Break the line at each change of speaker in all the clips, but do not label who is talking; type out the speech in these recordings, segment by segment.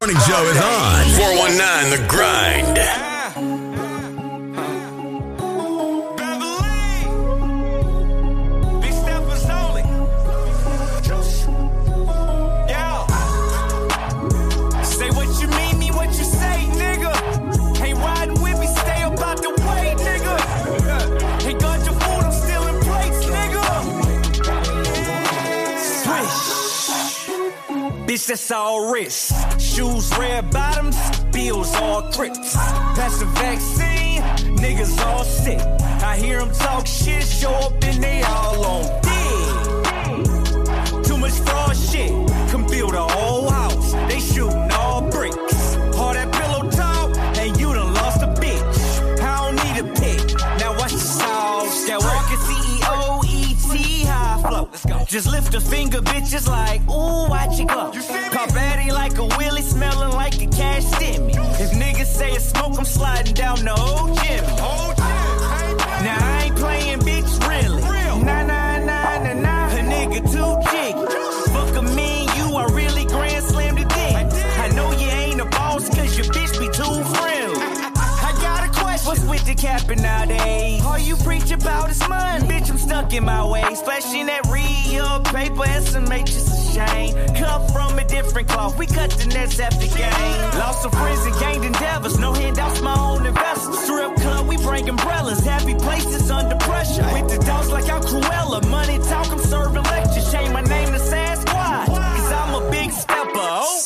Morning Joe is on. 419 The Grind.
Say what you mean, mean what you say, nigga. Ain't riding with me, stay about the way, nigga. Hey, guard your food, I'm still in plates, nigga. Swish. Bitch, that's all wrist. Shoes, red bottoms, bills, all crips. That's the vaccine, niggas all sick. I hear 'em talk shit, show up and they all on dick. Too much fraud shit, can build a whole house. They shooting all bricks. All that pillow talk, and you done lost a bitch. I don't need a pick. Now watch the sauce. That walking E CEO, ET, high flow. Let's go. Just lift a finger, bitches like, ooh, watch it go. Car batty like a wheelie, smelling like a cash stimmy. If niggas say it's smoke, I'm sliding down the old Jimmy. Now I ain't playing, bitch, really. Nah, nah, nah, nah, nah. A nigga too jiggy. Fuck a mean you, I really grand slammed it dick. I know you ain't a boss, cause your bitch be too friendly. I got a question. What's with the capping nowadays? All you preach about is money. Bitch, I'm stuck in my ways. Flashing that real paper and some matrix of shame. Cut from a different cloth. We cut the nets after game. Lost some friends and gained endeavors. No handouts, my own investors. Strip club, we bring umbrellas. Happy places under pressure. With the dogs like I'm Cruella. Money talk, I'm serving lectures. Change my name to Sasquatch. Cause I'm a big stepper. Oh,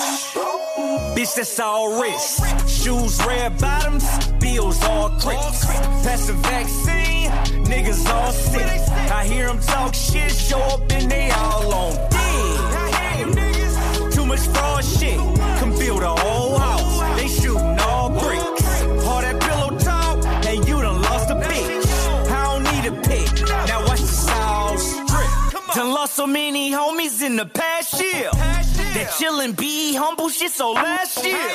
swish. Bitch, that's all wrist. Shoes, red bottoms, bills, all crips. That's the vaccine, niggas all sick. I hear 'em talk shit, show up and they all on dick. Too much fraud shit, can build a whole house. They shooting all bricks. All that pillow talk, and you done lost a bitch. I don't need a pick, now watch the sauce drip. Done lost so many homies in the past year. That chillin' be humble shit so last year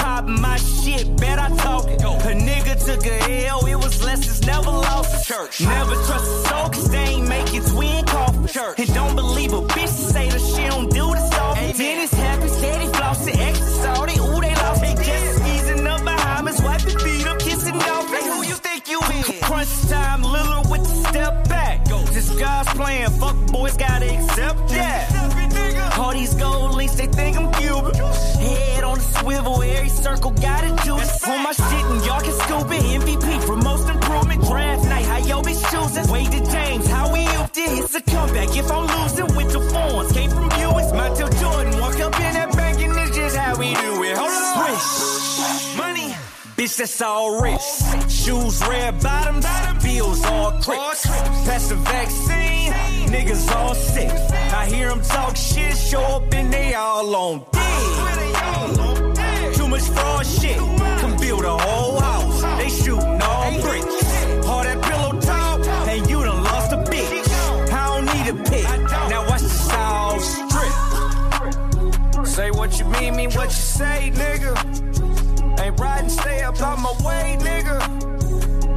pop my shit, bet I talk it. A nigga took a L, it was lessons never lost. Church. Never trust a soul, cause they ain't making twin coffee. Church. And don't believe a bitch to say that she don't do the stuff. Dennis happy, steady flossing, exes all they, ooh, they lost. They just squeezing up behind us, wiping feet up, kissing off. Hey, who you think you is? Crunch time, Lillard with the step back. This God's plan, fuck boys gotta accept that. All these gold links, they think I'm Cuban. Head on a swivel, every circle got a juice. On my shit, and y'all can scoop it. MVP for most improvement. Draft night, how y'all be choosing? Wade to James, how we upped it. It's a comeback. If I'm losing with the forms, came from Buick's. Montel Jordan, walk up in that bank, and it's just how we do it. Hold on. Swish. Money. Bitch, that's all wrist. Shoes, red bottoms, bills, all crips. That's the vaccine, niggas all sick. I hear 'em talk shit, show up and they all on dick. Too much fraud shit, can build a whole house. They shooting all bricks. All that pillow talk, and you done lost a bitch. I don't need a pick, now watch the sauce strip. Say what you mean, mean what you say, nigga. Ain't riding, stay up out my way, nigga.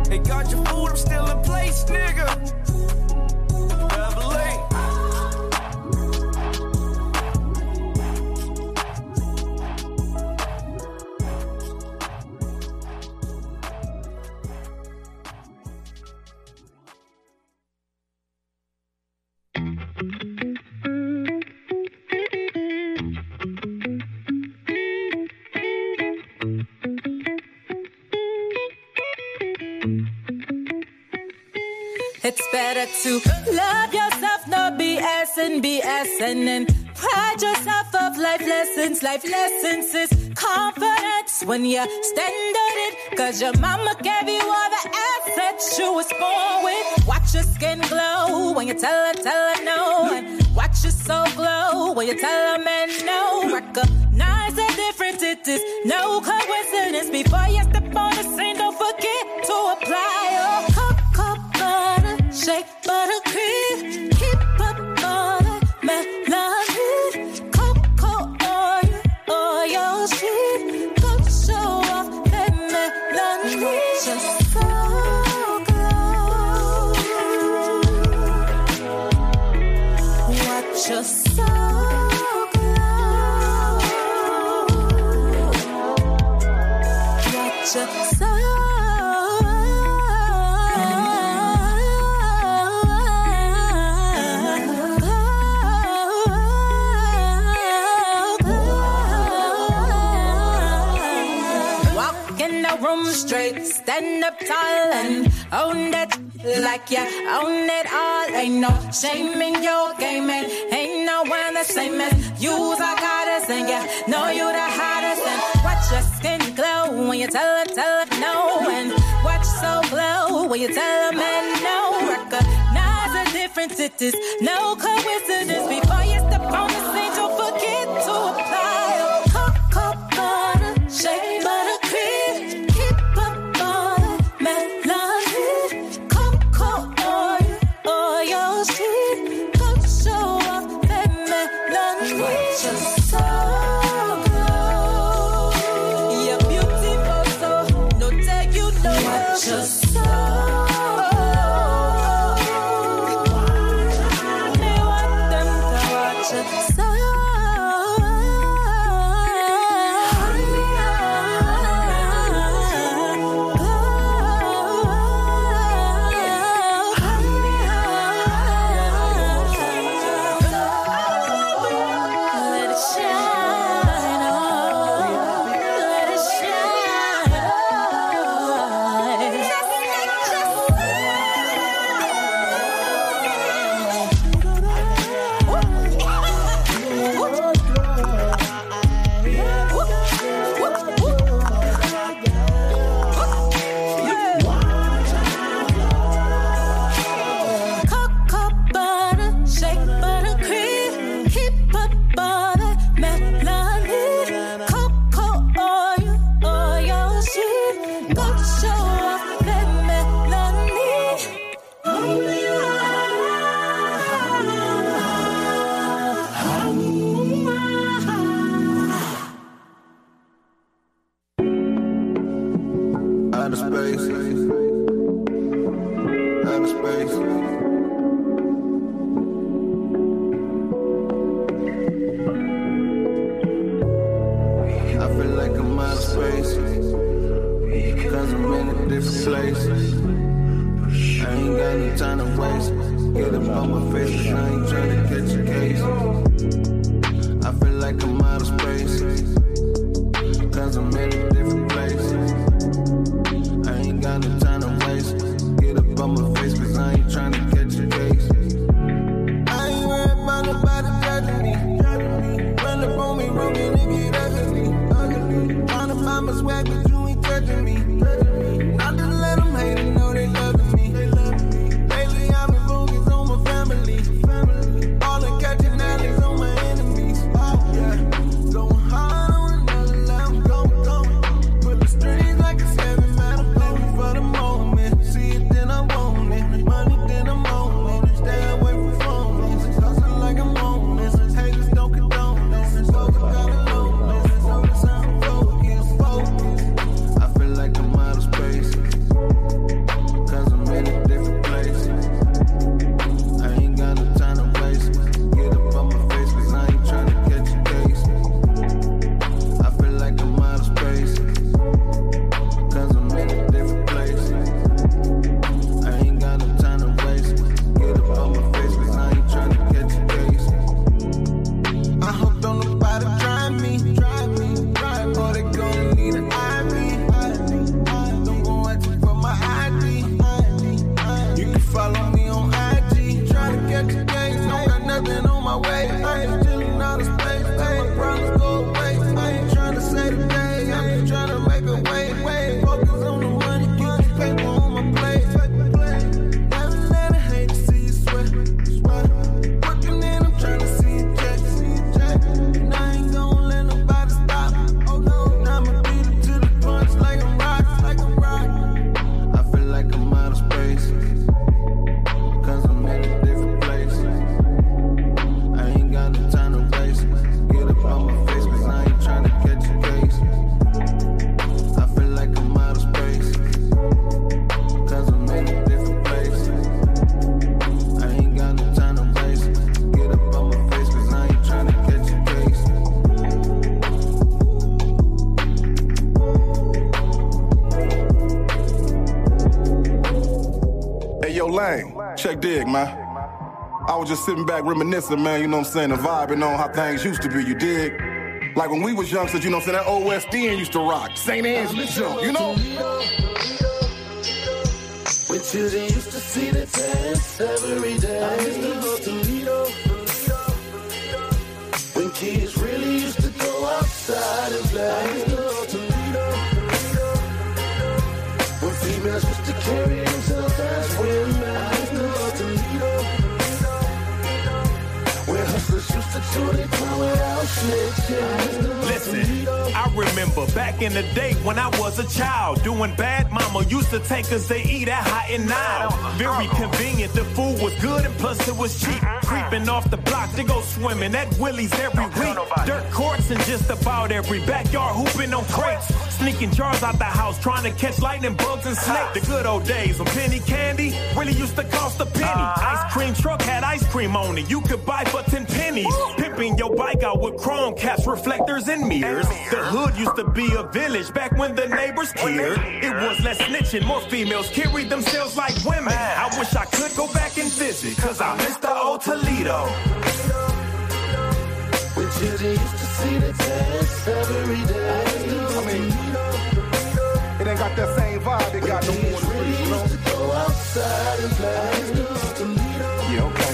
They got your food, I'm still in place, nigga. Double A.
It's better to love yourself, not BS and BS, and then pride yourself of life lessons. Life lessons is confidence when you stand on it. Cause your mama gave you all the assets you was born with. Watch your skin glow when you tell her, tell her no. And watch your soul glow when you tell her man no. Recognize the difference, it is no coincidence. Before you step on the scene, don't forget to apply Oh, your cocoa butter, shake buttercream. Keep up on the melody. Cocoa oil, oil sheet. Go show off that melody. Just so glow. Watch your soul glow.
Stand up tall and own that like you own it all. Ain't no shame in your game, and ain't no one the same as you's a goddess, and you know you the hottest. And watch your skin glow when you tell her, tell her no, and watch so glow when you tell a man no. Recognize the difference, it is no coincidence. Before you step on the scene, don't forget to apply. a Cocoa butter, shea butter cream, keep up on melody, cocoa oil, oil seed, go show off that melody. You're so glow, you're beautiful, so no tag you no else. You're so glow, me want them to watch you so. Let it shine, oh, let it shine. Cocoa butter, shea butter cream, keep up butter, melody, cocoa oil, oil sweet, go show off that melody.
Outer space. Outer space. I feel like I'm out of space. Cause I'm in a different place. I ain't got no time to waste. Get up on my face, I ain't tryna catch a case. I feel like I'm out of space. Cause I'm in a different place. I ain't got no time to waste. Get up on my face, cause I ain't tryna catch a case. I ain't worried about nobody judging me. Run up on me, run me, nigga, that's ugly. Tryna find my swag, but you ain't touching me. Not to let them hate and know they loving me. Lately, I've been focused on my family. Ballin', catching alleys on my enemies. Oh, yeah. Going hard on another level. Going, going. Put the strings like it's heavy metal. Living for the moment. See it, then I want it. Money, then I'm on it. Stay away from phones. Hustle like I'm on this. Haters don't condone this. Focus on the loneliness. Focus on focus. Focus. I feel like I'm out of space. Cause I'm in a different place. I ain't got no time to waste. Get up on my face, cause I ain't tryna catch a case. I feel like I'm out of space. Cause I'm in a different place. I ain't got no time to waste. Get up on my face, cause I ain't tryna catch a case. I hope don't nobody try me. Try me, try me. Or they gonna need an IV. Don't go at you for my ID. You can follow me on IG. Try to catch a case. Don't got nothing on my way. I ain't chillin' out of space. My problems go away. I ain't tryna save the day. I'm just tryna make a way. Way focus on the money. Get the paper on my plate. Never let it hate to see you sweat. Sweat. Working and I'm tryna see you jack. See you jack. And I ain't gonna let nobody stop. Oh no. Now I'ma beat it to the punch like I'm rock. Like I'm rock. I feel like I'm out of space. Cause I'm in a different place. I ain't got no time to waste. Get up on my face, cause I ain't tryna catch a case. I feel like I'm out of space. Cause I'm in a different place. I ain't got no time to waste. Get up on my face, cause I ain't tryna catch a case.
Hey, yo, Lane, check dig, man. I was just sitting back reminiscing, man, you know what I'm saying, and vibing on how things used to be, you dig? Like when we was youngsters, you know what I'm saying, that old West End used to rock, St. Anne's, you know?
With you, they used to see the test every day. I used to go to Lido. When kids really used to go outside and play. I used to go to Lido. When females used to carry themselves as women. I used to go to Lido. When hustlers used to do their time without snitching. I used to go to
Listen, I remember back in the day when I was a child doing bad. Mama used to take us to eat at Hot and Now. Very convenient, the food was good and plus it was cheap. Creeping off the block to go swimming at Willie's every week. Dirt courts in just about every backyard, hooping on crates, sneaking jars out the house, trying to catch lightning bugs and snakes. The good old days when penny candy really used to cost a penny.
Uh-huh.
Ice cream truck had ice cream on it, you could buy for ten pennies. Pimping your bike out with chrome caps, reflectors, and mirrors. The hood used to be a village back when the neighbors cared. It was less snitching, more females carried themselves like women. I wish I could go back and visit, cause I miss the old Toledo.
When children used to see the test every day. I used to go to Lido.
It ain't got that same vibe it got no more
Kids
in the
really
streets, you know?
used to go outside and play. I used to go to Lido.
Yeah, okay.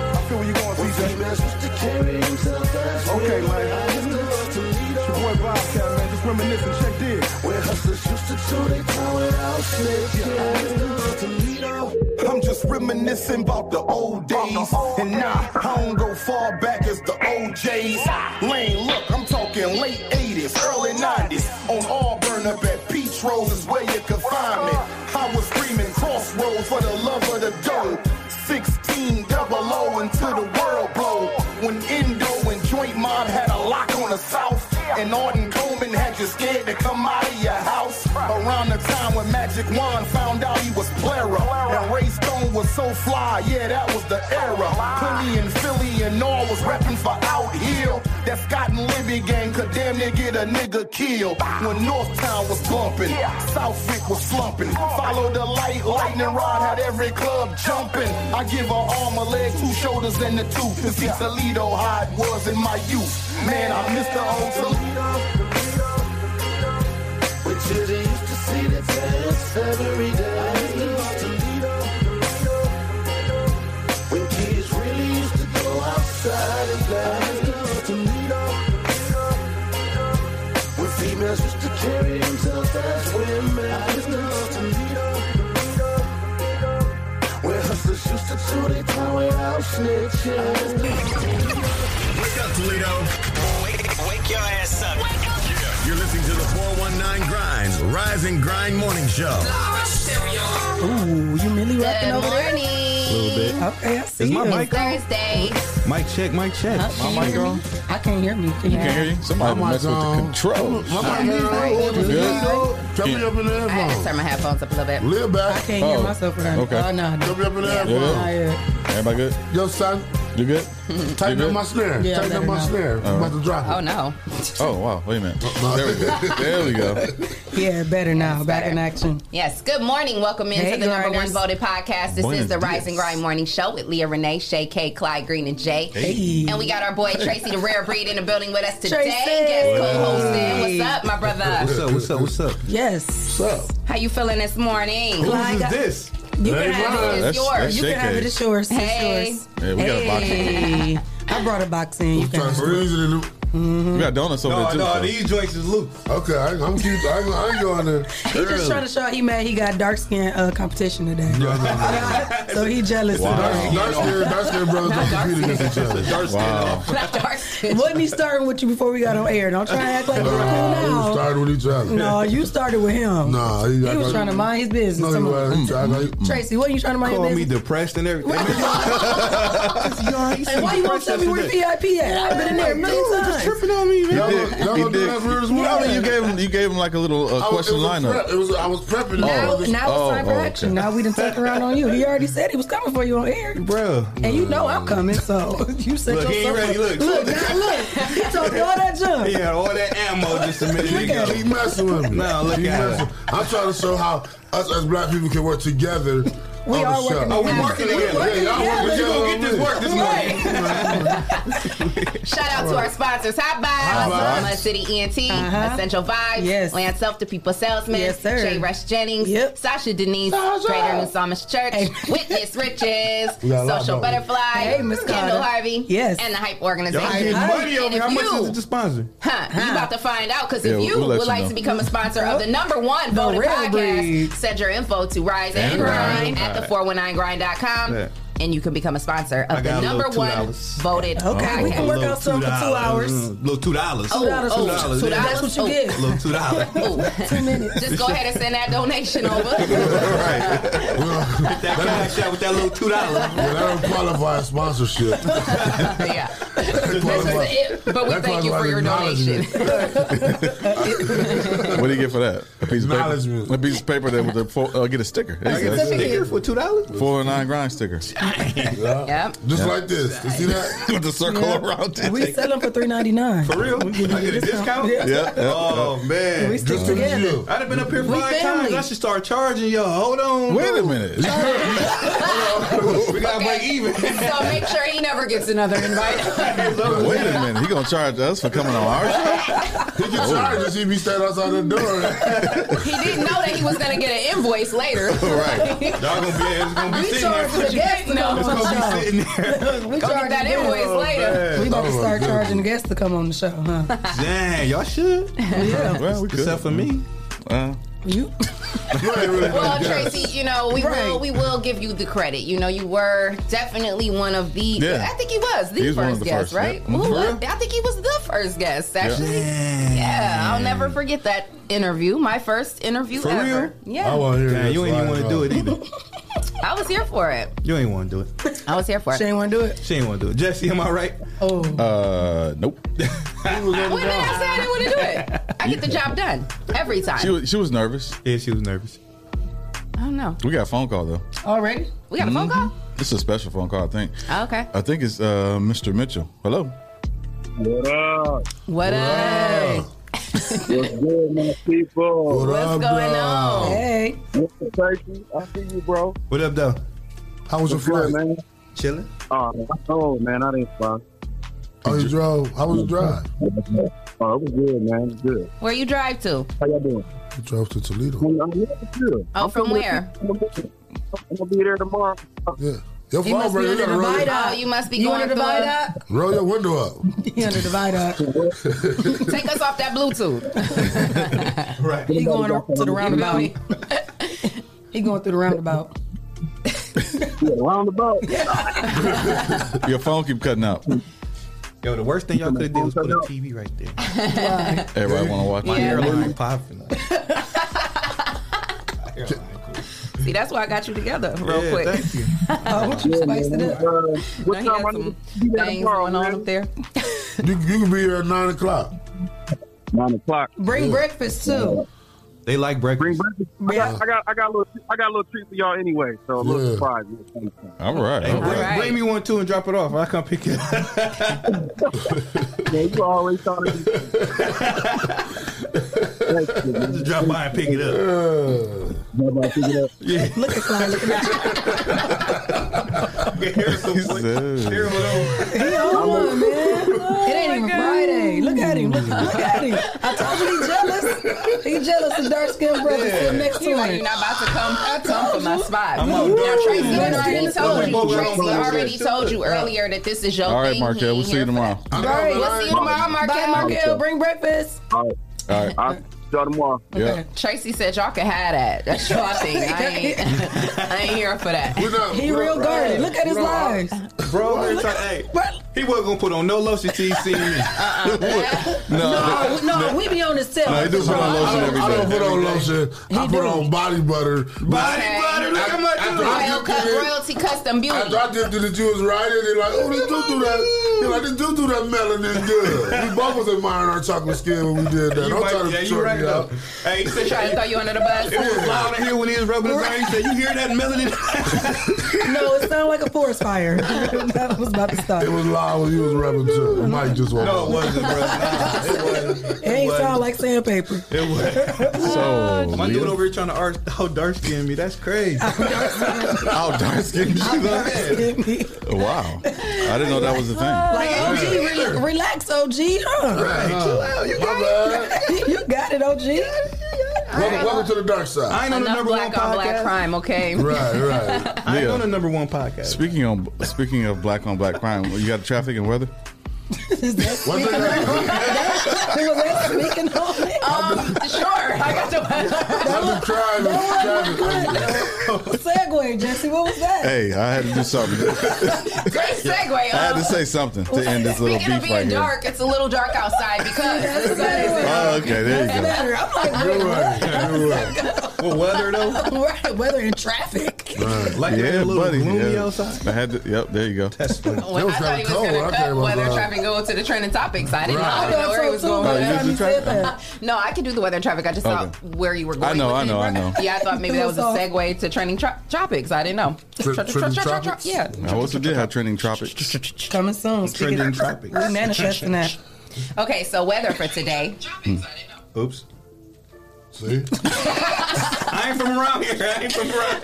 I feel where you going,
When
DJ.
females used to carry themselves as
Okay,
women.
man.
I used to go to Lido.
Your boy Bobcat, man, just reminiscing. Check this.
Where hustlers used to do their time without snitching. I used to go to Lido.
I'm just reminiscing about the old days. And nah, I don't go far back as the OJs. Lane, look, I'm talking late 80s, early 90s. On Auburn up at Peach Rose is where you could find me. I was screaming crossroads for the love of the dough. 16 double O until the world blow. When Indo and Joint Mob had a lock on the South. And Arden Coleman had you scared to come out of your house. Around the time when Magic Wand found out he was plera. And Ray Stone was so fly, yeah, that was the era. Philly and Philly and all was repping for Out Hill. That Scott and Libby gang could damn near get a nigga killed. When Northtown was bumping, Southwick was slumping. Follow the light, lightning rod had every club jumping. I give her arm, a leg, two shoulders, and a tooth to see Toledo how it was in my youth. Man, I miss the old Toledo.
When children used to see the test every day. I used to go to Lido. When kids really used to go outside and play. I used to go to Lido. When females used to carry themselves as women. I used to go to Lido. Where hustlers used to do their time without snitching. I used to
Wake up, Toledo.
Wake, wake your ass up.
You're listening to the 419 Grind's Rise and Grind Morning Show.
Ooh, you really rapping
Good
over there?
morning.
Okay, I see
Is my
you.
mic on?
Thursday.
Mic check, mic check.
Can
My
you
mic
hear
on?
me? I can't hear me. Can
You can hear you. Somebody
My
mess with
mic's
the
on.
controls.
I know, right? It was good.
Turn me up in the
I had to
headphones.
turn my headphones up a little bit.
Live
I
back.
can't hear
Oh,
myself right now.
okay.
Oh, no.
Turn me up in the
Nah,
headphones.
yeah.
Everybody good?
Yo, son,
You good?
Mm-hmm. tighten
You
up
good?
my snare.
Yeah,
Tighten up my
better now.
snare. I'm about to drop
Oh
it.
no.
Oh wow! Wait a minute. There we go. There we go.
Yeah, better now. Back
better.
in action.
Yes. Good morning. Welcome into
Hey,
the number one
Grinders.
voted podcast. This
Buenos
is the Rise and
dias.
Grind Morning Show with Leah Renee, Shay K, Clyde Green, and Jay.
Hey.
And we got our boy Tracy the Rare Breed in the building with us today.
Tracy.
Guest co-hosting. What's up, my brother?
What's up? What's up? What's up?
Yes.
What's up?
How you feeling this morning?
Well, I
Who's
got-
this?
You
Hey,
can have
brother.
it.
It's
That's-
yours.
that's
You can have it.
JK.
It's yours. It's
Hey.
yours.
Yeah, we got a box.
Hey. I brought a box in. You
I'm
can
trying to
have it.
squeeze it in. the-
Mm-hmm.
We got donuts over there too. so-
joints is loose.
Okay, I, I'm cute. I, I'm going to.
He just trying to show he mad he got dark skin uh, competition today. so he jealous.
Wow.
today.
Dark skin, dark skin brothers don't compete against each other.
Wow.
Not dark.
Wasn't he starting with you before we got on air? Don't try to act like we're cool
Uh,
now.
started with each other.
No, you started with him.
Nah, he,
He was trying to mind his business.
No, he
Come on.
wasn't. He tried to-
Tracy, what are you trying to mind your business?
depressed and everything.
And why you won't tell me where VIP at? I've been in there a million times.
on me, man.
Y'all gonna- y'all gonna do that for us?
No, you gave him. You gave him like a little uh,
I was-
question
it was a
lineup.
prep. It was, I was prepping.
Now,
Oh.
now
oh,
it's time for
oh,
action.
okay.
Now we done turned around on you. He already said he was coming for you on air.
bro.
And you know I'm coming, so you set
Look, he
yourself
ain't ready.
up.
Look.
look, now look. He talked all that junk.
had all that ammo just a
Look
minute
at
He messing with me.
No, look
He
at
messing- I'm trying to show how us as black people can work together.
We
on
are
the show.
Oh,
working together.
Yeah, y'all work together. on this.
Right.
Shout out to our sponsors, Hot
Hot
Vibes,
Vibes.
Mud City ENT,
Uh-huh.
Essential Vibes,
Yes.
Land Self to People Salesman,
Yes, sir.
J. Rush Jennings, Sasha Denise, Greater New Psalmist Church, Witness Riches,
We got a lot
Social
going.
Butterfly,
Hey, Miss
Kendall
Carter.
Harvey,
Yes.
and the Hype
Y'all
Organization.
getting money
And
over
if
here. How much
you-
is it to sponsor?
Huh, you about to find out because
Yeah,
if you
we'll let
would
you
like
know.
to become a sponsor of the number one
The
voted
real
podcast,
breed.
send your info to Rise and,
And
Grind
grind.
at the 419grind.com
Yeah.
and you can become a sponsor
I
of
got
the
a little
number one
$2.
voted
Okay, we can
podcast.
work out something for Oh, two hours. Little two dollars.
Oh, oh, $2.
yeah.
That's what you get.
Little two dollars.
Just go ahead and send that donation over.
Hit that cash out with that little two dollars.
Well, that don't qualify as sponsorship.
yeah.
That qualifies-
But we
that
thank you
qualifies
for your donation.
acknowledgement.
what do you get for that? A piece of paper. A piece of paper that with a four, uh, get a sticker. There
I
you
get
go.
a sticker for two dollars.
Four and nine grind sticker.
Yep.
Just like this. You see that?
with the circle
Yeah.
around it.
We sell them for three ninety nine.
For real? I get a discount?
Yeah.
Oh, man.
We stick Just for together. you.
I'd have been up here
We
five times.
family.
I should start charging y'all. Hold on.
Wait a minute.
we got to break even.
so make sure he never gets another invite.
Wait a minute. He gonna charge us for coming on our show?
He can charge us if he stand outside the door.
he didn't know that he was going to get an invoice later.
right.
Y'all going to be, it's going to be
We
sitting there.
charge the guests to come
It's
on
gonna be
the show.
sitting there.
We
Go get
charge
that
the guests.
invoice later.
We about
Oh,
to
my
start
goodness.
charging the guests to come on the show, huh?
Dang, y'all should.
Yeah.
Well, we could.
Except for me.
Uh,
You
You ain't really
Well,
no guest.
Tracy, you know we
Right.
will we will give you the credit. You know you were definitely one of the.
Yeah.
I think he was the
He was one of
first
the
guest,
first,
right?
yeah. Mhm.
Who
For
was-
real?
I think he was the first guest actually. Yeah.
Dang.
I'll never forget that interview. My first interview
For real?
ever. Yeah,
I want to hear
Man,
this
you ain't even
right
want to
now.
do it either.
I was here for it.
You ain't want to do it.
I was here for
she
it.
ain't want to do it.
She ain't want to do it. Jesse, am I right?
Oh,
uh, nope.
He was on the
When did I
ground.
say I didn't want to do it? I get the job done every time.
She was, she was nervous.
Yeah, she was nervous.
I don't know.
We got a phone call though.
already?
We got a phone
Mm-hmm.
call.
This is a special phone call, I think.
Oh, okay.
I think it's uh, Mr. Mitchell. Hello.
What up?
What up?
What's good, my people?
What
What's
up,
going
dog?
on?
Hey,
Mr. Tracy, I see you, bro.
What up, though?
How was your
Good,
flight?
man.
Chilling?
Oh, oh, man, I didn't fly.
How Oh, you drove? How was your drive?
Oh, it was good, man. It was good.
Where you drive to?
How y'all doing?
You drove to Toledo.
I'm, I'm here for sure.
Oh,
I'm
from
gonna-
where?
I'm gonna be- I'm going to be there tomorrow.
Yeah. Your
He
phone
must be
breaker. You
under the
gotta roll,
divider.
your-
Oh, you must be
You
going
under the
through
divide
a-
up?
roll your window up.
He under the divide up.
Take us off that Bluetooth.
Right.
He going to the roundabout.
You
He going through the roundabout.
Yeah, roundabout.
Your phone keep cutting out.
Yo, the worst thing y'all could have did was put a TV right there.
Everybody want to watch
My
it.
hairline popping. Like,
See, that's why I got you together real
yeah,
quick.
Thank you.
Oh, what you spiced it up?
Uh, what
Now he
time I
got
need
some
to be there
things
tomorrow,
going on
man?
up there.
You, you can be here at 9 o'clock.
Nine o'clock.
Bring breakfast too.
They like
Bring
breakfast.
breakfast. I got, I got, I got a little, I got a little treat for y'all anyway. So a little
Yeah.
surprise.
All right.
Hey, bring,
All right.
right.
bring me one too and drop it off. I come pick it up.
Yeah, you always thought. it was- Thank you, man.
Just drop by and pick it up.
Uh,
Nobody pick it up.
Look at Clyde looking at you.
Here's some-
He said-
here's what
He on one, man.
Oh
it ain't even Friday. Look at him. Look, look at him. I told you he jealous. He jealous of dark skinned brother sitting next to
You like you're
him.
not about to come, come for my spot.
I'm
now,
out there.
Tracy
Ooh.
had already
Let's
told
get it.
you.
Let's
Tracy
go.
already
Let's
told you
go.
earlier that this is your
All right,
thing. He
Markel.
ain't
We'll see you
here for
tomorrow.
I got
Right.
a
We'll see you
line.
Bye,
tomorrow, Markel.
Markel. Bring breakfast.
All right.
All right.
I'll see y'all tomorrow.
Yeah.
Tracy said y'all can have that. That's your thing. I ain't, I ain't here for that.
We're not-
He
we're
real
not-
guarded. Look at his
we're not-
lives.
I'm, bro, we're trying- hey, he wasn't gonna put on no lotion till he seen me.
No.
No, no, we be on his tail.
No, he do put on
I
lotion
don't,
every
I don't
day.
put on lotion. I
He
put
do.
on body butter.
Body
Okay.
butter, look at
I- I-
my
Royal Cut Royalty Custom Beauty.
After I dipped in the Jews right in, they're like, oh, this do do that. They're like, this do do that melanin good. we both was admiring our chocolate skin when we did that.
dude.
I'm
You
trying
right,
to
yeah, you
short
right
me
though.
out.
Hey, he said,
Trying to throw you under the bus.
it was loud in here when he was rubbing his arm. He said, "You hear that melanin?"
No, it sounded like a forest fire. that was about to start.
It was loud when you was rapping too. Mike just walked
no, it
no,
wasn't, bro. Nah, it wasn't.
It ain't
wasn't.
sound like sandpaper.
It wasn't.
So,
My dude
Leah-
over here trying to art, how dark skin me. That's crazy.
Oh, dark skinny shit on? Wow. I didn't know that was a thing.
Like OG, rela- relax, OG. Huh?
Chill out. You got
it. you got it, OG.
Welcome, welcome to the dark side.
I ain't on the Enough number black one on black podcast. crime, okay? Right,
right.
I ain't
Yeah.
on the number one podcast.
Speaking on speaking of black on black crime, you got traffic and weather.
One thing
was that sneaking on it?
Um, sure. I got the
I've been trying. I've been trying.
Segway, Jesse. What was that?
Hey, I had to do something.
great segue.
I had to say something to end this little
Speaking of
beef
being
right here.
dark, it's a little dark outside because.
Oh, okay, there you
That's
go.
better. I'm like,
You're right. You're right.
Well, weather though,
right, weather and traffic.
like it
Yeah,
a little
buddy.
gloomy
yeah.
outside.
I had to. Yep, there you go.
That's funny.
Well,
was
I thought he was
kinda
going to
cold. I came
cut
up
weather
with-
traffic and go to the trending topics. I didn't
Right.
know, I didn't know where he
so
was
too.
going.
Oh,
with
you
that.
did the traffic?
No, I could do the weather and traffic. I just thought where you were going.
I know,
with
I
it.
know, I know.
Yeah, I thought maybe that was a segue to trending tra- topics. I didn't know.
Tre-
Tra- tra-
trending
tra- tra- tra-
topics?
Yeah.
I also did have trending tropics.
Coming soon. Speaking
Trending
of-
topics.
We manifesting that.
Okay, so weather for today.
Hmm.
Oops.
See?
I ain't from around here. I ain't from around.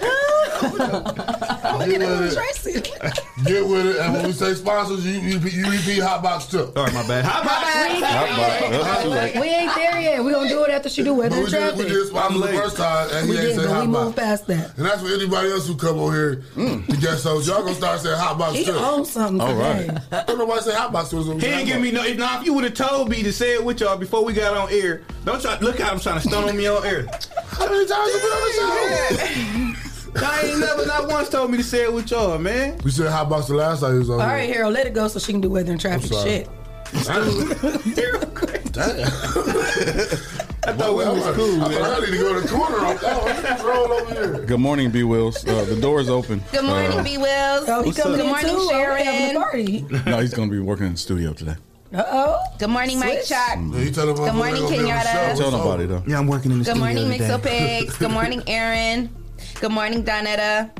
Get with it.
Tracy.
Get with it. And when we say sponsors, you, you, repeat- you repeat Hotbox too.
All right, my bad. How about
Hotbox.
We ain't there yet. We gonna do it after she do weather
But
and
we did, we
traffic.
did
I'm
sponsors the
late.
first time, and
We
he ain't
did,
say
but we moved
Hotbox.
past that.
And that's for anybody else who come on here to guess so. Y'all gonna start saying Hotbox
He
too.
owns something
All
today.
right.
Don't nobody say Hotbox to us. when we
He
say
didn't
Hotbox.
give me no. If not, if you would have told me to say it with y'all before we got on air, don't try. Look how I'm trying to stone me on air.
How many times you been on the show?
I ain't never, not once told me to say it with y'all, man.
We said Hotbox the last time he was on
All
here.
right, Harold, let it go so she can do weather and traffic
sorry.
shit.
I thought we was cool,
I
man.
thought I need to go to the corner. I'm roll over here.
Good morning, B Wills. Uh, the door is open.
Good morning,
Uh,
B. Wills.
Oh, he
What's up?
coming
Good
in
morning,
too. Oh, we having a
Sharon.
party.
No, he's going to be working in the studio today.
Uh oh.
Good morning, Mike
Switch.
Chuck.
Yeah, you tell them I'm
morning,
gonna be on the
Kenyatta.
show.
Don't
It's
Tell
over.
nobody though.
Yeah, I'm working in the
Good
studio
morning,
today.
Mixo Pigs. Good morning, Aaron. Good morning, Donetta.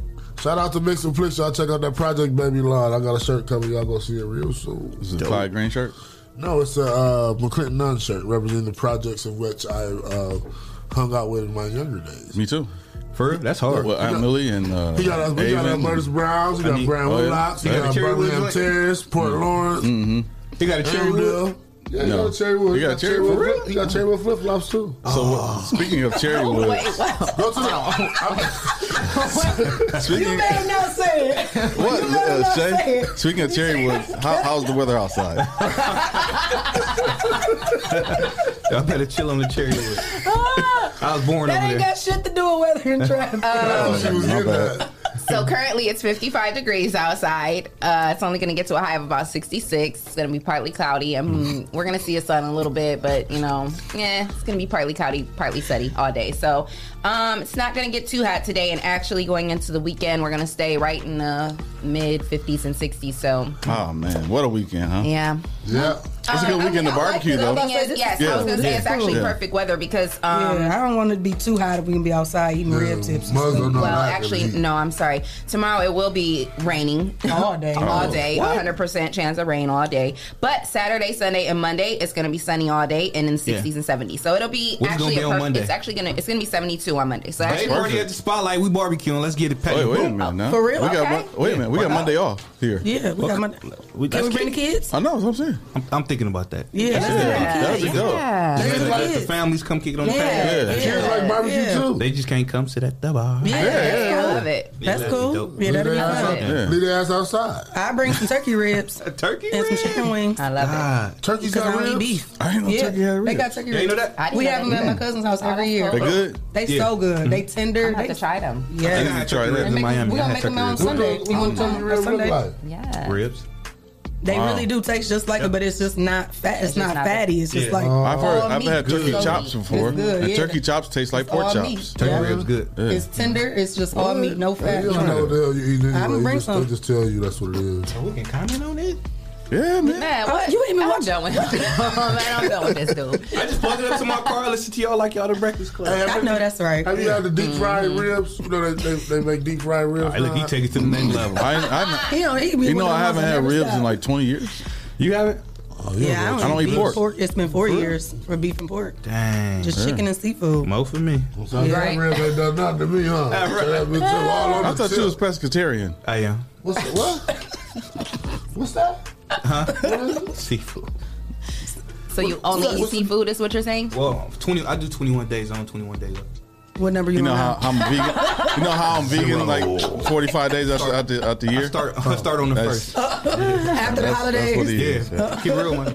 Shout out to Mix and Flicks. Y'all check out that Project Baby line. I got a shirt coming. Y'all gonna see it real soon.
This is a Clyde Green shirt.
No, it's a uh, McClinton Nun shirt representing the projects in which I uh, hung out with in my younger days.
Me too.
For real? That's hard.
Well, Aunt Millie and uh,
We got, us, we got
Avon.
Albertus Browns, we
I
got
need-
Brown
oh, yeah.
Willocks, we
Yeah.
got
Cherry Woods
Birmingham
Lane.
Terrace, Port
Mm-hmm.
Lawrence,
You got a cherry wood?
Annandale. Yeah, you
No.
got a Cherry Wood.
You got Cherry Wood?
Wood. You got Cherry Wood flip flops too.
So what-
Ah.
speaking of cherry
Oh,
woods,
Go to the. I'm-
speaking
better not say it.
what
better
uh,
not say
Shay?
it.
Speaking of cherry woods, how, how's the weather outside?
Y'all better chill on the cherry wood.
Ah,
I was born
that
over
ain't
there.
got shit to do with weather and traffic.
Oh,
she was
My
getting
bad.
that.
Um, So currently it's 55 degrees outside. Uh, it's only going to get to a high of about 66. It's going to be partly cloudy. and we're going to see a sun a little bit, but you know, yeah, it's going to be partly cloudy, partly sunny all day. So um, it's not going to get too hot today. And actually, going into the weekend, we're going to stay right in the mid 50s and 60s. So
Oh man, what a weekend, huh?
yeah. Um,
Yeah.
It's a good weekend to barbecue
I
though.
like
Thing is, yes, I was going to say it's actually
Yeah.
perfect weather because um,
yeah, I don't want it to be too hot if we can be outside eating rib tips and
Muzzle,
stuff
no,
Well,
not
actually,
gonna be.
no, I'm sorry. Tomorrow it will be raining
all day. Oh,
all day, 100% chance of rain all day. But Saturday, Sunday, and Monday it's going to be sunny all day and in 60s
Yeah.
and 70s. So it'll be
What's it
actually
gonna be
a
on
perfect.
Monday?
It's actually going to it's going to be 72 on Monday. So
They
actually,
already at the spotlight. We barbecuing. Let's get it packed.
Wait, wait a
Boom.
minute now.
For real?
We got
Okay.
Mon- wait a minute. We got Monday off here.
Yeah, we got my.
We-
Can we
let's
bring the kids?
I know. That's what I'm saying.
I'm, I'm thinking about that.
Yeah, let's
Yeah,
bring the kids.
that was a dope.
yeah.
Let the- let
kids.
the families come kick it on the patio.
Yeah,
Yeah.
yeah.
Kids like barbecue
Yeah.
too.
They just can't come sit at the bar.
Yeah,
I
that's
love
cool.
it.
That's
that'd be
cool.
dope.
Yeah,
Leave
that'd be
their ass,
fun.
out,
Yeah.
leave their ass outside.
I bring some turkey ribs
A turkey
and some
ring?
chicken wings
I love it.
God.
Turkey's
because I
got
don't eat
ribs.
beef.
I ain't no
Yeah,
turkey had
they got
ribs.
turkey
Yeah,
ribs.
you know that?
I didn't
We
know
have them
that
at my
either.
cousin's house every year.
They good.
They
Yeah.
so good. They tender.
I have
they,
to try them.
I
Mm-hmm. Yeah.
think I had
Try
turkey
that.
ribs in
Make-
Miami.
we
I
gonna
had
make 'em
turkey
on
ribs.
What
Sunday.
the, what the turkey rib look
Sunday.
like?
Yeah.
Ribs.
They
Wow.
really do taste just like it, but it's just not fat. It's,
just
not,
not
fatty. It's just
Yeah.
like
I've heard.
all
I've
meat.
had turkey
It's
chops
all meat.
before,
It's good,
and
yeah.
turkey chops taste like pork
all
chops.
meat.
Turkey
Yeah.
ribs good.
Yeah.
It's tender. It's just all meat, no
You
fat.
don't know what the hell you eating anyway.
I'ma
You
bring
just,
some.
They just tell you that's what it is.
We can comment on it.
Yeah, man.
Man,
Oh,
what?
you ain't even
I'm
watch-
done with Man, I'm done with this dude.
I just plugged it up to my car. and Listen to y'all like y'all the Breakfast Club.
Hey,
I know that's right.
Have you had the
Mm-hmm.
deep fried ribs? You know they, they, they make deep fried ribs.
Hey, look, he
now?
take it to the next level.
I, ain't- I, haven't-
He don't eat me.
you
with
know,
them
I haven't
ones that
had
never
ribs
stop.
in like 20 years.
You have it?
you don't like- I don't eat pork.
It's been four
Pork?
years for beef and pork.
Dang.
Just chicken and seafood.
Mo for me.
So that rib ain't done nothing to me, huh? So that bitch was all on
I
the
thought you
tip.
was pescatarian.
I am.
What's what? What's that?
Huh? Seafood.
So you only eat seafood is what you're saying?
Well, twenty. I do twenty one days on, twenty one days off.
What number you,
You know
on?
how I'm vegan. You know how I'm
Zero.
vegan like 45 days after out the, out the year. I
start, I start on the first.
After the holidays.
yeah, keep it real one.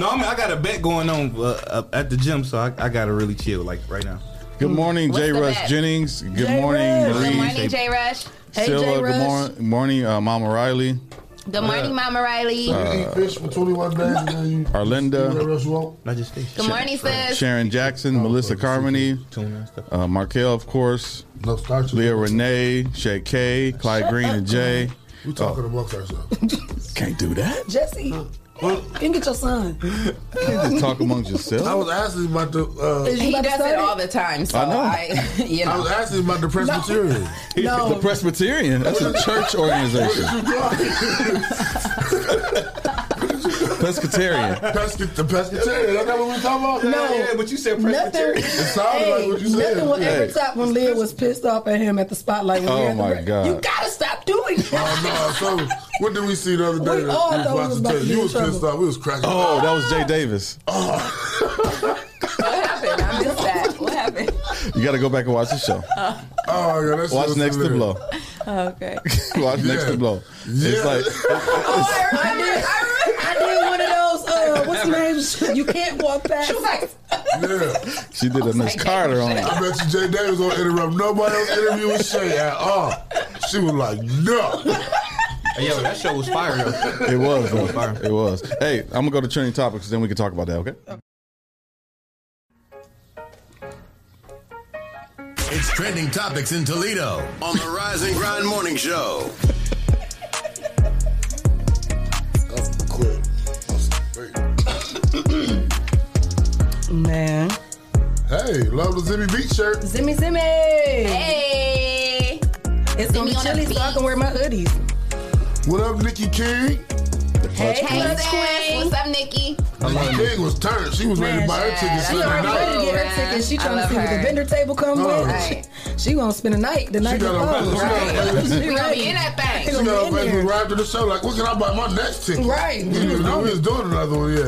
No, I mean I got a bet going on uh, uh, at the gym, so I, I gotta really chill like right now.
Good morning,
What's
Jay
the
Rush
bet?
Jennings. Good
Jay
morning,
Rush. Good
Marie.
morning, J Rush.
Silva. Good morning, morning uh, Mama Riley.
Good morning, Mama Riley.
Uh,
you eat fish for 21 days and then you
Arlinda.
Not just Oh, fish.
Good morning, sis.
Sharon Jackson, Melissa Carmody, uh, Markel, of course, Leah Renee, Shay K, Clyde Green, and Jay.
We
Oh.
talking amongst ourselves.
Can't do that.
Jesse. Can get your son.
You can't just talk amongst yourself.
I was asking about the. Uh,
Is you
He
about to
does
start
it
it?
all the time. So
I know.
I, you
I
know.
Oh,
was asking about the Presbyterian.
No.
The Presbyterian. That's a church organization. Presbyterian.
Pesca- the Presbyterian. That's not what we talking about?
No.
yeah, but you said
Nothing.
Presbyterian.
It sounded like what you said.
Nothing will ever
Hey.
top when Leah was pissed off at him at the spotlight. When we
Oh
had the
my
break.
God.
You gotta stop doing that.
Oh, no. So, what did we see the other day?
We all thought we was about to
tell
be
you.
in
You was pissed
trouble.
off. We was cracking
Oh, that was Jay Davis.
What happened? I missed that. What happened?
You got to go back and watch the show.
Oh, yeah, that's
Watch
just
Next to
hilarious.
Blow.
Oh,
Okay.
Watch Next to Blow. It's
Yeah.
like
Oh, I remember. I remember. I did one of those. Uh, what's the name? You can't walk past.
Yeah.
she did a Miss Carter on it.
I bet you Jay Davis don't interrupt nobody else interviewing Shay at all. She was like, no.
Hey, yo, that show was fire though.
It was. though. It was. Hey, I'm gonna go to trending topics, then we can talk about that. Okay.
It's trending topics in Toledo on the Rise and Grind Morning Show.
That's quick.
Man.
Hey, love the Zimmy Beach shirt.
Zimmy Zimmy.
Hey.
It's gonna be
Zimmy on
chilly,
the
so I can wear my hoodies.
What up, Nikki King?
Clutch
Hey,
Queen.
sis. What's up, Nikki?
Nikki King was turned. She was ready to buy her
Man,
tickets.
she
Sunday
already
night.
Ready to get
Oh,
her ticket. She
I
trying to
love
see what the
her.
vendor table comes
Oh.
with.
Right.
She gonna spend the night. The
She
night
got
before.
on Facebook. She
We gonna be in that
She
thing.
gonna
got on
be in there.
Facebook right after the show. Like, what can I buy my next ticket?
Right.
We was, we was doing another one, yeah.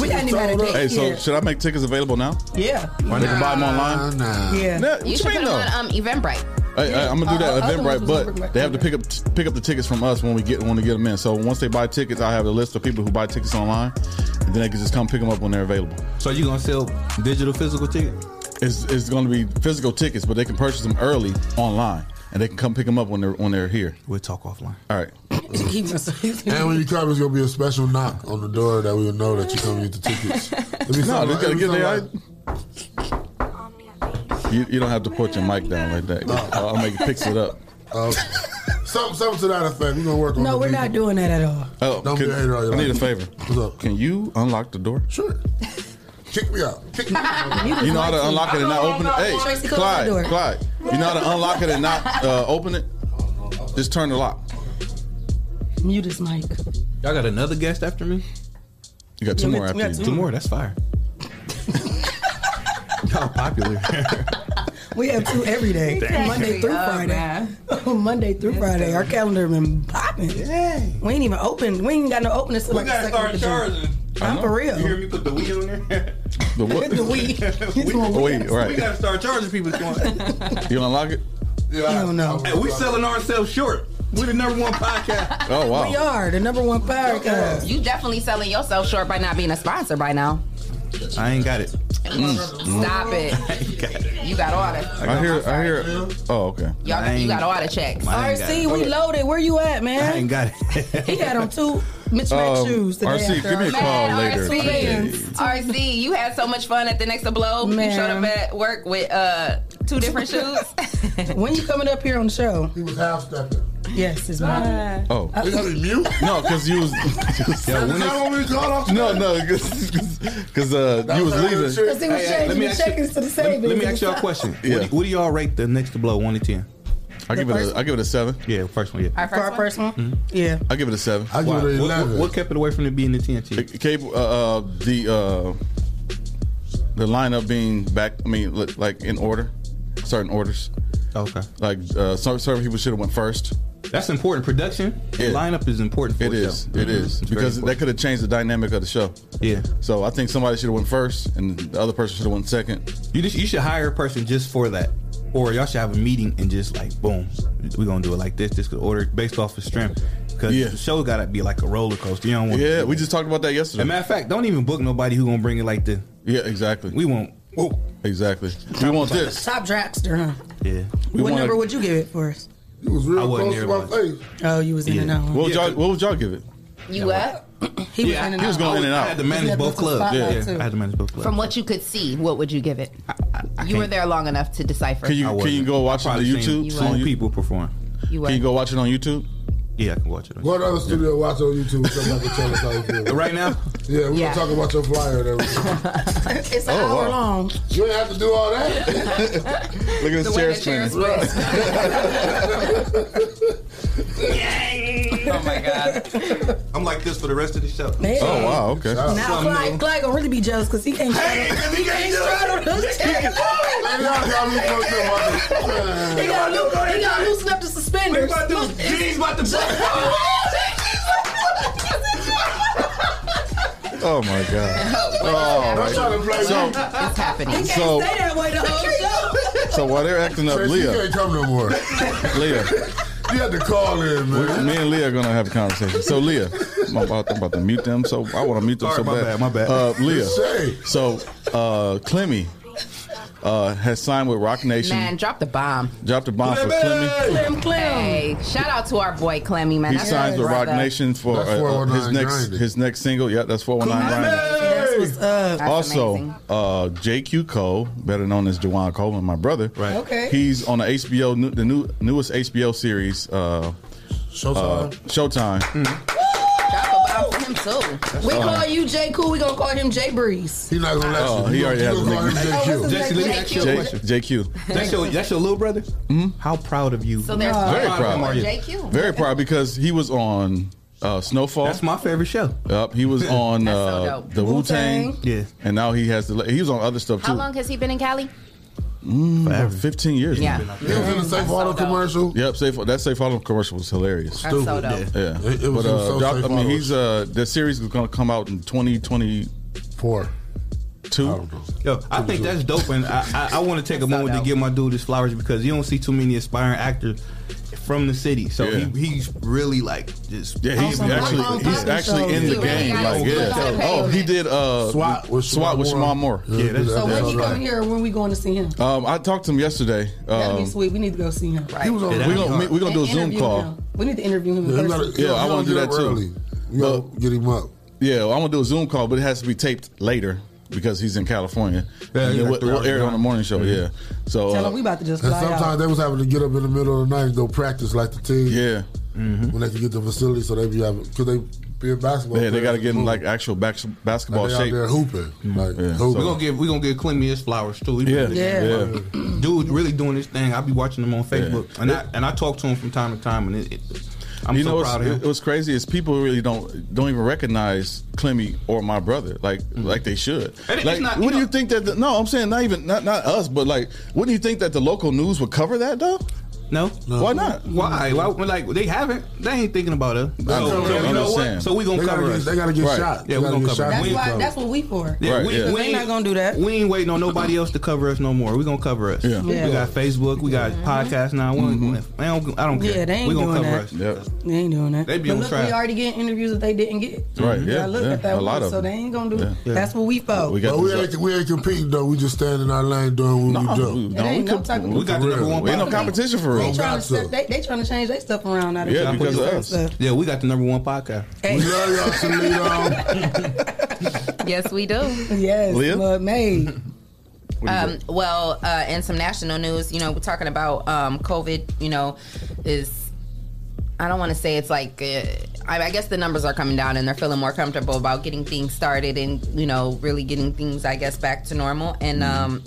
We hadn't even had a date.
Hey, so
Yeah.
should I make tickets available now?
Yeah.
They can buy them online.
Nah.
Yeah.
No, what
You
you
should put
mean
it
though?
on um, Eventbrite.
Hey, I, I'm gonna
Uh,
do that
uh,
Eventbrite,
otherwise it's
but
Eventbrite.
they have to pick up pick up the tickets from us when we get when we get them in. So once they buy tickets, I have a list of people who buy tickets online, and then they can just come pick them up when they're available.
So you gonna sell digital physical ticket?
It's, it's going to be physical tickets, but they can purchase them early online, and they can come pick them up when they're when they're here.
We'll talk offline.
All right.
He must
And when you come, it's gonna be a special knock on the door that we will know that you come get the tickets. It'll be
No,
something
they
like-
gotta
it'll be
get their
something like-
You, you don't have to put your mic down like that. I'll make it picks it up.
Uh, something, something to that effect. We're gonna work on.
No,
the
we're not
music.
doing that at all.
Oh,
Don't
can-
be a hater all your
I need a
life.
favor.
What's up?
Can you unlock the door?
Sure. Kick me out. Kick me out.
You know how to unlock it and not open it. Hey,
Tracy, close that door.
Clyde, Clyde. You know how to unlock it and not uh, open it? Just turn the lock.
Mute his mic.
Y'all got another guest after me?
You got two
Yeah, we-
more
we
after
got
you.
Two more. That's fire. Y'all popular.
We have two every day, Monday through
Oh,
Friday.
man.
Monday through Friday, our calendar been popping. We ain't even open. We ain't got no openings till
We
like
gotta
the
start
second start
charging.
I'm for
You hear
real.
me put the weed on there?
The what?
The week. He's doing
Oh,
week.
wait, all
We
right.
gotta start charging people. Come on.
You gonna unlock it?
Yeah,
I don't know.
Hey, we selling ourselves short. We're the number one podcast.
Oh,
We
wow.
are the number one podcast.
You definitely selling yourself short by not being a sponsor by now.
I ain't got it.
Stop it.
Got it.
You got all the
I hear, I hear. Oh, okay.
y'all. You got all the checks.
I ain't got it.
RC, we loaded. Where you at,
I
man?
ain't got it.
He had on two mismatched
Um,
shoes today.
RC,
after
give me a
our-
call
Man,
later.
RC.
Appreciate it.
RC, you had so much fun at the next blow. You
Man.
showed up at work with uh, two different shoes.
When you coming up here on the show?
He was half stepping.
Yes, it's
Uh,
mine.
Oh.
They gotta be mute.
No, because you was.
Is that what we call off?
no, no, because uh, you was leaving.
Because he was
Hey, hey, let
changing
me
the
ask you-
checkings to the
Let
savings.
me ask y'all a question. What,
Yeah.
do, what do y'all rate the next blow one to ten?
I give it a I give it a seven. Yeah, first one. Yeah.
Our first, one?
Mm-hmm.
Yeah.
I give it a seven. I
give it an
What,
11.
what kept it away from it being a ten? Cable, uh, uh, the uh, the lineup being back. I mean, li- like in order, certain orders. Okay. Like uh, some certain people should have went first. That's important. Production lineup is important. It
a
is.
show.
It
Mhm.
is.
It's very
because
important.
that could have changed the dynamic of the show. Yeah. So I think somebody should have went first, and the other person should have went second.
You just you should hire a person just for that, or y'all should have a meeting and just like boom, we're gonna do it like this. This could order based off of strength because
Yeah.
the show gotta be like a roller coaster. You don't want
Yeah, we just talked about that yesterday.
As a matter of fact, don't even book nobody who gonna bring it like this.
Yeah, exactly.
We want whoa,
exactly. We want this.
Top dragster, huh?
Yeah.
what number would you give it for us?
It was real
I wasn't close to there, my
face.
Oh, you was in and out. huh?
What would y'all? What would y'all give it?
You what?
He was in and out.
going in and out.
I had to manage both clubs.
spotlight,
Yeah,
too.
yeah, I had to manage both clubs.
From what you could see, what would you give it? you were
can't-
there long enough to decipher.
Can you can you go watch it on
Probably seen
YouTube?
some people perform.
You
Can you go watch it on YouTube?
Yeah, I can watch it. On
Go to other studio, watch on YouTube. Somebody can tell us how you feel.
Right now?
Yeah, we're
Yeah.
gonna talk about your flyer. and everything.
It's
an Oh, hour wow.
long.
You ain't have to do all that.
Look at this chair spinning.
oh my god! I'm like this for the rest of the show.
Man. Oh, wow,
Okay.
Now Clyde, Clyde gonna really be jealous because he can't.
He can't
straddle his chair.
Man, y'all got me fucked up, man.
He got he got loosen up the suspenders.
What you about to do? Jeans about to
Oh my god. Oh,
Don't try to play me.
So-
It's happening.
He can't
So-
stay that way the whole show.
So while they're acting up,
Tracy, you
Leah,
can't come no more.
Leah,
You had to call in, man.
we- me and Leah are gonna have a conversation. So Leah, I'm about, I'm about to mute them. So I want to mute them
Sorry,
so
my
bad.
bad, my bad.
Uh, Leah.
Say.
So uh, Clemmy uh, has signed with Rock Nation.
Man, drop the bomb.
Dropped a bomb for Clemmy.
Clem, Clem.
Hey, shout out to our boy Clemmy, man.
He
That's
signs
his
with Rock
brother.
Nation for
That's oh
uh, uh, his
419
next
Grinding.
his next single. Yeah, that's 419 Grinding.
That's what's up.
That's
also,
amazing.
uh, JQ Cole, better known as Jawan Coleman, my brother. Right.
Okay.
He's on the HBO, new, the new newest HBO series, uh,
Showtime.
uh, Showtime.
Drop a bomb for him too.
We
Uh,
call you J Cool. We gonna call him J Breeze.
He's not gonna let
Oh,
you.
he
You
already
gonna-
has
you gonna
a
call
nickname.
him
Oh,
JQ.
what's
Jesse, let me ask you a
J-
question.
JQ.
That's your that's your little brother.
Mm-hmm.
How proud of you?
So
Uh,
there's
Very
Rock
proud.
and JQ.
Very proud because he was on uh, Snowfall.
That's my favorite show.
Yep, he was on
That's so
uh,
dope.
the Wu Tang.
Wu-Tang.
Yeah.
And now he has the. He was on other stuff too.
How long has he been in Cali?
Mm, Fifteen years.
Yeah.
He was in the safe auto commercial.
Yep, safe. That safe auto commercial was hilarious.
That's so dope.
Yeah,
It- it was-
but
it was
uh,
so
Doc-
safe
I mean,
auto.
he's uh, the series is gonna come out in twenty twenty
Four. Oh,
two.
Yo, I think that's dope, and I, I, I want to take a moment to give my dude his flowers because you don't see too many aspiring actors from the city. So
Yeah.
he, he's really like just
Yeah,
Oh,
he's
Awesome.
actually
Awesome.
he's actually in the
He really
game.
got
Like,
his
yeah.
foot on the
Oh, he
pavement.
did uh,
SWAT with
SWAT with Shamar Moore.
Yeah, that's-
So when he
right.
come here, or when we going to see him?
Um, I talked to him yesterday.
That'd be
Um,
sweet. We need to go see him. Right.
He was on.
we're gonna, we, we gonna do a
And
Zoom
interview
call.
him. We need to interview him.
Yeah,
in
you
person.
gotta- you
Yeah, I
gotta
wanna do
get
that
up
too.
early. You gotta get him up.
Yeah, I'm gonna do a Zoom call, but it has to be taped later because he's in California.
Yeah,
And
he's like
then we'll,
three
we'll
hours
air it on
behind.
the morning show. Yeah. So
Tell him
uh,
we about to just
And
fly
sometimes
out.
they was having to get up in the middle of the night and go practice like the team. Mm-hmm.
yeah,
When they could get the facility, so they be having because they be in basketball.
yeah, they
players
gotta get in
moving.
like actual back, basketball
Like, they out
shape.
there hooping, like
Yeah,
hooping.
We're gonna give we're gonna give Clemmy his flowers too. He
Yeah,
really-
yeah,
Yeah.
dude, really doing his thing. I be watching him on Facebook, and I and I talk to him from time to time, and it, it, I'm
you
so
know what's,
proud of him.
what's crazy is people really don't don't even recognize Clemmy or my brother like like they should.
Mm-hmm. And it's
Like,
not-
what do
you
you
know-
think that? The, no, I'm saying not even not not us, but like, wouldn't you think that the local news would cover that though?
no,
Why not?
Why? Why? Like they haven't. They ain't thinking about us. So,
know,
so
I'm
you know
just saying.
what? So we gonna
They gotta
cover
get,
us.
they gotta get
Right.
shot.
Yeah,
They
we
gotta
gonna
get
cover
shot.
it.
That's
We-
why. That's what we for.
Yeah,
Right,
we,
yeah.
we
They
ain't
not gonna do that.
We ain't waiting on nobody else to cover us no more. We gonna cover us.
Yeah. Mm-hmm.
Yeah. Mm-hmm.
We got Facebook. We got podcast now. We I, don't, I don't care.
Yeah, they ain't
we gonna
doing
cover
that.
us.
Yep.
They ain't doing that.
They be
but
on
look,
trial.
we already getting interviews that they didn't get.
Right,
Mhm.
yeah,
I look
yeah,
at that.
a lot
one,
of
so
them.
they ain't gonna do.
Yeah.
Yeah.
That's what we for.
We
But we
this up.
ain't, we ain't competing though. We just standing in our lane doing what we do.
no,
ain't
we,
no
could-
type of-
we got the number one.
We
Ain't
ain't
no
no
competition for
They trying
real.
to
Gotcha.
set, they, they trying to change their stuff around out of
Yeah,
here.
because of us.
Stuff.
Yeah, we got the number one podcast.
Hey,
We love y'all, Toledo.
Yes, we do.
yes,
Leah?
Mud Maid.
Um, well, uh, in some national news, you know, we're talking about um, COVID. You know, is I don't want to say it's like uh, I, I guess the numbers are coming down and they're feeling more comfortable about getting things started and you know really getting things
Mm-hmm.
I guess back to normal. And um,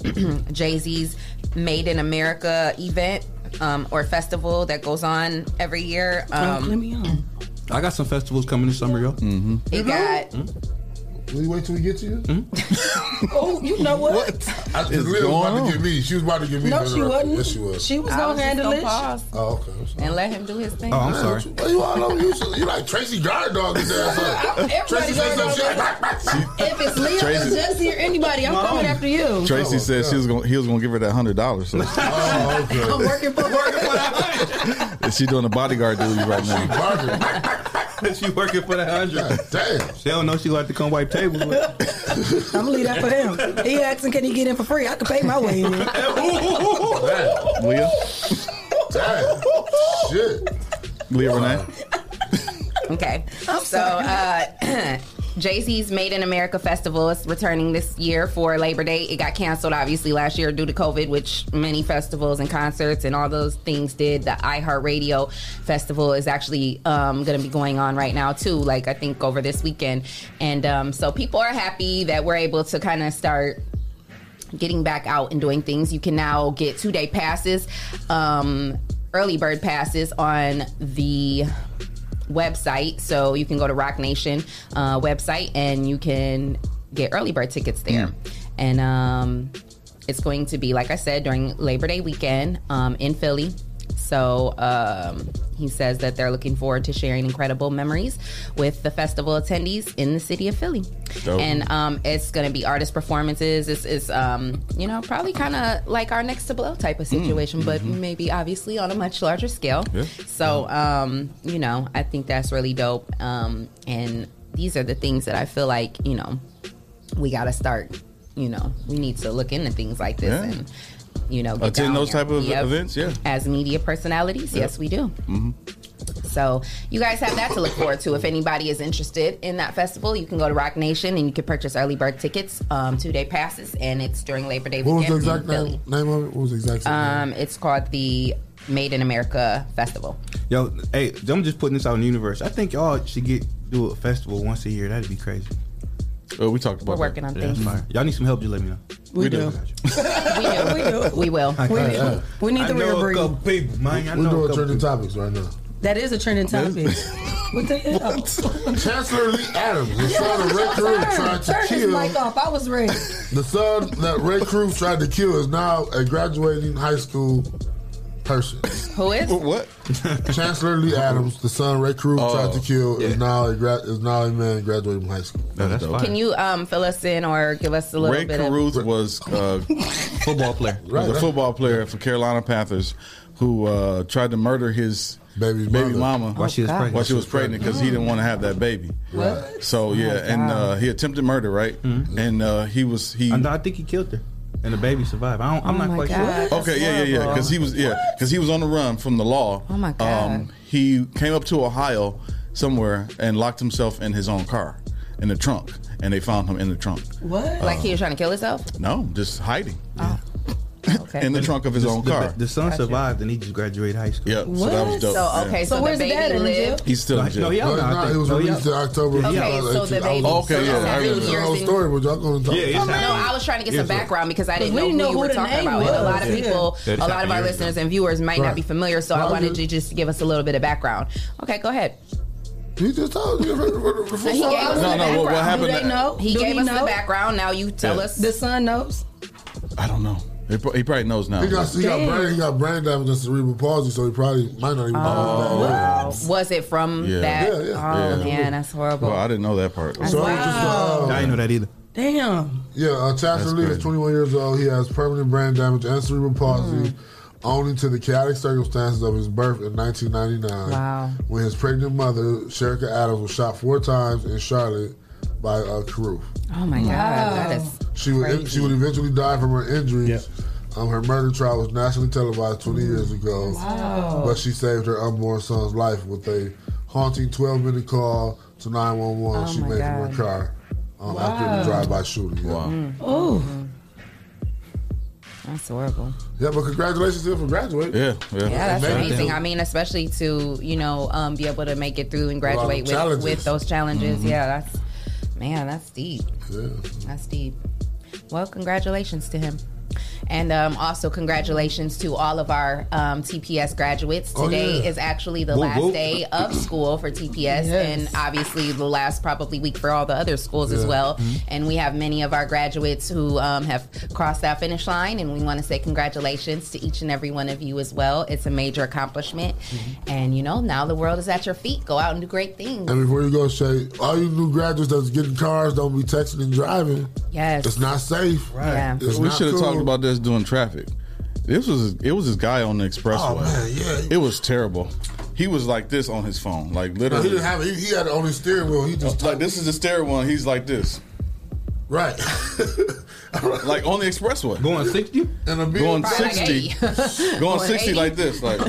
Jay Z's Made in America event um, or festival that goes on every year. Um,
let me on.
I got some festivals coming this summer, yo. Mm-hmm.
It got
Will you wait till we get to you?
Hmm?
Oh, you know what?
I
It's
Liz was about to
going
get me. She was about to get me.
No, she
interrupted.
wasn't.
Yes, she was.
She was
I was
gonna
just
handle
gonna
it.
pause
Oh, okay. I'm sorry.
and let him do his thing.
Oh, I'm sorry. Well, you all over you. You like Tracy Guard Dog this ass up. Tracy said some shit.
If it's Leo
Tracy-
or Jesse or anybody, I'm coming after you.
Tracy said she was gonna, he was going to give her that hundred dollars. So
I'm working for
she doing the bodyguard duty right now.
she working for the hundred.
Damn.
She don't know she like to come wipe tables. With.
I'm gonna leave that for him. He asking, can he get in for free? I could pay my way in.
Leah,
Damn. Shit.
Leah Renee.
Okay. so, uh, Jay Z's Made in America Festival is returning this year for Labor Day. It got canceled, obviously, last year due to COVID, which many festivals and concerts and all those things did. The iHeartRadio Festival is actually um, going to be going on right now, too, like I think over this weekend. And um, so, people are happy that we're able to kind of start getting back out and doing things. You can now get two day passes, um, early bird passes on the website. So you can go to Rock Nation uh, website and you can get early bird tickets there. And um, it's going to be, like I said, during Labor Day weekend um, in Philly. So um, he says that they're looking forward to sharing incredible memories with the festival attendees in the city of Philly.
Dope.
And um, it's going to be artist performances. It's, it's um, you know, probably kind of like our next to blow type
Mm,
of situation, but
mm-hmm.
maybe obviously on a much larger scale.
Yeah.
So, um, you know, I think that's really dope. Um, and these are the things that I feel like, you know, we got to start, you know, we need to look into things like this
Yeah.
and, you know, get down
Attend those
there.
type of
Yep.
events. Yeah.
As media personalities,
Yeah.
yes, we do.
Mm-hmm.
hmm
So you guys have that to look forward to. If anybody is interested in that festival, you can go to Rock Nation and you can purchase early bird tickets, um, two day passes, and it's during Labor Day
What was
weekend
the
in
exact
Philly.
name, name of it? What was the exact
Uh,
name?
Um, it's called the Made in America Festival.
Yo, hey, I'm just putting this out in the universe. I think y'all should get do a festival once a year. That'd be crazy.
Oh, we talked
about We're that. working on
Yeah, that's
things.
fine. Y'all need some help, just let me know.
We We do. we do. We will.
I
We,
got it.
we need
I
the
know
real
a
breed.
couple people, man. I
We're
know a
doing
couple
trending topics right now.
That is a trending topic. what the hell?
Chancellor Lee Adams, the son of Red Crew, tried to
Turn his
kill.
mic off. I was ready.
The son that Red Crew tried to kill is now a graduating high school person.
Who is?
What?
Chancellor Lee Adams, the son Red Crew
Oh,
tried to kill,
yeah.
is now a gra- is now a man graduating from high school.
that's dope.
Can you um, fill us in or give us a little
Ray
bit
Caruth was a football player.
Right,
was a
right.
football player for Carolina Panthers who uh, tried to murder his baby baby
mother.
mama
While she was Oh, God. pregnant.
while she was pregnant because he didn't want to have that baby.
What?
So yeah, and uh, he attempted murder, right? And uh, he was he.
And I think he killed her, and the baby survived. I don't, I'm
Oh
not
my
quite
God,
sure.
that's Okay, yeah, yeah, yeah, horrible. 'cause he was- yeah, because he was on the run from the law. Um,
Oh my God.
he came up to Ohio somewhere and locked himself in his own car in the trunk, and they found him in the trunk.
of what? Like he was trying to kill himself?
No, just hiding.
Okay.
In the trunk of his own
the,
car.
The, son
Gotcha.
survived, and he just graduated high school.
Yeah, so that was dope.
So okay, so,
So where's
the
the
baby
dad in
lived.
He's still in jail.
Oh, No, he out now, I think.
It was
No, he
released
out.
in October.
Okay, so the baby-
Okay, yeah, I remember.
the whole story, but y'all going to talk
Yeah,
Oh, no, I was trying to get some
Yes, sir.
background because I didn't
We
know,
didn't know
who
who
you were
the
talking
name
about. And a lot of
was.
people,
Yeah. That
a lot of
happened
our
years
listeners
ago.
and viewers might not
Right.
be familiar, so I
Right.
wanted you just to give us a little bit of background. Okay, go ahead.
You just told me.
So he gave us
No,
the
no, what- what
background.
happened- Do they
know?
He
Do
gave
he
us the
know?
background. Now you tell
Yeah.
us.
The son knows.
I don't know. He, pro- he probably knows now.
He got, he got
Damn.
brain, he got brain damage and cerebral palsy, so he probably might not even
Oh,
know.
Wow. Was it from
Yeah.
that?
Yeah,
Oh
Yeah.
man, that's horrible.
Well, I didn't know that part.
So I was just, uh,
I didn't know that either.
Damn.
Yeah, uh, Chancellor
That's
Lee
crazy.
is 21 years old. He has permanent brain damage and cerebral palsy,
Hmm.
owing to the chaotic circumstances of his birth in 1999.
Wow.
When his pregnant mother, Sherika Adams, was shot four times in Charlotte by uh, Carew.
Oh my god, that is
She would,
Crazy.
she would eventually die from her injuries. Um, her murder trial was nationally televised 20 years ago.
Wow.
But she saved her unborn son's life with a haunting 12 minute call to 911
Oh
she
my
made from her
God.
car um, after the
Wow.
drive by shooting. Yeah.
Oh.
Mm-hmm. that's horrible.
Yeah, but congratulations to him for graduating.
Yeah, yeah.
Yeah, that's
Amazing.
amazing. I mean, especially to you know um, be able to make it through and
A lot of
graduate with,
challenges.
with those challenges.
Mm-hmm.
Mhm.
Yeah, that's man, that's deep.
Yeah.
That's deep. Well, congratulations to him. And um, also, congratulations to all of our um, TPS graduates.
Oh,
Today
yeah.
is actually the
Whoop,
last
whoop.
day of school for TPS, and obviously the last probably week for all the other schools as
Yeah.
well.
Mhm.
And we have many of our graduates who um, have crossed that finish line, and we want to say congratulations to each and every one of you as well. It's a major accomplishment, and you know now the world is at your feet. Go out and do great things.
And before you go, Shay, all you new graduates that's getting cars don't be texting and driving.
Yes.
It's not safe.
Right. Yeah.
It's
we
not
should have
cool.
talked about this doing traffic. This was it was this guy on the expressway.
Oh, man, yeah.
It was terrible. He was like this on his phone, like
No,
literally.
he didn't have it. He, he had it on his steering wheel. He just
like this is the steering wheel. He's like this.
Right.
like on the expressway.
Going 60?
And a beat.
Going 60. going 60 like this. Like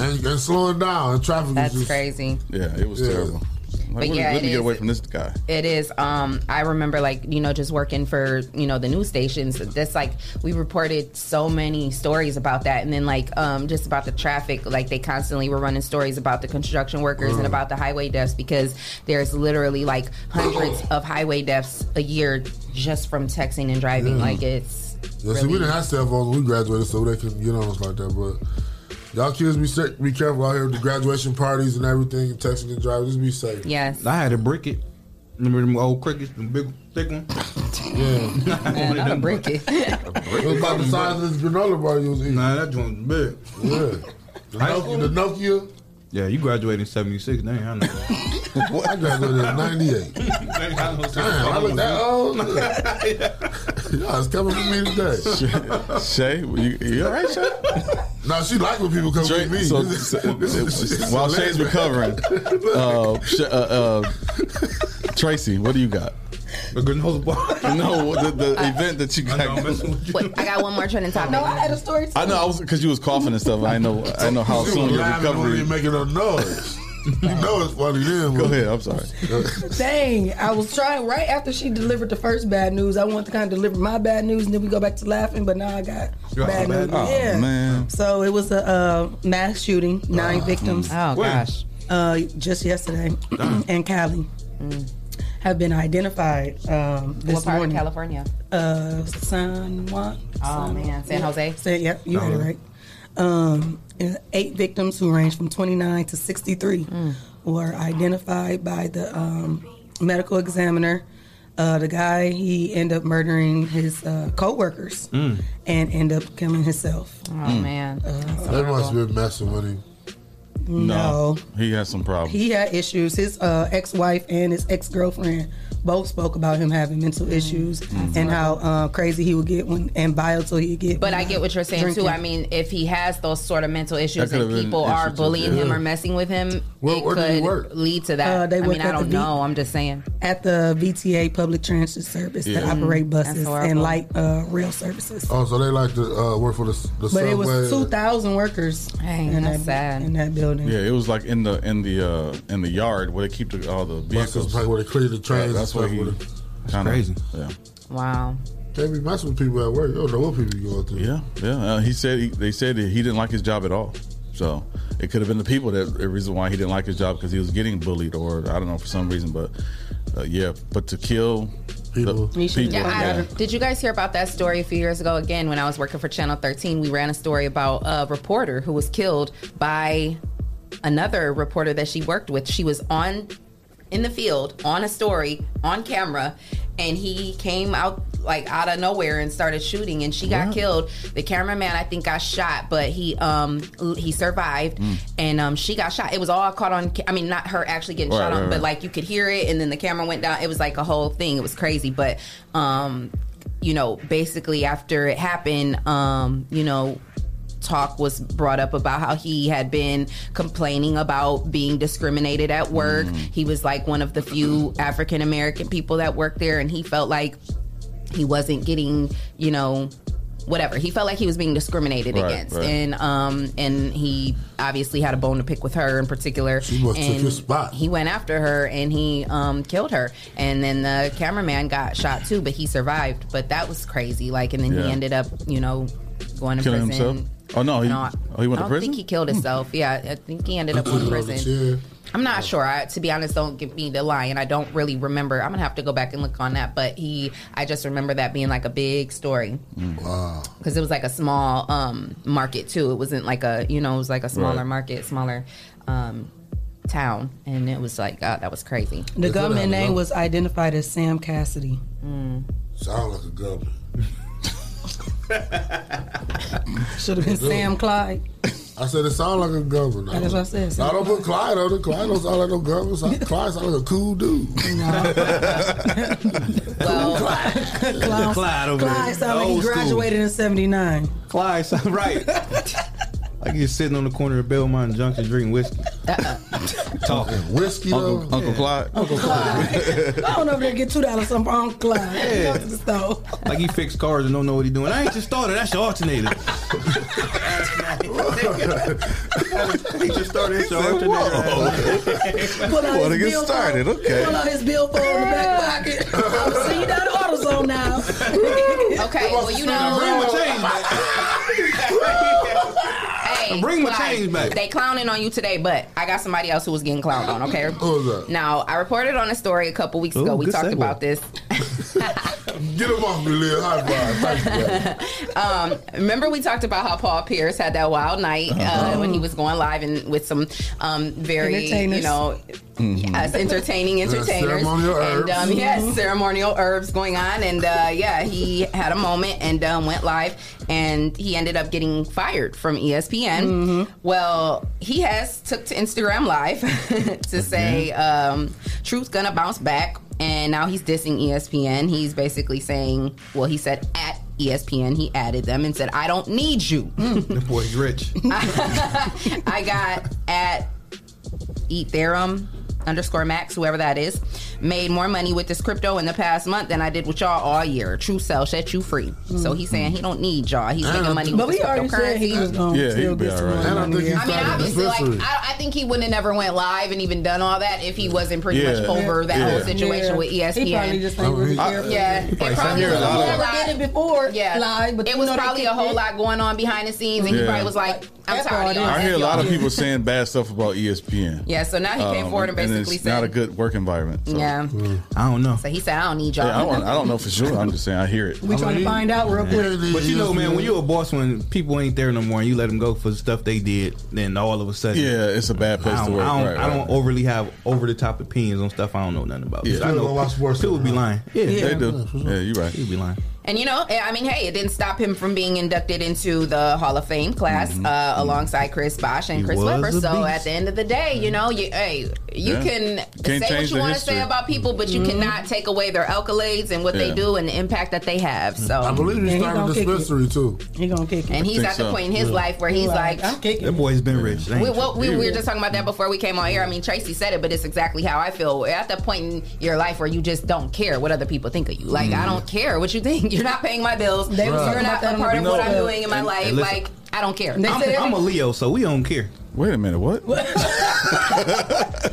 and, and slowing down. And traffic
That's
is just,
crazy.
Yeah, it was
Yeah.
terrible. Like,
But
let me-
yeah,
let
it
me get
is-
away from this guy.
It is. Um, I remember, like you know, just working for you know the news stations. That's like we reported so many stories about that, and then like um, just about the traffic. Like they constantly were running stories about the construction workers
Mm.
and about the highway deaths because there's literally like hundreds of highway deaths a year just from texting and driving.
Mm.
Yeah.
Like it's
Yeah, see, we
really-
didn't have cell phones when we graduated, so they can get on us like that. But y'all kids, be sa- be careful out here with the graduation parties and everything, and texting and driving. Just be safe.
Yes.
I had a bricket. Remember them old crickets, the big thick one?
Yeah.
Man,
I'm a bricket.
It was about the size of this granola bar you was eating.
Nah, that joint's big.
Yeah. The Nokia. The Nokia
Yeah, you graduated in 76. Dang, I know.
I graduated in 98. Damn, I look that old. Y'all is coming for me today.
Shay, you, you all right, Shay?
No, she like when people come
Drake-
for me.
so-
This
so-
is- this is- this is
while Shay's
hilarious.
recovering, uh, Sh- uh, uh, Tracy, what do you got?
The granola bar.
No, the, the event that you got. I know,
Wait, I got one more trending topic.
No, I had a story too.
I, was because you was coughing and stuff. I know. I know how
She
soon
was
your
laughing, wasn't
recovery.
even making no noise. You know it's funny then.
Go ahead. I'm sorry.
Dang, I was trying right after she delivered the first bad news. I wanted to kind of deliver my bad news, and then we go back to laughing. But now I got
You got
bad,
some bad
news.
news? Oh,
yeah,
man.
So it was a uh, mass shooting, nine
Oh.
victims.
Oh, When? gosh.
Uh, just yesterday,
Uh-huh.
in Cali, have been identified. Um, this
Mm. What part
morning.
of California?
Uh, San Juan.
Oh, man. San Jose?
San, yep, you heard it
Uh-huh.
right. Um, and eight victims who range from 29 to 63
Mm.
were identified by the um, medical examiner. Uh, the guy he ended up murdering his uh, co-workers and ended up killing himself. Uh,
Oh
Mm.
man,
They must have been messing with him.
No.
he has some problems.
He had issues. His uh, ex-wife and his ex-girlfriend both spoke about him having mental
Mm.
issues and how uh, crazy he would get when and volatile he'd get.
But I get what you're saying too. I mean, if he has those sort of mental issues
could've
and
been
people
an
are
issue too,
bullying him
yeah.
or messing with him,
Where-
it
where did he
could
work?
lead to
Uh,
that.
they
I
work
mean, I
at the
don't
V-
know. I'm just saying. Mm-hmm.
at the VTA public transit service that
Yeah. Mm,
operate
that's
buses and
horrible.
light uh, rail services.
Oh, so they like to uh, work for the, the
but
subway.
it
uh,
was two thousand workers in that in that building.
Yeah, it was like in the in the uh, in the yard where they keep the, all the vehicles.
like where they clear the trains and
that's
stuff
where he.
with it.
kinda-
crazy.
Yeah.
Wow.
They be messing with people at work. You don't know what people going through.
Yeah, yeah. Uh, he said he, they said that he didn't like his job at all. So it could have been the people that the reason why he didn't like his job because he was getting bullied or I don't know for some reason. But uh, yeah, but to kill people, the people
Yeah, I-
yeah.
did you guys hear about that story a few years ago? Again, when I was working for Channel 13, we ran a story about a reporter who was killed by another reporter that she worked with. She was on in the field on a story on camera, and he came out like out of nowhere and started shooting, and she got
What?
killed. The cameraman, I think, got shot, but he um l- he survived,
Mm.
and um she got shot. It was all caught on. Ca- I mean, not her actually getting
Right,
shot on,
right, right.
but like you could hear it, and then the camera went down. It was like a whole thing. It was crazy, but um, you know, basically after it happened, um, you know. Talk was brought up about how he had been complaining about being discriminated at work.
Mm.
He was like one of the few African American people that worked there, and he felt like he wasn't getting, you know, whatever. He felt like he was being discriminated
Right,
against,
right.
and um, and he obviously had a bone to pick with her in particular. She
must
and
took his spot.
He went after her and he um killed her, and then the cameraman got shot too, but he survived. But that was crazy. Like, and then
Yeah.
he ended up, you know, going to
killing
prison.
himself. Oh no, he,
No, I-
oh, he went
I
to
don't
prison.
think he killed himself. Yeah, I think he ended up in prison. I'm not sure. I, to be honest, don't give me the lie, and I don't really remember. I'm gonna have to go back and look on that. But he, I just remember that being like a big story
Wow.
because it was like a small um, market too. It wasn't like a you know it was like a smaller
Right.
market, smaller um, town, and it was like God, that was crazy.
The gunman name was identified as Sam Cassidy.
Mm.
Sound like a government.
Should have been Sam Clyde.
I said it sound like a government.
That's what I said.
I don't put Clyde on it. Clyde don't sound like no government. Sound- Clyde sound like a cool dude.
Clyde,
Clyde over there.
Clyde sounded like he
Old school.
graduated in '79.
Clyde, sound right. Like you're sitting on the corner of Belmont and Junction drinking whiskey.
Uh-uh.
Talking.
Whiskey,
Uncle,
though?
Uncle Clyde. Uncle
Clyde. Going over there and get two dollars something for Uncle Clyde.
Yeah.
Go to the store.
Like he fixed cars and don't know what he's doing. I ain't your starter. That's your alternator. ain't your starter. That's your
Pull out
Wanna
his
get
billfold.
started, okay.
Pull out his billfold in the back pocket. I'm seeing you down the AutoZone now.
Okay, well you know,
Bring my change back.
hey,
Bring my
Clyde,
change back.
They clowning on you today, but I got somebody else who was getting clowned on. Okay, now I reported on a story a couple weeks
Ooh,
ago. We
good
talked
segue.
about this.
Get him off me, Lil. High five. Thank you.
um, remember we talked about how Paul Pierce had that wild night uh, when he was going live and with some um, very you
Entertainers.
know
Mm-hmm.
yes, entertaining
Yeah,
entertainers
ceremonial
and um,
herbs.
yes
Mhm.
ceremonial herbs going on and uh, yeah he had a moment and um, went live and he ended up getting fired from E ESPN. Well, he has took to Instagram live to say um, truth's gonna bounce back. And now he's dissing E ESPN. He's basically saying, well, he said at E ESPN, he added them and said, I don't need you.
That boy's rich.
I got at Eat Theorem underscore Max, whoever that is, made more money with this crypto in the past month than I did with y'all all year. True sell, set you free. So he's saying he don't need y'all. He's
And I
making money
think-
with this
But we already said he was
cryptocurrency.
gonna Yeah, still he'd be get some all right. money.
I
And I think
mean,
he started
obviously, like
dispensary.
I, I think he wouldn't have never went live and even done all that if he wasn't pretty
Yeah.
much over that
Yeah.
whole situation
Yeah.
with E ESPN.
He probably just ain't really
I-
care.
Yeah,
He
it
probably sat
probably
here
was
and
a
lied.
whole lot.
Did it before,
Yeah,
live, but
it
you
was
know they
probably a
kicked
whole
it.
lot going on behind the scenes, and he
Yeah.
probably was like, "I'm tired of y'all."
I hear a lot of
Yeah.
people saying bad stuff about E ESPN.
Yeah, so now he
Um,
came forward and basically
Um, it's
said-
not a good work environment. so-
Yeah.
I don't know.
So he said, "I don't need y'all."
Yeah, I, don't, I don't know for sure. I'm just saying I hear it.
We trying to find out real quick.
But you know, man, when you're a boss, when people ain't there no more, and you let them go for the stuff they did, then all of a sudden,
Yeah, it's a bad place
I
to
don't,
work,
I don't,
right,
I don't overly have over the top opinions on stuff I don't know nothing about.
Yeah.
I
People
know
don't watch sports
people be lying. Yeah,
Yeah. They do. Yeah, you're right.
People be lying.
And you know, I mean, hey, it didn't stop him from being inducted into the Hall of Fame class uh, alongside Chris Bosch and
Mm-hmm. He
Chris
was
Webber.
a
So
beast. Mm-hmm.
at the end of the day, you know, you, hey, you
Yeah.
can
Can't
say
change
what you
the
want to
history.
say about people, but you cannot take away their accolades and what they
Yeah.
do and the impact that they have. So
I believe
And
he
he
started
gonna
a
kick it.
dispensary too.
He gonna kick it.
And he's at the point in his life where he's like,
I'm kicking.
That boy's been rich.
We, what, we, we were just talking about that before we came on air. I mean, Tracy said it, but it's exactly how I feel. We're at the point in your life where you just don't care what other people think of you. Like, I don't care what you think. You're not paying my bills.
They was talking
You're
about
not
that
a
on
part
the
of what
show.
I'm doing in my
And-
life.
and listen-
like, I don't care.
I'm, I'm a Leo, so we don't care.
Wait a minute, what?
Wait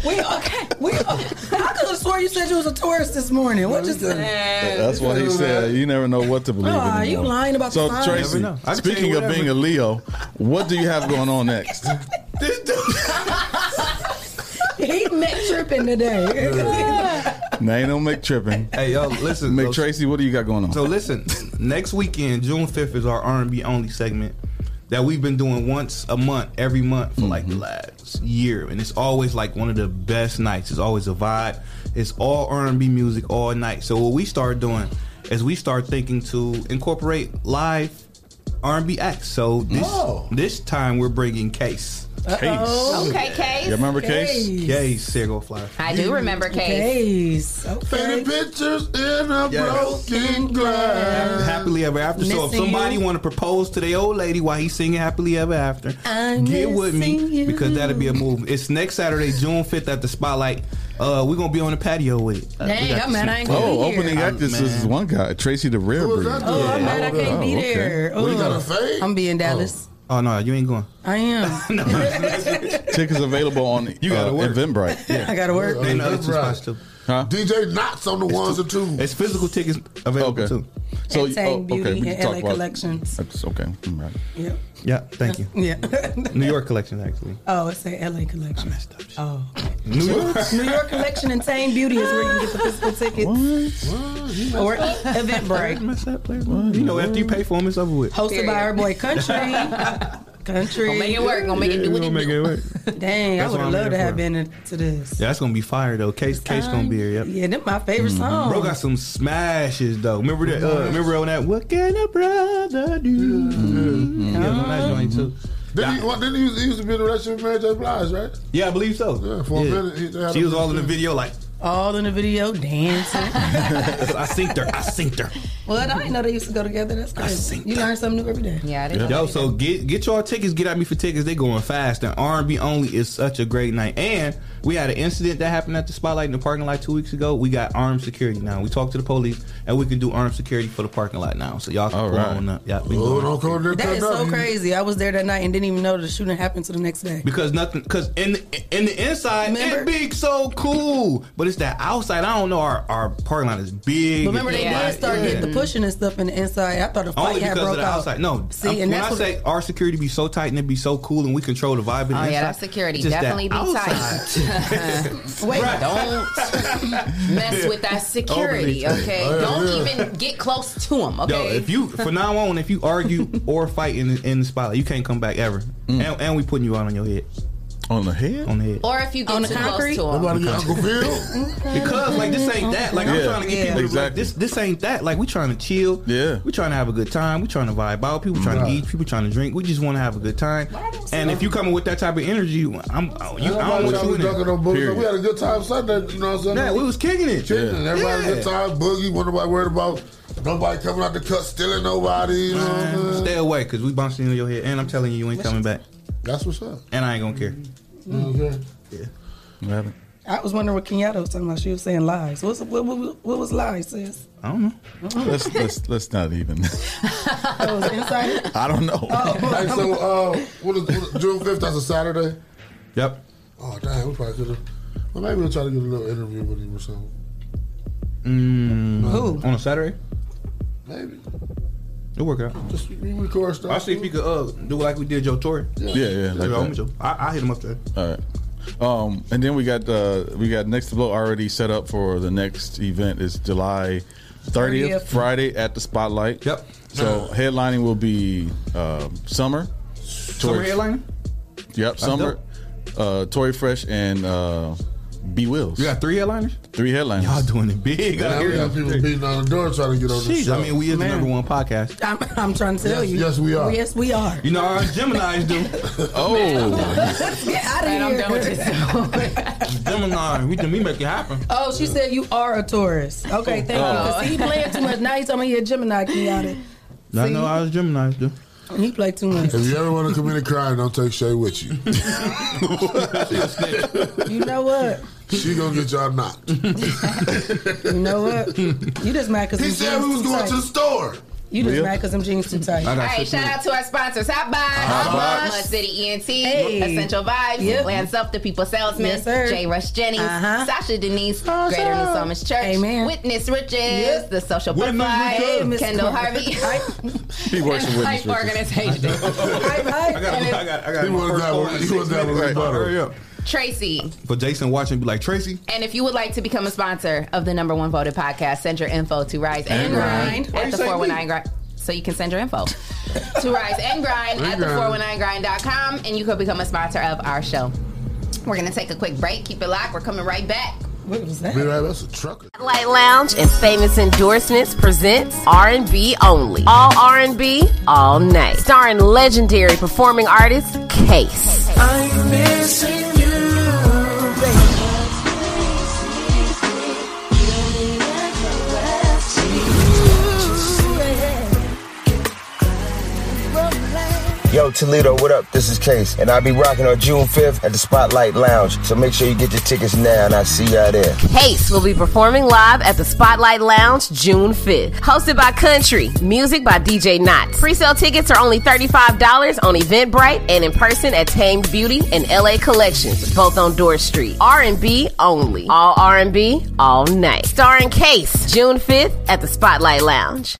We okay. We I could have swore you said you was a tourist this morning. What just
That's what he said. You never know what to believe.
Nah,
anymore.
you lying about
so
the signs. Never
Tracy.
know. I can tell
Speaking
you
of
whatever.
being a Leo, what do you have going on next?
he met tripping today.
now ain't no McTrippin.
Hey yo, listen,
Mick Tracy, what do you got going on?
So listen, next weekend, June fifth is our R and B only segment that we've been doing once a month, every month for like the last year, and it's always like one of the best nights. It's always a vibe. It's all R and B music all night. So what we start doing is we start thinking to incorporate live R and B acts. So this
Oh.
this time we're bringing Case.
Uh-oh. Okay, Case.
You remember Case?
Case.
Case, here go fly.
I do remember
Case.
Painted pictures in a
Yes.
broken glass.
Happily ever after. so if
Missing
somebody
you.
want to propose to their old lady while he's singing happily ever after,
I'm
get with me
missing you.
because that'll be a move. It's next Saturday, June fifth at the Spotlight. Uh, we're gonna be on the patio with it. Uh, we
Dang,
got
I'm mad I ain't
some-
gonna
Oh,
be here.
opening act. This is one guy, Tracy the Rare Breed.
Oh, I'm mad I can't be
Oh, okay.
there.
What do you
Ugh.
got to
I'm being Dallas.
Oh no, you ain't going.
I am.
Tickets available on you uh, Eventbrite.
I gotta work.
And the other two spots too.
Huh?
DJ Knots on the ones and twos.
It's physical tickets available too.
So,
At
oh,
Tang Beauty
okay, we can
and
talk
LA
about
Collections.
That's okay. All right.
Yep.
Yeah, thank you.
Yeah.
New York collection, actually.
Oh, it's a LA collection. I messed up. Oh.
New York.
New York collection and Tame Beauty is where you can get the physical tickets. Or Eventbrite.
You know, after you pay for them, it's over with.
Hosted by our boy Country. Country.
Gonna make it work, gonna make it do what it
Gonna make it work.
Dang,
That's
I would
what
have
I'm
loved to
here
have
for.
been into this.
Yeah, that's gonna be fire though. Case, case gonna be here. Yep.
Yeah, them my
Mm-hmm.
favorite songs.
Mm-hmm. Bro got some smashes though. Remember that? Uh, remember on that? What can a brother do?
Mm-hmm.
Yeah, on that joint too.
Then he, well, then he, was, he used to be in the relationship with Mary J. Blige, right?
Yeah, I believe so. Yeah,
for a minute, he- they had
she
him
was all in the
in-
video like,
All in the video dancing.
I synced her. I synced her.
well, I didn't know they used to go together. That's crazy. You learn something new every day.
Yeah, I
Yo, so get get y'all tickets. Get at me for tickets. They going fast. And R and B only is such a great night. And we had an incident that happened at the spotlight in the parking lot two weeks ago. We got armed security now. We talked to the police, and we can do armed security for the parking lot now. So y'all can pull
right.
on up. Yeah, we
Oh,
doing
don't
it.
call that
That is so crazy. I was there that night and didn't even know the shooting happened till the next day.
because nothing. Because in the, in the inside,
Remember?
it big so cool, but it's that outside. I don't know. Our our parking lot is big.
But remember, they
Yeah.
did start getting the pushing and stuff in the inside. I thought the fight
Only
had
because of
broke
the
out.
outside. No,
See,
I'm-
and
when
that's
I
what-
say our security be so tight and it be so cool and we control the vibe. in the
Oh yeah,
inside,
that security
it's just that
definitely be tight. Wait, don't mess with that security,
Overly tight.
okay?
Oh, yeah,
don't
yeah.
even get close to them, okay?
Yo, if you from now on, if you argue or fight in the, in the spotlight, you can't come back ever. And, and we putting you out on your head.
Mm. On the head.
On the head.
or if you get
On the
too
concrete?
close to them.
Because like this ain't that. Like I'm
Yeah,
trying to get
yeah.
people to, like
Exactly.
this. This ain't that. Like we trying to chill. Yeah. We trying to have a good time. We trying to vibe out. People trying to eat. People trying to drink. We just want to have a good time. And if you coming with that type of energy, I'm. I, you, I don't want you
dunking
in there.
no bullets.
Period.
We had a good time Sunday, you know what I'm saying?
Yeah, we was kicking it.
Kicking it. Everybody had a
Yeah.
good time. Boogie, wasn't nobody worried about nobody coming out the cut, stealing nobody, you know what I'm saying?
Stay away, cause we bouncing in your head, and I'm telling you, you ain't coming back.
That's what's up.
And I ain't gonna care.
Mm-hmm.
Mm-hmm.
Mhm.
I was wondering what Kenyatta was talking about. She was saying lies. What's, what, what, what was lies, sis?
I don't know.
Let's let's let's not even.
That was inside.
I don't know.
Oh,
hey, so, uh, what is, what is, June 5th, that's a Saturday?
Yep.
Oh, damn, we probably could have. Well, maybe we'll try to get a little interview with him or something.
Mm,
Who?
on a Saturday?
Maybe.
It'll work out.
Just we record stuff.
I see if you could uh, do like we did Joe Torre.
Yeah, yeah, like
I'm
that.
with you. I, I hit him up there.
All right. Um, and then we got uh, we got next to blow already set up for the next event is July 30th,
30th.
Friday at the Spotlight.
Yep. Uh-huh.
So headlining will be um, Summer.
Summer headlining?
Yep,
That's
Summer. Uh, Tory Fresh and uh, B Wills. You
got three headliners.
Three headliners.
Y'all doing it big
Yeah,
out
we
here.
got people beating on the door trying to get on this
Jeez,
show.
I mean, we is the number one podcast.
I'm, I'm trying to tell
Yes,
you.
yes, we are.
Yes, we are.
You know our Gemini's do. oh,
Get out of here.
I'm done with this.
Gemini, we can we make it happen.
Oh, she said you are a Taurus. Okay, thank you.
Oh.
'Cause he playing too much. Now he's telling me he a Gemini Kenyatta.
I know our Gemini's do.
He played too much.
If you ever want to commit a crime, don't take Shay with you.
You know what?
She gonna get y'all knocked.
You know what? You just mad because
He said we was going to the store.
You just
Real?
mad because them jeans too tight.
All right, shout out to our sponsors: Hot Box,
Hot Box.
Mud City ENT,
Hey.
Essential Vibes,
Yep.
Land Self, the People Salesman,
Yes, sir.
J. Rush Jennings,
Uh-huh.
Sasha Denise, Greater New Psalmist Church, Witness Riches,
Yep.
the Social
Witness Riches. Hey,
Butterfly,
Miss
Kendall
Clark.
Harvey,
He works with
Hype
Witness.
Organization,
I got, I got, I got.
He was that one. He was that one.
Hurry up.
Tracy.
For Jason watching, be like Tracy.
And if you would like to become a sponsor of the number one voted podcast, send your info to Rise and,
And
Grind,
Grind. Why
at
you
the
say
419
me?
Grind. So you can send your info to Rise and Grind at
And
the
Grind.
419grind.com and you can become a sponsor of our show. We're going to take a quick break. Keep it locked. We're coming right back.
What was that?
Be right, that's a trucker.
Light Lounge and Famous Endorsements presents R&B only. All R&B, all night. Starring legendary performing artist Case.
I'm missing you,
Yo, Toledo, what up? This is Case, and I'll be rocking on June 5th at the Spotlight Lounge. So make sure you get your tickets now, and I'll see y'all there.
Case will be performing live at the Spotlight Lounge June 5th. Hosted by Country, music by DJ Knott. Pre-sale tickets are only $35 on Eventbrite and in person at Tamed Beauty and LA Collections, both on Door Street. R&B only. All R&B, all night. Starring Case, June 5th at the Spotlight Lounge.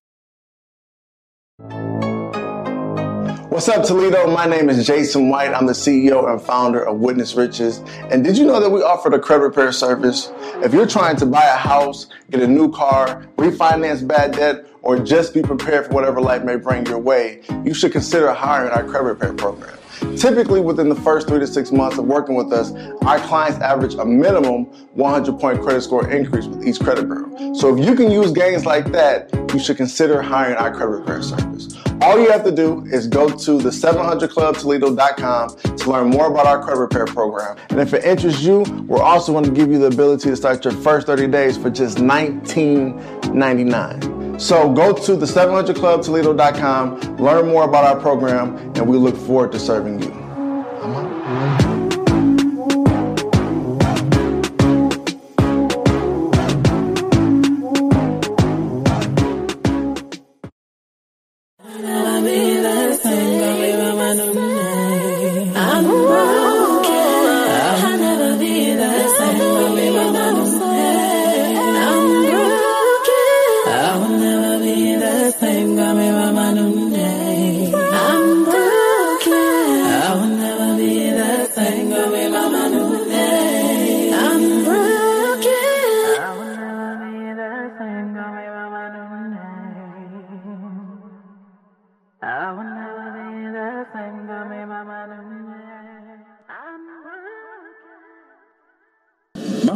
What's up, Toledo? My name is Jason White. I'm the CEO and founder of Witness Riches. And did you know that we offered a credit repair service? If you're trying to buy a house, get a new car, refinance bad debt, or just be prepared for whatever life may bring your way, you should consider hiring our credit repair program. Typically, within the first three to six months of working with us, our clients average a minimum 100 point credit score increase with each credit bureau. So, if you can use gains like that, you should consider hiring our credit repair service. All you have to do is go to the 700clubtoledo.com to learn more about our credit repair program. And if it interests you, we're also going to give you the ability to start your first 30 days for just $19.99. So go to the 700clubtoledo.com, learn more about our program, and we look forward to serving you.
My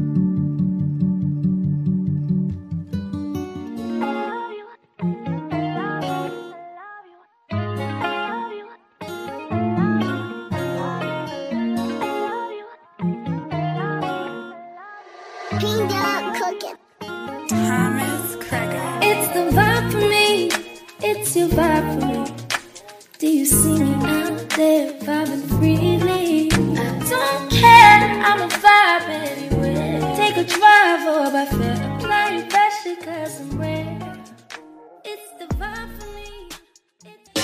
Peanut cooking. Thomas Cracker. It's the vibe for me. It's your vibe for me. Do you see me out there vibing freely? I don't care. I'm a vibe anywhere. Take a drive or by fair. Apply your best because I'm rare. It's the vibe for me.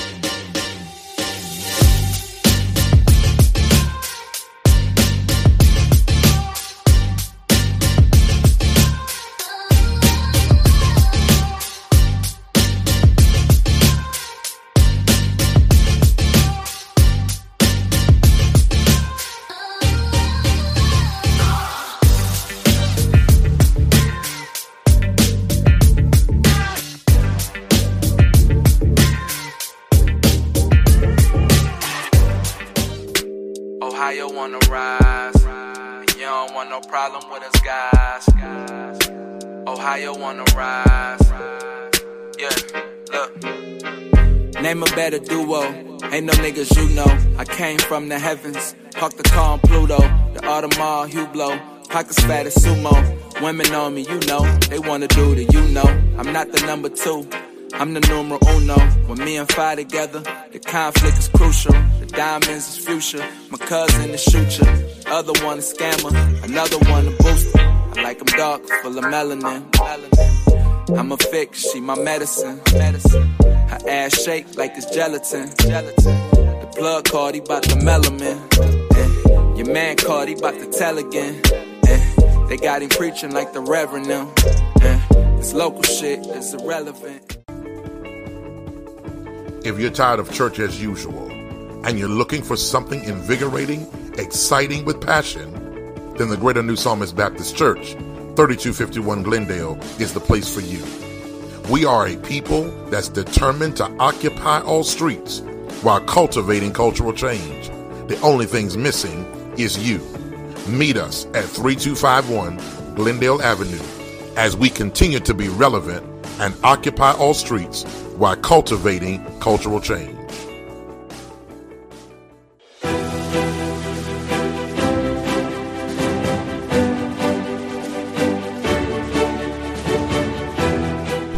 Ohio on the rise. And you don't want no problem with us guys. Ohio on the rise. Yeah, look.
Name a better duo. Ain't no niggas you know. I came from the heavens. Parked the car on Pluto. The Audemars Hublot. Pockets fat as sumo. Women on me, you know. They wanna do the you know. I'm not the number two. I'm the numero uno. When me and Fi together, the conflict is crucial. The diamonds is future. My cousin is shooter. Other one a scammer. Another one a booster. I like 'em dark, full of melanin. Melanin. I'm a fix, she my medicine. Medicine. Her ass shake like it's gelatin. Gelatin. The plug card, he bout to melanin. Eh. Your man called, he bout to tell again. Eh. They got him preaching like the reverend now. Eh. This local shit is irrelevant.
If you're tired of church as usual and you're looking for something invigorating, exciting with passion, then the Greater New Psalmist Baptist Church, 3251 Glendale, is the place for you. We are a people that's determined to occupy all streets while cultivating cultural change. The only thing's missing is you. Meet us at 3251 Glendale Avenue as we continue to be relevant and occupy all streets while cultivating cultural change.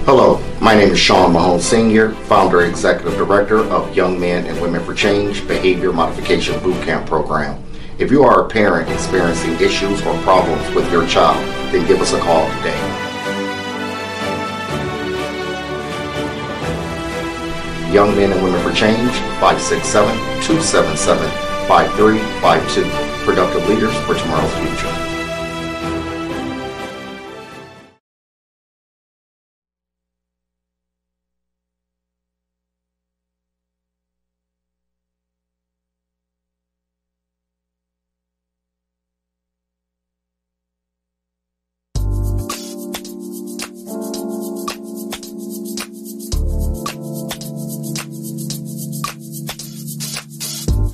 Hello, my name is Sean Mahone Sr., founder and executive director of Young Men and Women for Change Behavior Modification Bootcamp Program If you are a parent experiencing issues or problems with your child, then give us a call today. Young Men and Women for Change, 567 277 5352. Productive Leaders for Tomorrow's Future.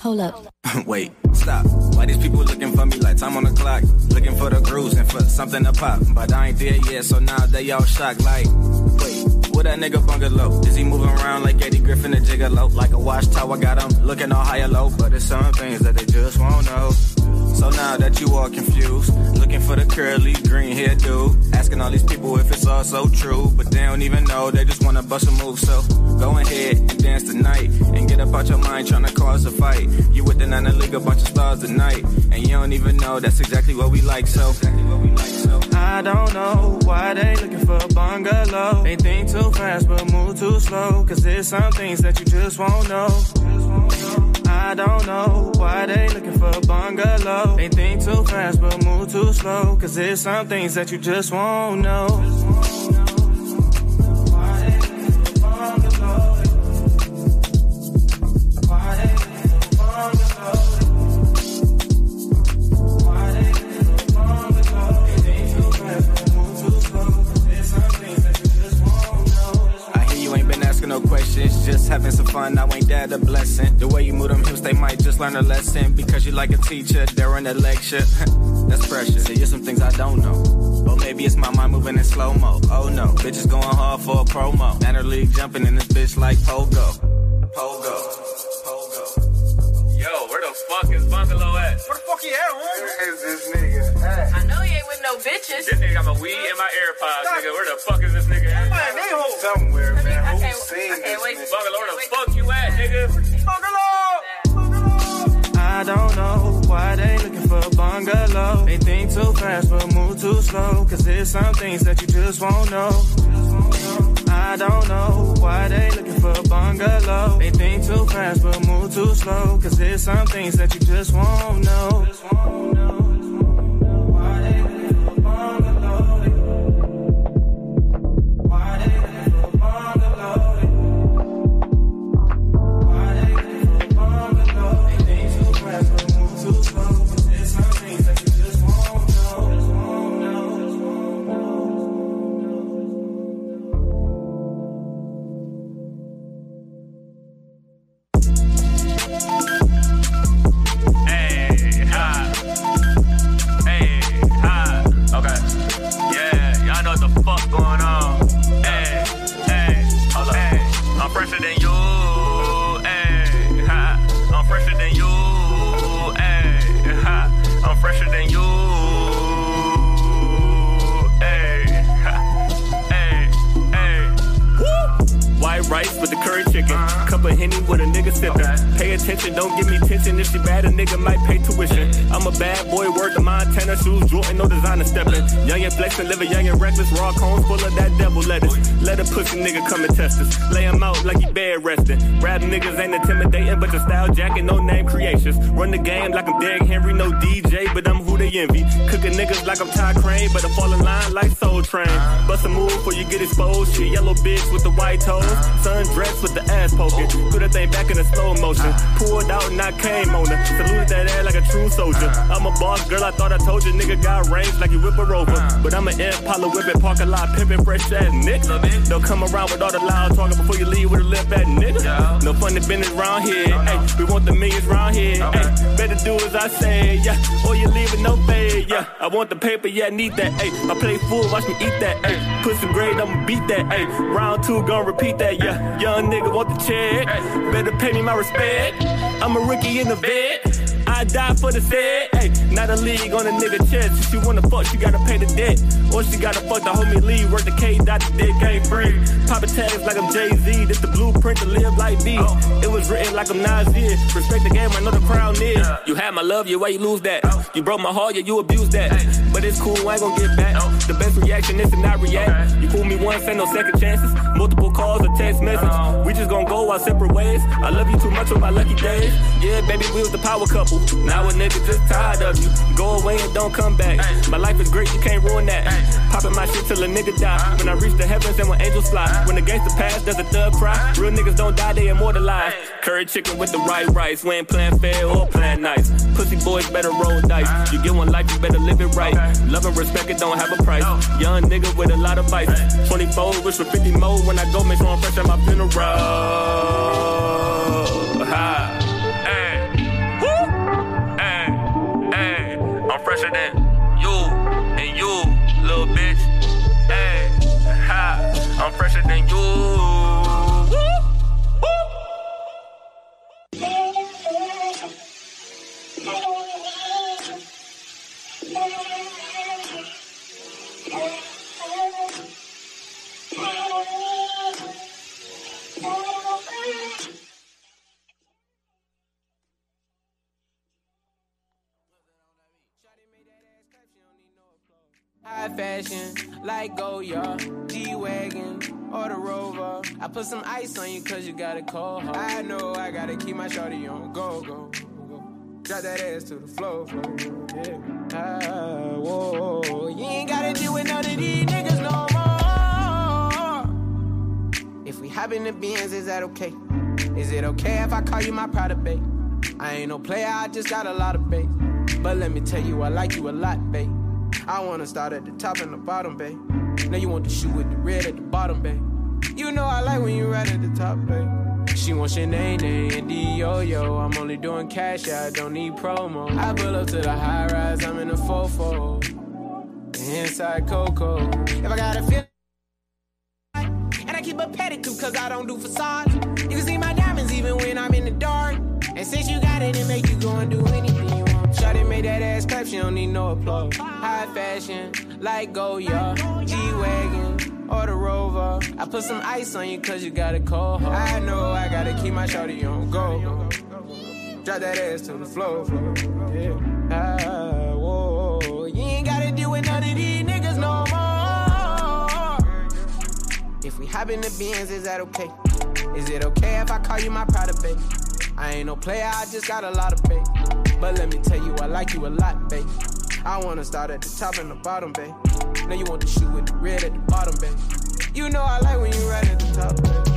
Hold up.
Wait, stop. Why these people looking for me like time on the clock? Looking for the grooves and for something to pop. But I ain't there yet, so now they all shocked. Like, wait, what that nigga bungalow? Is he moving around like Eddie Griffin and Gigolo? Like a watchtower, got him looking all high and low. But it's some things that they just won't know. So now that you all confused, looking for the curly green hair dude, asking all these people if it's all so true, but they don't even know, they just wanna bust a move. So go ahead and dance tonight, and get up out your mind trying to cause a fight. You with the nine league, a bunch of stars tonight, and you don't even know that's exactly what we like. So. I don't know why they looking for a bungalow. They think too fast but move too slow. Cause there's some things that you just won't know. I don't know why they looking for a bungalow. They think too fast but move too slow. Cause there's some things that you just won't know. I hear you ain't been asking no questions, just having some fun. Now ain't that a blessing? The way you move them hips, they might just learn a lesson because you like a teacher during a lecture. That's pressure. See, here's some things I don't know. Or maybe it's my mind moving in slow mo. Oh no, bitch is going hard for a promo. Manor league jumping in this bitch like pogo. Pogo.
Yo, where the fuck is Bungalow at? Where the fuck he at, homie? Where is this nigga at? I know he ain't with no bitches. This nigga got my weed in my AirPods, nigga. Where the fuck is this nigga at? Man, they hold somewhere, man. I Who's can't- seen I can't this wait. nigga? Bungalow, where the fuck you at, nigga? Bungalow!
I don't know why they looking for a bungalow. They think too fast but move too slow. Cause there's some things that you just won't know. I don't know why they looking for a bungalow. They think too fast but move too slow. Cause there's some things that you just won't know.
Hey, ha. Hey, ha. Okay. Yeah, y'all know what the fuck going on. Hey, hey, hold up. Hey, I'm fresher than you. Hey, ha. I'm fresher than you. Hey, ha. I'm fresher than you. Hey, ha. Hey, hey.
Woo! White rice with the curry chicken. Cup of henny with a nigga sipping. Pay attention, don't give me tension. If she bad, a nigga might pay tuition. I'm a bad boy, word to Montana shoes, Jordan, no designer stepping. Young and flexing, living young and reckless. Raw cones full of that devil lettuce. Let a pussy nigga come and test us. Lay him out like he bed resting. Rap niggas ain't intimidating, but your style jacket, no name creations. Run the game like I'm Derrick Henry, no DJ, but I'm who they envy. Cooking niggas like I'm Ty Crane, but I fall in line like Soul Train. Bust a move before you get exposed. She a yellow bitch with the white toes. Sun dressed with the ass poking. Do that thing back in a slow motion. Pulled out and I came on her. Saluted that ass like a true soldier. I'm a boss girl, I thought I told you. Nigga got range like you whip her over. But I'm an Impala whipping, parking lot pimping, fresh ass nigga. They'll come around with all the loud talking before you leave with a lip at nigga. No fun to business round here. Ay, we want the millions round here. Ay, better do as I say, yeah. Or you leave with no fade, yeah. I want the paper, yeah, I need that. Ay, I play fool, watch me eat that. Ay, put some grade, I'ma beat that. Ay, round two, gonna repeat that, yeah. Young nigga want the check. Better pay me my respect. I'm a rookie in the vet. I die for the set. Hey, not a league on a nigga chest. If she wanna fuck, she gotta pay the debt. Or she gotta fuck the homie Lee. Work the K, dot the dick, ain't free. Poppin' tags like I'm Jay Z. This the blueprint to live like me. It was poems written like I'm Nazir. Respect the game, I know the crown is. You had my love, yeah, why you lose that? You broke my heart, yeah, you abused that. But it's cool, I ain't gonna get back. The best reaction is to not react. You fool me once, ain't no second chances. Multiple calls or text message. We just gonna go our separate ways. I love you too much on my lucky days. Yeah, baby, we was the power couple. Now a nigga just tired of you. Go away and don't come back. My life is great, you can't ruin that. Popping my shit till a nigga die. When I reach the heavens and when angels fly. When the gangster pass, does a thug cry. Real niggas don't die, they immortalized. Curry chicken with the right rice. We ain't playing fair or playing nice. Pussy boys better roll dice. You get one life, you better live it right. Love and respect it don't have a price. Young nigga with a lot of vice. 24, wish for 50 more. When I go, make sure I'm fresh at my funeral. Ha. Hey. Woo. Hey. Hey. I'm fresher than you and you, little bitch. Hey. Ha. I'm fresher than you. Woo. Woo.
High fashion, like Goya, G Wagon, or the Rover. I put some ice on you cause you got a cold heart. I know I gotta keep my shorty on go, go, go. Drop that ass to the floor, floor. Yeah. Ah, whoa, whoa. You ain't gotta deal with none of these niggas no more. If we hop in the beans, is that okay? Is it okay if I call you my pride babe? I ain't no player, I just got a lot of bait. But let me tell you, I like you a lot, babe. I wanna start at the top and the bottom, babe. Now you want the shoe with the red at the bottom, babe. You know I like when you right at the top, babe. She wants your name and yo yo. I'm only doing cash, I don't need promo. I pull up to the high rise, I'm in a fofo. Inside Coco. If I got a feeling, and I keep a pedicure cause I don't do facades. You can see my diamonds even when I'm in the dark. And since you got it, it make you go and do anything you want. Shawty made that ass clap, she don't need no applause. High fashion, like Goya, G Wagon, or the Rover. I put some ice on you cause you got a cold heart. I know I gotta keep my shawty on go. Drop that ass to the floor. floor. Yeah. Ah, whoa, whoa. You ain't gotta deal with none of these niggas no more. If we hop in the beans, is that okay? Is it okay if I call you my pride babe? I ain't no player, I just got a lot of bait. But let me tell you, I like you a lot, babe. I wanna start at the top and the bottom, babe. Now you want the shoe with the red at the bottom, babe. You know I like when you right at the top, babe.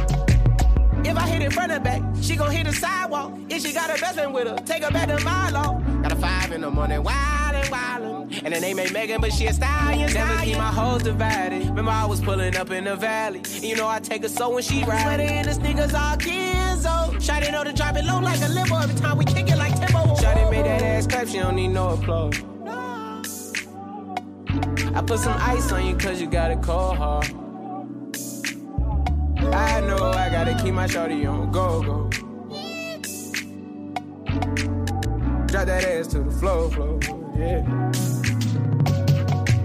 If I hit it front of back, she gon' hit the sidewalk. If she got her best friend with her, take her back to Milo. Got a five in the morning, wildin', wildin'. And her name ain't Megan, but she a stallion. Never keep my hoes divided. Remember I was pulling up in the valley. And you know I take her so when she ride. Sweater in the sneakers all Kenzo. Shot it on the drop it low like a limbo. Every time we kick it like Timbo. Shot it made that ass clap, she don't need no applause. I put some ice on you cause you got a cold heart. I know I gotta keep my shorty on go go. Drop that ass to the floor, floor, yeah.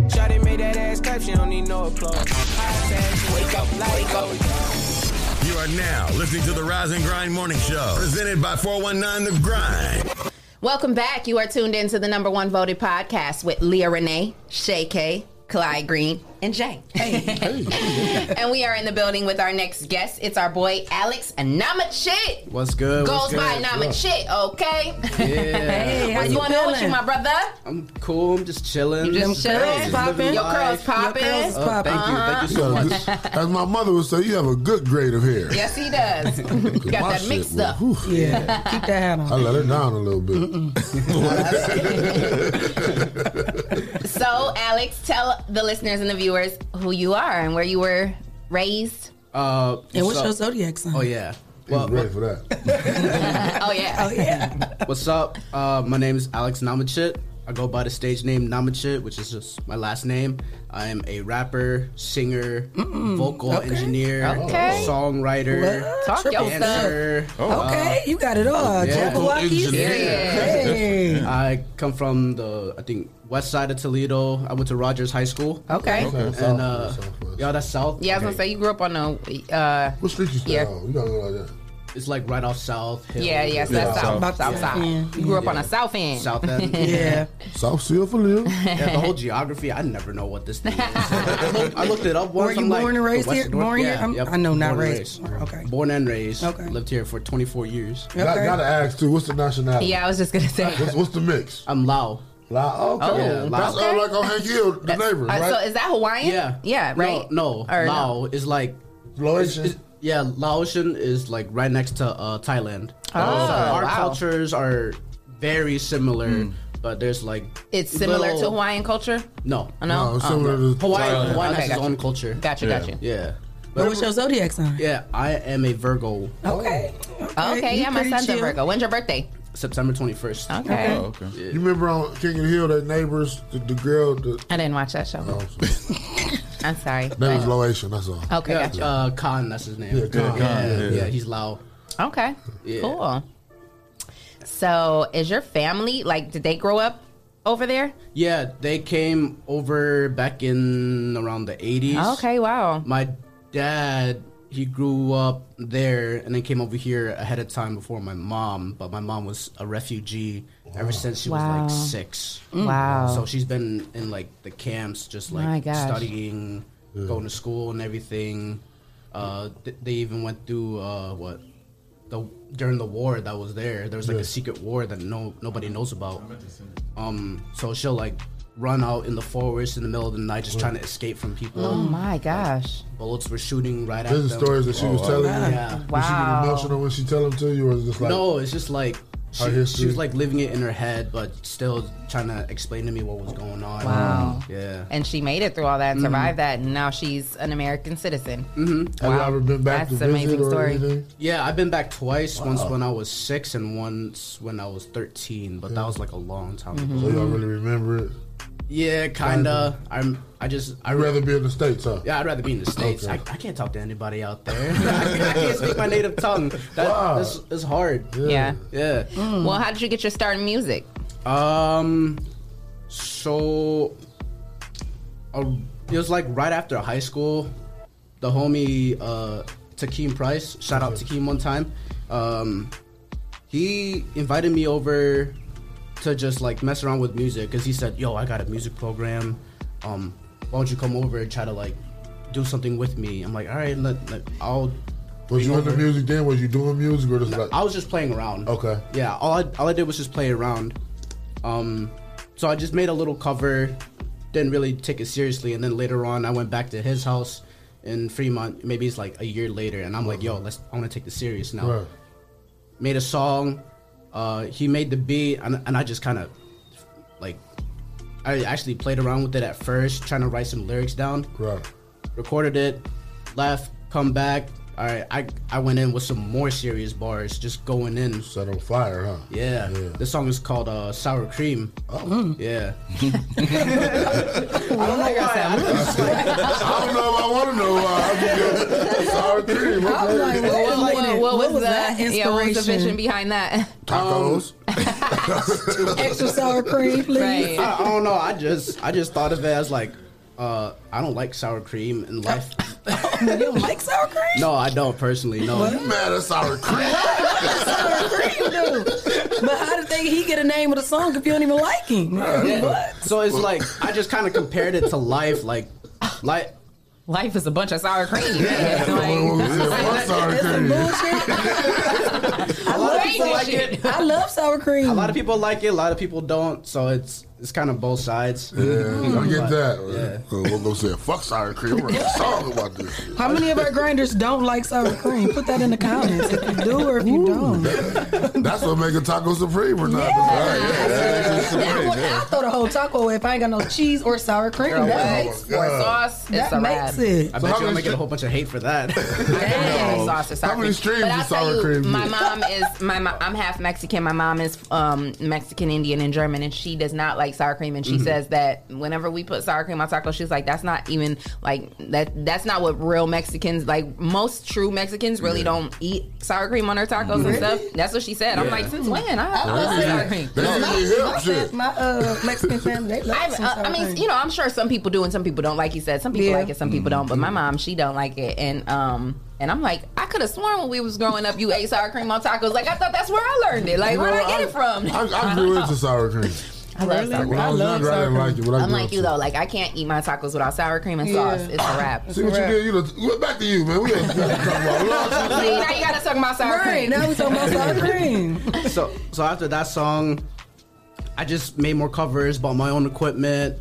Shawty made that ass clap, she don't need no applause. High fashion, wake up, wake up.
You are now listening to the Rise and Grind Morning Show, presented by 419 The Grind.
Welcome back. You are tuned in to the number one voted podcast with Leah Renee, Shay K, Clyde Green, and Jay. and we are in the building with our next guest. It's our boy Alex Namachit.
What's good?
Goes
what's
by
good?
Namachit, okay?
Yeah. Hey, how
What's
you
going on with you,
feeling?
my brother?
I'm cool. I'm just chilling.
You just
Them
chilling?
curls popping.
Your curls popping.
Oh, thank you. Thank you so
got a
much.
good- As my mother would say, you have a good grade of hair.
Yes, he does. You got
My
that
shit
mixed
was-
up.
whew.
Yeah, keep that hat on.
I let her down a little bit.
So, Alex, tell the listeners and the viewers who you are and where you were raised.
Uh,
And what's
so-
your zodiac sign?
Oh yeah. Well, ready for that.
Oh, yeah.
Oh yeah.
What's up? Uh, my name is Alex Namachit. I go by the stage name Namachit, which is just my last name. I am a rapper, singer, vocal
Okay.
engineer,
Okay.
songwriter,
What? Talk your stuff.
dancer.
okay, you got it all. Jabberwockies. Hey.
I come from the I think west side of Toledo. I went to Rogers High School.
Okay. Okay,
And
south,
uh, y'all, that's south.
Yeah, I was gonna say you grew up on the. Uh,
what street you
yeah.
Oh, you gotta go like that.
it's like right off South Hill.
Yeah, yes, that's Yeah, south, south, south, south. You grew up on the south end.
South end.
Yeah.
South Seal for Lil.
Yeah, the whole geography, I never know what this thing is. I, looked, I looked it up once.
Were you
I'm like,
born and
the
raised
West-
here?
North-
Born here?
yeah,
I'm-
yep,
I know, not
born and
raised. Okay.
Born and raised. Okay. Lived here for 24 years.
Got- Okay. gotta ask, too, what's the nationality?
Yeah, I was just gonna say.
What's, what's the mix?
I'm Lao.
Lao, okay.
Yeah,
That's
Lao.
all like on Hank Hill, the neighbor,
Uh,
right?
So is that Hawaiian?
Yeah.
Yeah. Right.
No, no.
Or no?
Lao is like Laotian. yeah, Laotian is like right next to uh, Thailand.
Oh,
So our
wow.
cultures are very similar, but there's like
It's similar to
little-
Hawaiian culture.
No,
No? No, it's similar
Oh.
to
Hawaii.
Thailand.
Hawaii
Okay,
has its
gotcha.
own culture.
Gotcha,
yeah.
gotcha.
Yeah.
But what's your zodiac sign?
Yeah, I am a Virgo.
Oh.
Okay.
Okay.
you
yeah, my
pretty
son's a
chill.
Virgo. When's your birthday?
Oh,
September 21st.
Okay. Oh,
okay.
You remember on King of the Hill, that neighbors, the, the girl, the,
I didn't watch that show. I'm sorry.
that was Loation, that's all.
Okay,
Yeah,
gotcha.
Uh, Khan, that's his name.
Yeah, Khan.
Yeah,
Yeah, yeah.
yeah, he's Lao.
Okay.
Yeah.
Cool. So, is your family like? Did they grow up over there?
Yeah, they came over back in around the 80s.
Okay. Wow.
My dad, he grew up there and then came over here ahead of time before my mom, but my mom was a refugee ever since she
Wow.
was like six.
Mm. Wow.
So she's been in like the camps, just
My
like
gosh.
studying, going to school and everything. Uh, th- they even went through uh, what? The, during the war that was there, there was like a secret war that no nobody knows about. Um, so she'll like run out in the forest in the middle of the night, just trying to escape from people.
Oh my gosh.
Bullets were shooting right at
There's the
them.
stories that she
Oh,
was telling you.
Yeah.
Was she get emotional when she tell them to you, or is it just like
no, it's just like
Her
she,
history?
she was like living it in her head, but still trying to explain to me what was going on.
Wow.
Yeah.
And she made it through all that and
Mhm.
survived that, and now she's an American citizen.
Mm-hmm.
Wow. That's an amazing story.
Yeah, I've been back twice. Once
Wow.
when I was six, and once when I was thirteen. But that was like a long time
Mm-hmm.
ago.
So y'all really remember it?
Yeah, kinda. I'm. I just.
I'd rather be in the states, huh?
Yeah, I'd rather be in the states.
Okay.
I, I can't talk to anybody out there. I, can't- I can't speak my native tongue. That, that's, that's hard.
Yeah.
Yeah.
Mm. Well, how did you get your start in music?
Um, so uh, it was like right after high school. The homie uh, Takeem Price, shout out Takeem one time. Um, he invited me over to just like mess around with music because he said, "Yo, I got a music program. Um, why don't you come over and try to like do something with me?" I'm like, "All right, let, let- I'll." bring
Was you into
over."
music then? Was you doing music or just
No,
like
I was just playing around.
Okay.
Yeah, all I, all I did was just play around. Um, so I just made a little cover, didn't really take it seriously, and then later on I went back to his house in Fremont. Maybe it's like a year later, and I'm like, yo, let's I want to take this serious now.
Right.
Made a song. Uh, he made the beat, and, and I just kind of like I actually played around with it at first, trying to write some lyrics down.
Right.
Recorded it, left, come back. All right, I I went in with some more serious bars, just going in.
Set on fire, huh?
Yeah. This song is called uh, "Sour Cream."
Mm.
Oh. Yeah.
Oh
I don't know if I want to know why. I'm just sorry, cream.
what,
Okay.
what-
Wait a minute,
what was
what was
the,
that Um,
yeah, what was the
inspiration?
vision behind that?
Tacos.
Extra sour cream, please.
Right.
I, I don't know. I just I just thought of it as like, uh, I don't like sour cream in life.
you don't like sour cream?
No, I don't personally. No.
You mad at sour cream?
sour cream, dude. But how did they he get a name of the song if you don't even like him? What?
So it's like I just kind of compared it to life, like, like.
Life is a bunch of sour cream.
I love, sour cream. I love sour cream.
A lot of people like it, a lot of people don't. So it's it's kind of both sides.
Yeah, I get
But-
that. Yeah. Oh, We'll go say, fuck sour cream. We're going to song about this.
How many of our grinders don't like sour cream? Put that in the comments if you do or if you don't.
That's what makes a taco supreme or not. Right, yeah, that makes it supreme, yeah.
I'll throw the whole taco away if I ain't got no cheese or sour cream.
Girl,
Oh
wow.
that makes
Or sauce,
That
it's a wrap.
makes it.
I bet you I'm gonna get a whole bunch of hate for that.
Dang. Sauce is sour
How many
cream.
streams
But
of
I'll tell
sour
you,
cream?
My
you-
mom is my mom, I'm half Mexican. My mom is um, Mexican, Indian, and German, and she does not like like sour cream, and she
Mhm.
says that whenever we put sour cream on tacos, she's like, "That's not even like that. That's not what real Mexicans like. Most true Mexicans really
Yeah.
don't eat sour cream on their tacos and
Really?
stuff. That's what she said. I'm
Yeah.
like, since when? I
That
love
is-
sour cream.
that is really hip
My,
shit.
my uh, Mexican family, they love
I,
some sour
uh, I mean,
cream.
you know, I'm sure some people do and some people don't. Like you said, some people
Yeah.
like it, some
Mm-hmm.
people don't. But my mom, she don't like it, and um, and I'm like, I could have sworn when we was growing up, you ate sour cream on tacos. Like I thought that's where I learned it. Like
You
where would
know,
I get it from?
I, I grew into sour cream.
I love sour cream.
When I was younger, I didn't like it. But I
am
grew
like
into
you
it.
though. Like I can't eat my tacos without sour cream and
Yeah.
sauce. It's a wrap.
See what you did? You know, back to you, man. We ain't talking about
See, now you gotta talk about sour cream.
cream.
so so after that song, I just made more covers, bought my own equipment,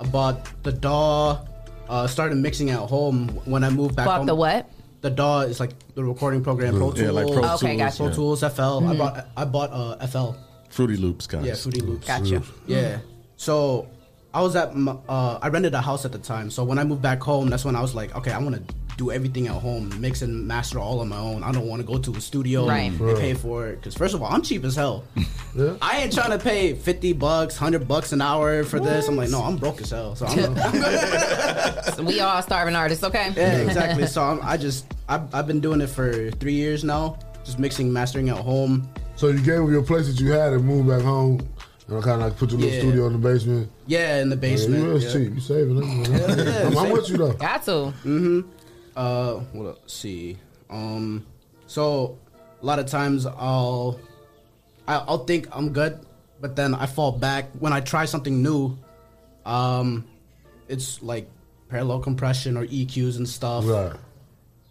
I bought the DAW, uh, started mixing at home when I moved back
Bought
home.
the what?
The DAW is like the recording program, Pro Tools.
Mm, Yeah, like Pro Okay, Tools, gotcha.
Pro
yeah.
Tools, FL. I
Mm-hmm.
Mhm.
bought I bought uh, FL.
Fruity Loops, guys.
Yeah, Fruity Loops.
Gotcha.
Yeah. So I was at my, uh, I rented a house at the time. So when I moved back home, that's when I was like, okay, I want to do everything at home, mix and master all on my own. I don't want to go to a studio
Right.
and pay for it because first of all, I'm cheap as hell.
Yeah.
I ain't trying to pay fifty bucks, hundred bucks an hour for this. I'm like, no, I'm broke as hell. So I'm,
we all starving artists, okay?
yeah, exactly. So I'm, I just I've, I've been doing it for three years now, just mixing, mastering at home.
So you gave up your place that you had and moved back home, and kind of like put your little
Yeah.
studio in the basement.
Yeah, in the basement.
Yeah, you is
yeah.
cheap. You saving it. man. I'm, I'm with you though.
Got to.
Mm-hmm. Uh, what else? See, um, so a lot of times I'll, I, I'll think I'm good, but then I fall back when I try something new. Um, it's like parallel compression or EQs and stuff.
Right.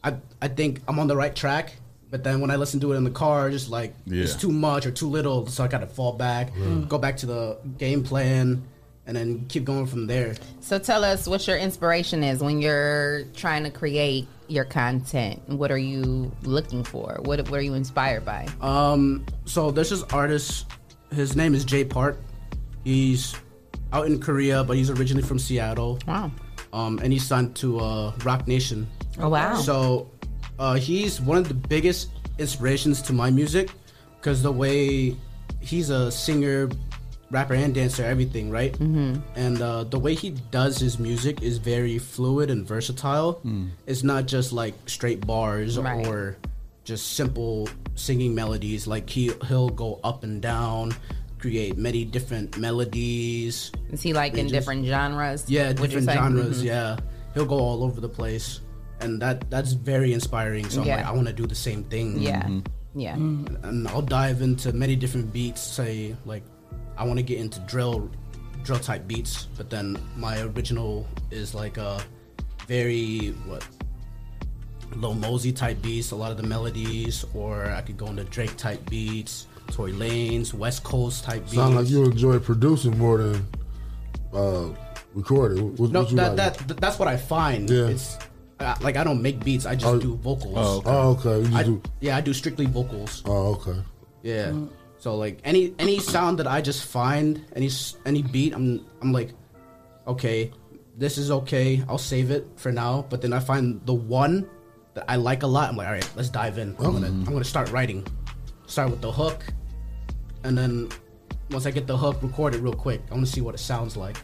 I I think I'm on the right track, but then when I listen to it in the car, just like
Yeah.
it's too much or too little, so I gotta fall back,
Mm.
Right.
go back to the game plan, and then keep going from there.
So tell us what your inspiration is when you're trying to create your content. What are you looking for? What what are you inspired by?
Um, so there's this artist. His name is Jay Park. He's out in Korea, but he's originally from Seattle.
Wow.
Um, and he's signed to uh, Rock Nation.
Oh, wow.
So uh, he's one of the biggest inspirations to my music because the way he's a singer, rapper, and dancer, everything, right?
Mhm.
And uh, the way he does his music is very fluid and versatile.
Mm.
It's not just like straight bars
Right.
or just simple singing melodies. Like he he'll go up and down, create many different melodies.
Is he like in
Just-
different genres?
Yeah,
Would you
different
say?
genres.
Mhm.
Yeah, he'll go all over the place, and that that's very inspiring. So I'm
Yeah.
like, I want to do the same thing.
Yeah. Yeah.
and I'll dive into many different beats. Say like, I want to get into drill, drill type beats, but then my original is like a very what Lil Mosey type beats. A lot of the melodies, or I could go into Drake type beats, Tory Lanez, West Coast type beats.
Sound like you enjoy producing more than uh, recording. What,
No,
what you
that,
like?
that th- that's what I find.
Yeah.
It's I, like I don't make beats. I just
Oh,
do vocals.
oh, okay. Oh, okay, you just
I,
do-
Yeah, I do strictly vocals.
Oh, okay.
Yeah. So like any any sound that I just find any s- any beat, I'm I'm like, okay, this is okay. I'll save it for now. But then I find the one that I like a lot. I'm like, all right, let's dive in. I'm gonna I'm gonna start writing. Start with the hook, and then once I get the hook, record it real quick. I want to see what it sounds like.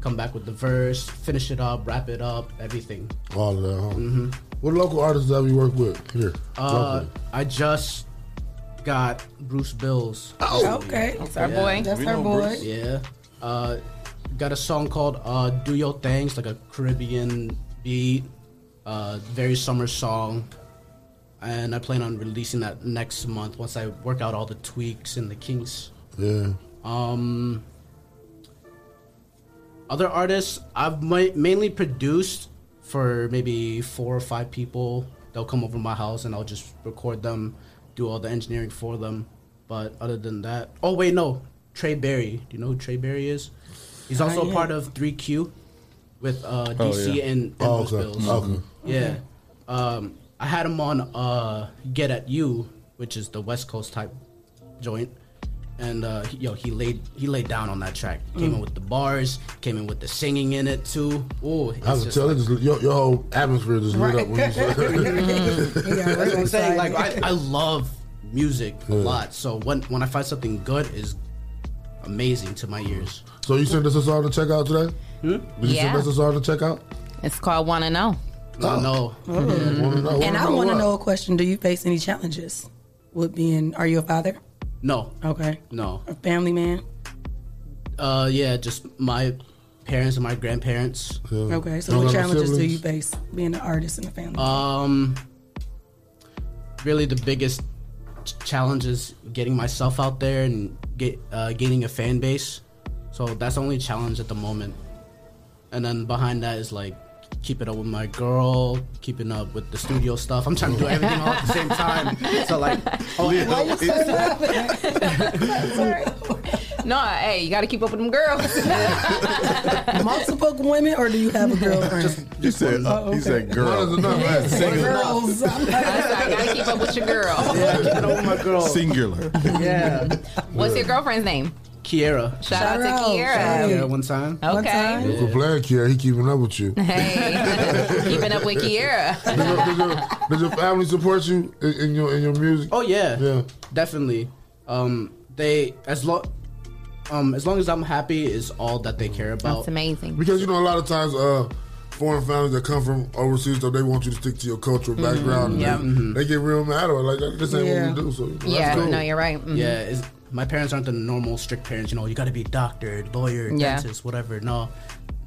Come back with the verse, finish it up, wrap it up, everything.
All of that. Huh? What local artists that we work with here?
Mm-hmm. Uh, I just got Bruce Bills.
Oh. Okay. That's our boy. That's We our know boy. Bruce.
Yeah. Uh, got a song called uh, "Do Your Things," like a Caribbean beat, uh, very summer song, and I plan on releasing that next month once I work out all the tweaks and the kinks.
yeah.
Um, other artists I've ma- mainly produced for maybe four or five people. They'll come over to my house and I'll just record them, do all the engineering for them. But other than that, oh wait, no, Trey Berry. Do you know who Trey Berry is? He's
Not
also a
yet.
part of 3Q with uh,
Oh,
DC
yeah.
and, and
Oh,
Bruce
okay.
Bills.
Okay.
Yeah.
Okay.
Um, I had him on uh, Get at You, which is the West Coast type joint, and uh, he, yo, he laid he laid down on that track. Came in
Mm.
with the bars, came in with the singing in it too. Ooh, it's
I can
just
tell
like-
it just, your, your whole atmosphere just lit up when you said
That's what I'm saying. Like I, I love music a
Yeah.
lot. So when when I find something good, is amazing to my ears.
So you sent us a song to check out today?
Hmm?
Did you
Yeah.
send us a song to check out?
It's called oh. Wanna Know.
Oh.
I know. Mm-hmm.
and I want to know a question. Do you face any challenges with being? Are you a father?
Mm-hmm.
No.
Okay.
No.
A family man?
Uh, yeah, just my parents and my grandparents.
Okay. So what challenges do you face being an artist in the family?
Um, really, the biggest ch- challenge is getting myself out there and get uh, gaining a fan base. So that's the only challenge at the moment. And then behind that is like keeping up with my girl, keeping up with the studio stuff. I'm trying to do everything all at the same time. So like, oh,
Why
yeah,
you so No, hey, you gotta keep up with them girls.
Multiple women, or do you have a girlfriend?
Uh,
Oh,
He said, uh, he said, girl.
Girls.
I gotta keep up with your girl.
Singular.
yeah.
What's your girlfriend's name?
Kiera.
Shout, out to Kiera.
Yeah,
one time.
Okay. One time.
Uncle Black here, he keeping up with you.
Hey, keeping up with Kiera.
Does your, does your- does your family support you in, in your in your music?
Oh yeah, definitely. Um, they as long um as long as I'm happy is all that they care about.
amazing.
Because you know, a lot of times, uh, foreign families that come from overseas, though, they want you to stick to your cultural
Mm-hmm.
background. and
yeah. Mm-hmm.
they, they get real mad about it. Like this ain't what we do. So that's
Yeah,
cool.
no, you're right. Mhm.
Yeah, it's, my parents aren't the normal strict parents. You know, you got to be a doctor, lawyer,
Yeah.
dentist, whatever. No,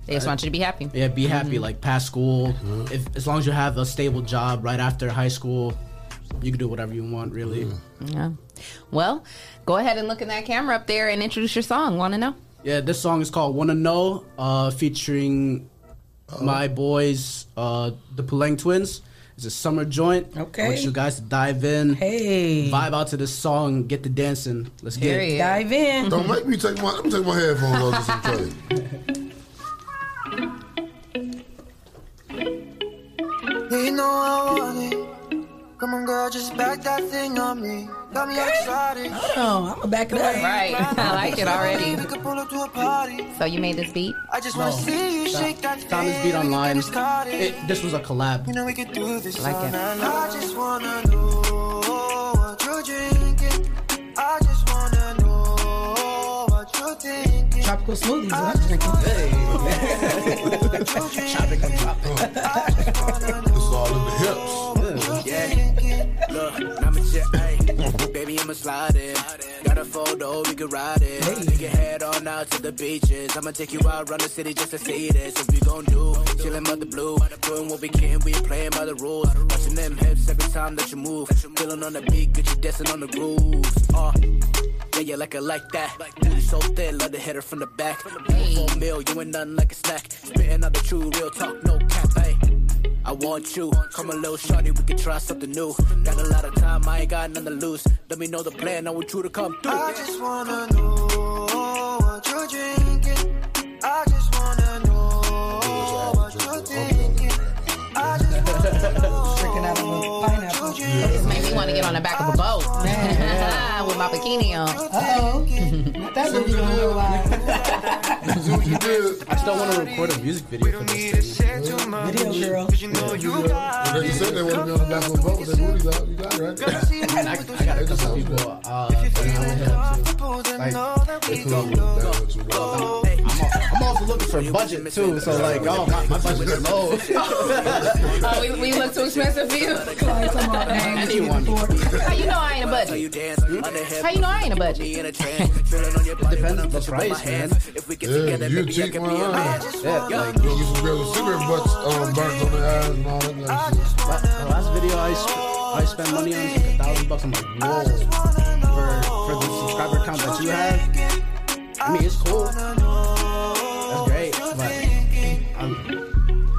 They just want you to be happy.
Yeah, be happy.
Mhm.
Like pass school. If as long as you have a stable job right after high school, you can do whatever you want. Really.
Yeah. Well, go ahead and look in that camera up there and introduce your song. Wanna know?
Yeah, this song is called "Wanna Know," uh, featuring
Uh-huh.
my boys, uh, the Puleng Twins. It's a summer joint. Okay, I want you guys to dive in.
Hey,
vibe out to this song, get to dancing. Let's get it.
Dive in.
Don't make me take my let me take my headphones off just in case.
You know I want it. Come on, girl, just back that thing on me. Got me excited.
Hold on, I'ma back it up.
Right. I like it already.
We could pull up to a party.
So you made this beat?
I just wanna
No.
see you shake that thing.
Found this beat online. It, this was a collab.
You know we could do this.
I like it.
all night. I just wanna know what you're drinking. I just wanna know what you're thinking.
Tropical smoothies. What I'm drinking.
Tropical
It's all in the hips.
Yeah.
Look, I'm a jet, ayy. Baby, I'ma slide in. Got a photo, we can ride it. We can head on out to the beaches. I'ma take you out around the city just to see this. What we gon' do? Chillin' by the blue. Doing what we can, we playing by the rules. Watching them hips every time that you move. Feeling on the beat, get you dancing on the grooves. Uh, yeah, yeah, like I like that. Booty so thin, love to hit her from the back. Full meal, you ain't nothing like a snack. Spitting out the true, real talk, no cap, ayy. I want you. Come a little shorty, we can try something new. Got a lot of time, I ain't got nothing to lose. Let me know the plan, I want you to come through.
I just wanna know what you're drinking. I just wanna know what you're thinking. I just wanna know drinking out of pineapple.
This made me want to get on the back of a boat with my bikini on.
Oh, Uh-oh. That's what you're going to
I still want to record a music video for this thing.
Video girl.
But they said they want to be on the back of a boat with their booties out. You got it right there.
And I, I got a couple people. Uh, like,
Oh.
I'm also looking for budget too, so like, oh, my, my budget is low.
Oh, we, we look too expensive for you.
I need one.
How you know I ain't a budget? How you know I ain't a budget?
It depends on the price, man.
Yeah, you a cheap one, huh? Yeah, like, you get some girls with cigarette butts um, burnt on their eyes and all that. Like,
The last video I, sp- I spent money on was like a thousand bucks. I'm like, whoa, for, for the subscriber count that you have. I mean, it's cool. That's great, but I'm,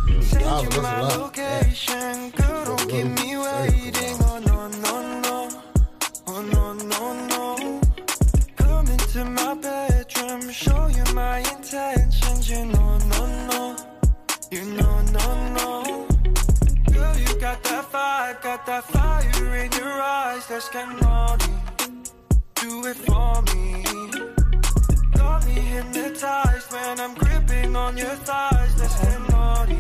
that's a lot.
Location, girl, don't keep me waiting. Oh no no no, oh no no no. Come into my bedroom, show you my intentions. You know no no, you know no no. Girl, you got that vibe, got that fire in your eyes. That's Canoni. Do it for me. Got me hypnotized when I'm gripping on your thighs. That's Canoni.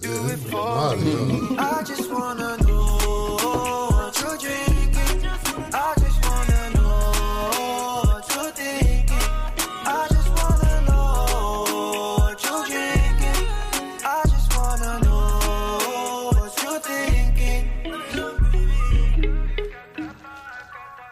Do it for me. I just wanna know what you're drinking. I just wanna know what you're thinking.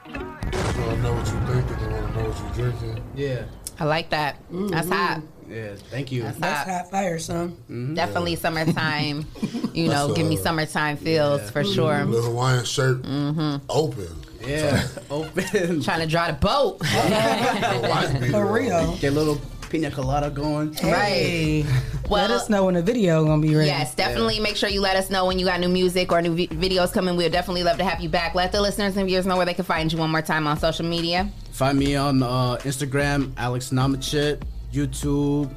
want to know what you think, and they want to know what you're drinking.
Yeah.
I like that. That's hot.
Yeah. Thank you.
That's
Mm-hmm. That's hot fire, son.
Definitely summertime. You know,
That's,
give me
uh,
summertime feels
Mm-hmm.
for sure. Mm-hmm.
Little Hawaiian shirt open.
Yeah, open.
Trying to draw the boat.
For real.
Get a little pina colada going.
Hey.
Well-
Let us know when the video gonna be ready.
Yes, definitely make sure you let us know when you got new music or new vi- videos coming. We'll definitely love to have you back. Let the listeners and viewers know where they can find you one more time on social media.
Find me on uh, Instagram, Alex Namachit, YouTube,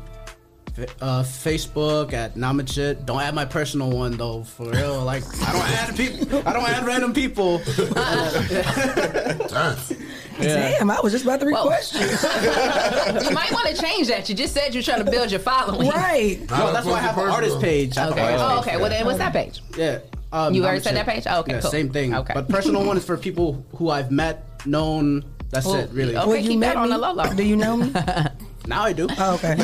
fa- uh, Facebook at Namachit. Don't add my personal one though, for real. Like I don't add people. I don't add random people. Yeah.
Damn, I was just about to request
you might want to change that. You just said you're trying to build your following.
Right.
No, that's why I have an artist page. I have an
Okay.
artist
Oh,
page,
okay.
yeah.
Well, then what's that page?
Yeah. Um,
You already
Namachit.
said that page? Oh, okay,
Yeah,
cool.
Same thing.
Okay.
But personal one is for people who I've met, known. That's
Well,
it, really.
well, you met me? Do you know me?
Now I do.
Oh, okay. so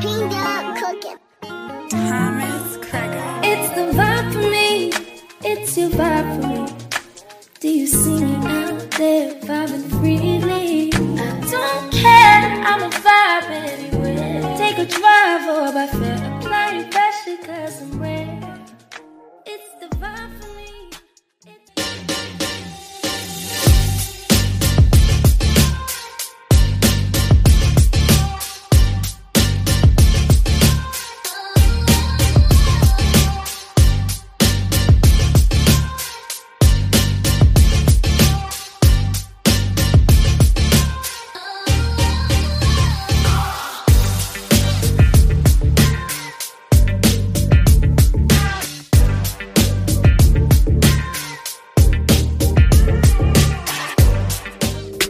Pinga cooking. Thomas Cracker. It's the vibe for me. It's your vibe for me. Do you see me out there vibing freely? I don't care. I'm a vibe anywhere. Take a drive or by fair. Apply your pressure cause I'm rare. It's the vibe for me.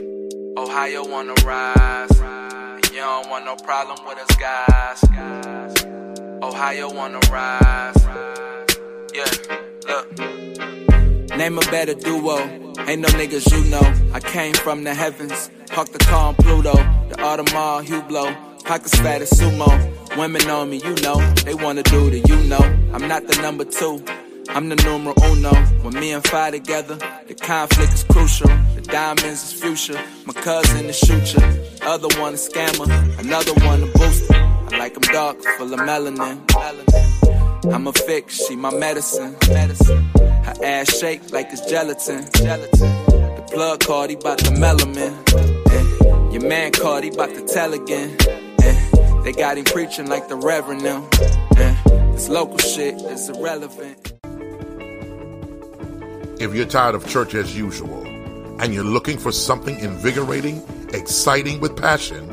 on the rise. And you don't want no problem with us guys. Ohio on the rise. Yeah, look. Name a better duo. Ain't no niggas you know. I came from the heavens. Hawk the car on Pluto. The Audemars Hublot. Pockets fat as sumo. Women on me, you know. They wanna do the you know. I'm not the number two. I'm the numero uno. When me and Fi together, the conflict is crucial. The diamonds is future. My cousin is shooter. Other one a scammer. Another one a booster. I like 'em dark, full of melanin. I'm a fix, she my medicine. Her ass shake like it's gelatin. Gelatin. The plug card, he bout to melamin. Eh. Your man called, he bout to tell again. Eh. They got him preaching like the reverend now. Eh. This local shit is irrelevant.
If you're tired of church as usual and you're looking for something invigorating, exciting with passion,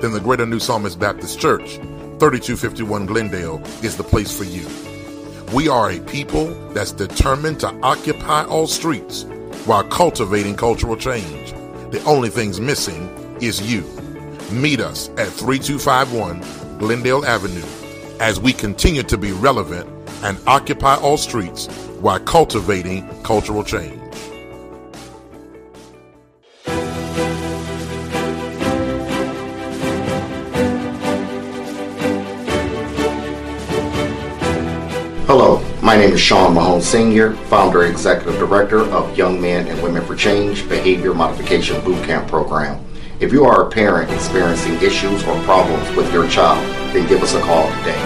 then the Greater New Psalmist Baptist Church, 3251 Glendale, is the place for you. We are a people that's determined to occupy all streets while cultivating cultural change. The only things missing is you. Meet us at 3251 Glendale Avenue as we continue to be relevant and occupy all streets while cultivating cultural change.
Hello, my name is Sean Mahone Sr., founder and executive director of Young Men and Women for Change Behavior Modification Bootcamp Program. If you are a parent experiencing issues or problems with your child, then give us a call today.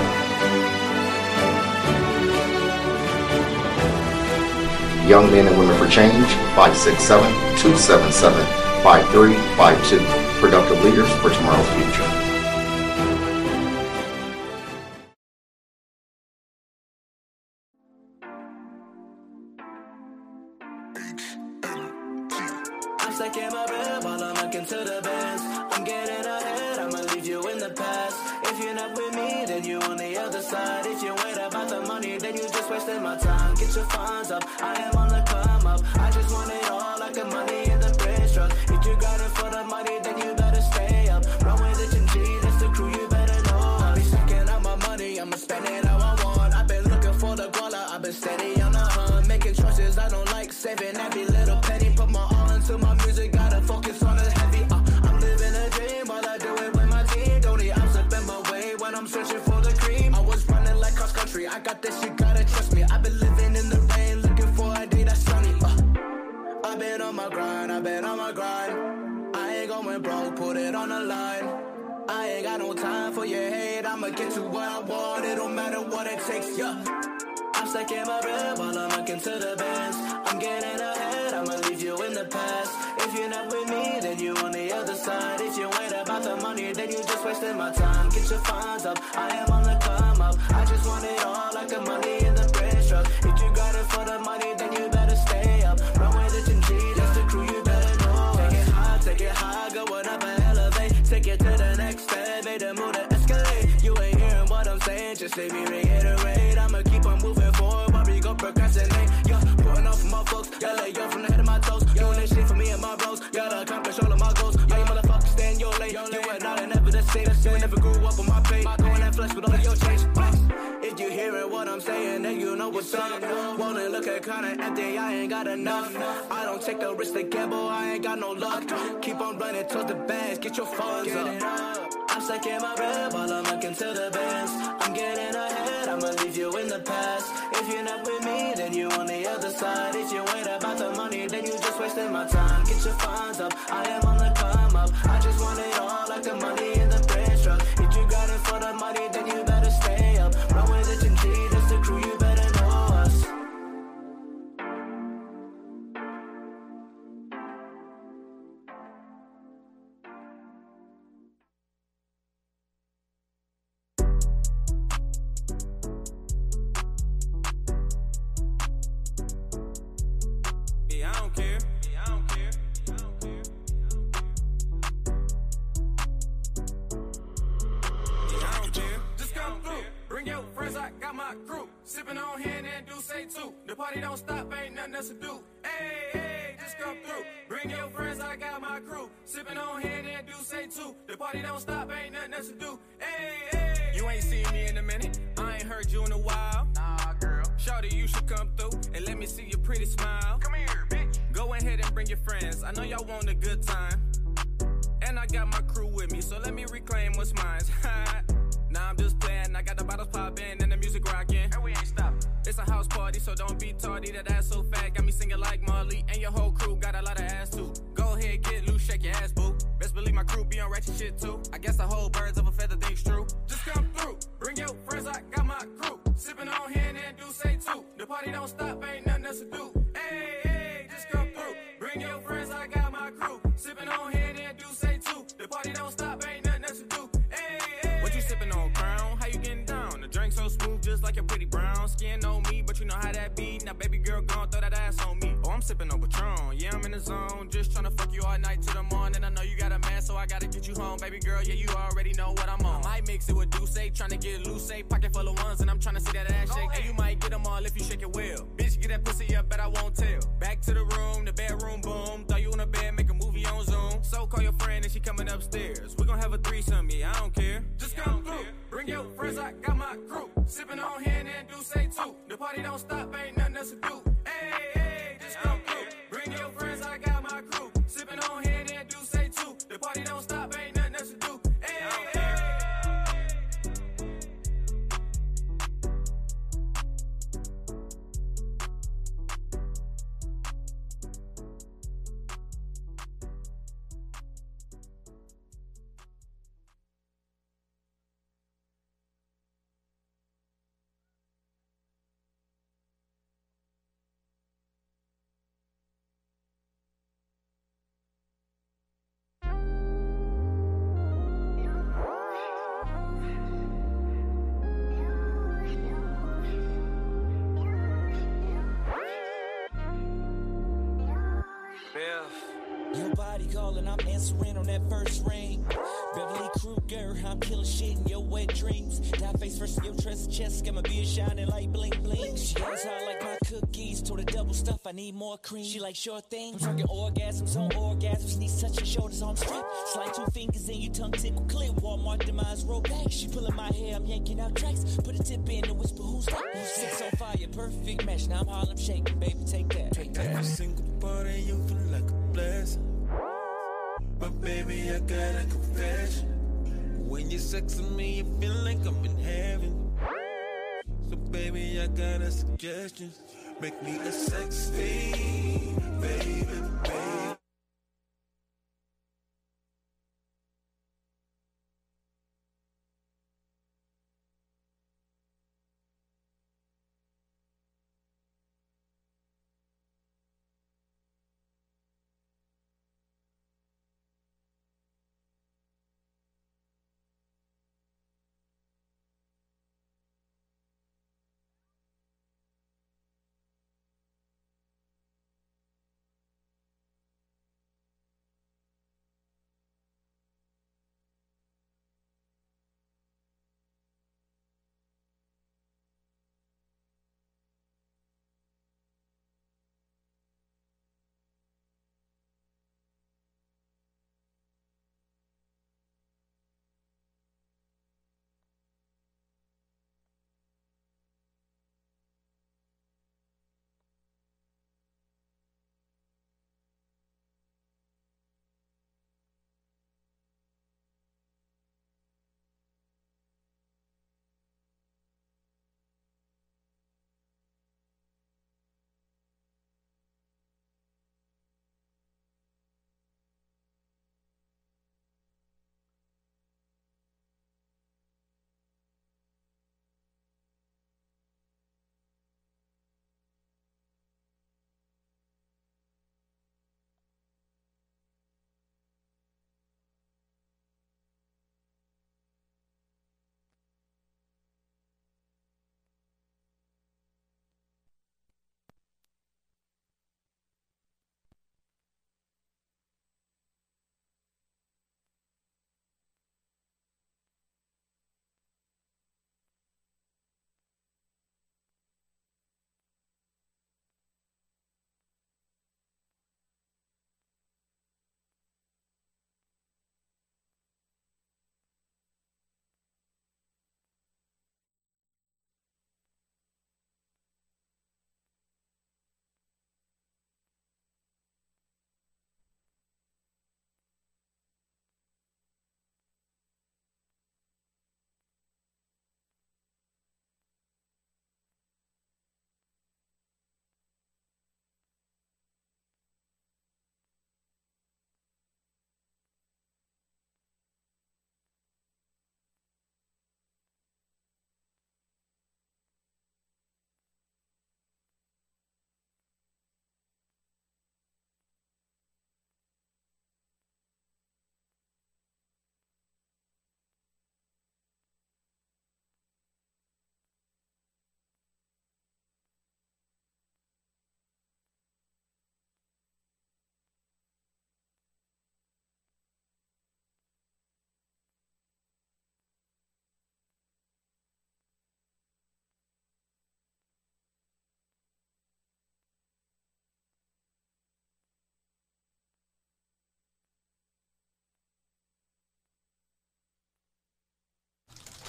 Young Men and Women for Change, 567 277 5352. Productive Leaders for Tomorrow's Future.
I'm stuck in my bed while I'm looking to the best. I'm getting ahead, I'ma leave you in the past. If you're not with me, then you on the other side. If you ain't about the money, then you just wasting my time. Get your funds up, I am on the come up. I just want it all like the money in the bridge truck. If you got it for the money, then you better stay up. Run with it and G, that's the crew, you better know. I be sucking out my money, I'ma spend it how I want. I've been looking for the dollar, I've been steady on the hunt. Making choices I don't like, saving every little penny. Put my all into my music, gotta focus on the heavy. Uh, I'm living a dream while I do it with my team. Don't eat, I'm slipping my way when I'm searching for the cream. I was running like cross country, I got this, you gotta trust me. I've been living in the rain, looking for a day that's sunny. Uh, I've been on my grind, I've been on my grind. I ain't going broke, put it on the line. I ain't got no time for your hate. I'ma get to what I want. It don't matter what it takes, yeah. I'm stuck in my bed while I'm looking to the bands. I'm getting ahead. I'ma leave you in the past. If you're not with me, then you on the other side. If you ain't about the money, then you just wasting my time. Get your funds up. I am on the come up. I just want it all like the money in the bridge truck. If you got it for the money, then you better stay up. Run with it and G. That's the crew. You better know. Take it high, take it high, go up and elevate. Take it to the next step, made the move to escalate. You ain't hearing what I'm saying, just let me reiterate. I'ma keep on moving forward while we go procrastinate. Yeah, pulling off my folks, yeah, like yo from the head of my toes. Yo, that shit for me and my bros, gotta accomplish all of my goals. Yeah, you motherfuckers stand your lane. You and I are never the same. You ain't never grew up on my page. Going that flesh with all of your change. If you hearing what I'm saying, then you know what's up. Wanna look at kinda empty, I ain't got enough. I don't take the risk to gamble, I ain't got no luck. Keep on running towards the bags, get your funds up. I'm stuck in my bed while I'm looking to the bands. I'm getting ahead, I'ma leave you in the past. If you're not with me, then you on the other side. If you ain't about the money, then you just wasting my time. Get your funds up, I am on the come up. I just want it all like the money in the bridge truck. If you got it for the money, then you better stay up. Run with it and G, that's the crew, you better know us.
Yeah, I don't care. Yeah, I don't care.
Yeah, I don't care. Just come through. Bring your friends, I got my crew. Sipping on here and then do say too. The party don't stop, ain't nothing else to do. Hey, hey, just
come through. Bring your friends, I got my crew. Sipping on head and do say too. The party don't stop, ain't nothing else to do. Hey, hey. You ain't seen me in a minute. I ain't heard you in a while. Nah, girl. Shawty, you should come through and let me see your pretty smile. Come here, bitch. Go ahead and bring your friends. I know y'all want a good time. And I got my crew with me, so let me reclaim what's mine. nah, I'm just playing. I got the bottles popping and the music rocking. And we ain't stopping. It's a house party, so don't be tardy. That ass so fat, got me singing like Marley. And your whole crew got a lot of ass too. Go ahead, get loose, shake your ass, boo. Best believe my crew be on ratchet shit too. I guess the whole birds of a feather thing's true. Just come through, bring your friends. I got my crew. Sipping on here and then do say too. The party don't stop, ain't nothing else to do. Hey, hey, just come through, bring your friends. I got my crew. Sipping on here and then do say too. The party don't stop, ain't nothing else to do. Hey, hey. What you sipping on, Crown? How you getting down? The drink so smooth, just like your pretty brown skin on me. But you know how that be. Now, baby girl, gon' throw that ass on me. Oh, I'm sipping on Patron. Yeah, I'm in the zone. Just tryna fuck you all night till the morning. I know you got a man, so I gotta get you home. Baby girl, yeah, you already know what I'm on. I might mix it with Duce, tryna get loose. eh? Pocket full of ones, and I'm tryna see that ass shake. And you might get them all if you shake it well. Bitch, get that pussy up, but I won't tell. Back to the room, the bedroom, boom. Throw you in the bed, make a movie on Zoom. So call your friend, and she coming upstairs. We gon' have a threesome, yeah, I don't care. Just come through, bring your friends, I got my crew. Sipping on hand and Duce too. The party don't stop, ain't nothing else to do. Hey, hey, just come through, bring your friends, I got my crew. Sipping on hand and Duce too. The party don't stop, ain't nothing else to do. Hey, hey.
Your body calling, I'm answering on that first ring. Beverly Kruger, I'm killing shit in your wet dreams. Die face first, your trust chest, got my beard shining like bling bling. She likes how I like my cookies, told her double stuff, I need more cream. She like short things, I'm talking orgasms on orgasms, knees touching shoulders on strip. Slide two fingers in your tongue tickle clip, Walmart demise roll back. She pulling my hair, I'm yanking out tracks. Put a tip in and whisper who's that? Who's six on fire, perfect match, now I'm Harlem shaking, baby, take that. Take
Every single part of you feel like a blessing. But baby, I got a confession. When you're sexing me, you feel like I'm in heaven. So baby, I got a suggestion. Make me a sex fiend, baby, baby.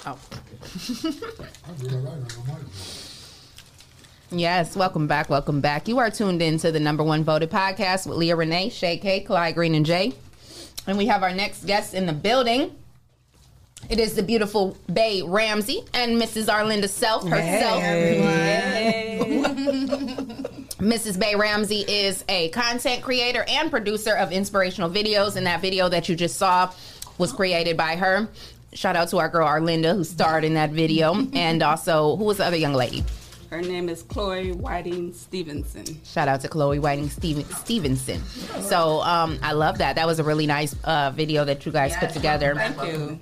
Oh. Yes, welcome back, welcome back. You are tuned in to the number one voted podcast with Leah Renee, Shay K, Clyde Green, and Jay. And we have our next guest in the building. It is the beautiful Bay Ramsey and Mrs. Arlinda Self herself. Mrs. Bay Ramsey is a content creator and producer of inspirational videos, and that video that you just saw was created by her. Shout out to our girl Arlinda who starred in that video, and also who was the other young lady?
Her name is Chloe Whiting Stevenson.
Shout out to Chloe Whiting Steven- Stevenson. So um, I love that. That was a really nice uh, video that you guys put together.
Thank you.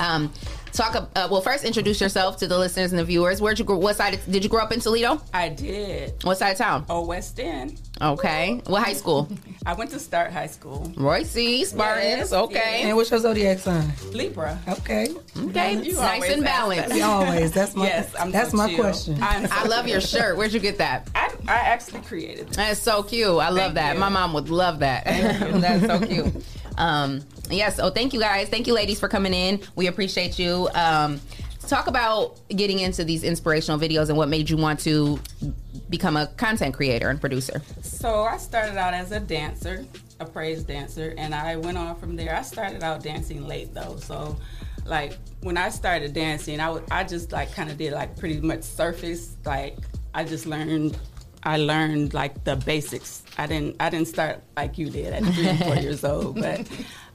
Um, talk. ab- Uh, well, first introduce yourself to the listeners and the viewers. Where'd you? grow? What side? Of, did you grow up in Toledo?
I did.
What side of town?
Oh, West End.
Okay. What high school?
I went to Start High School.
Royce Spartans.
Yes,
Okay.
yes.
And what's your zodiac sign?
Libra.
Okay.
Okay,
You always
nice and
ask that.
balanced.
Always. That's my.
Yes, I'm
that's
so
my
chill.
question.
I'm so
I love your
chill.
shirt. Where'd you get that?
I, I actually created it.
That's so cute. I love that. My mom would love that. That's so cute. Um, yeah, so thank you guys. Thank you, ladies, for coming in. We appreciate you. Um, talk about getting into these inspirational videos and what made you want to become a content creator and producer.
So I started out as a dancer, a praise dancer, and I went on from there. I started out dancing late though, so like when I started dancing, I would I just like kind of did like pretty much surface. Like I just learned, I learned like the basics. I didn't I didn't start like you did at three or four years old, but.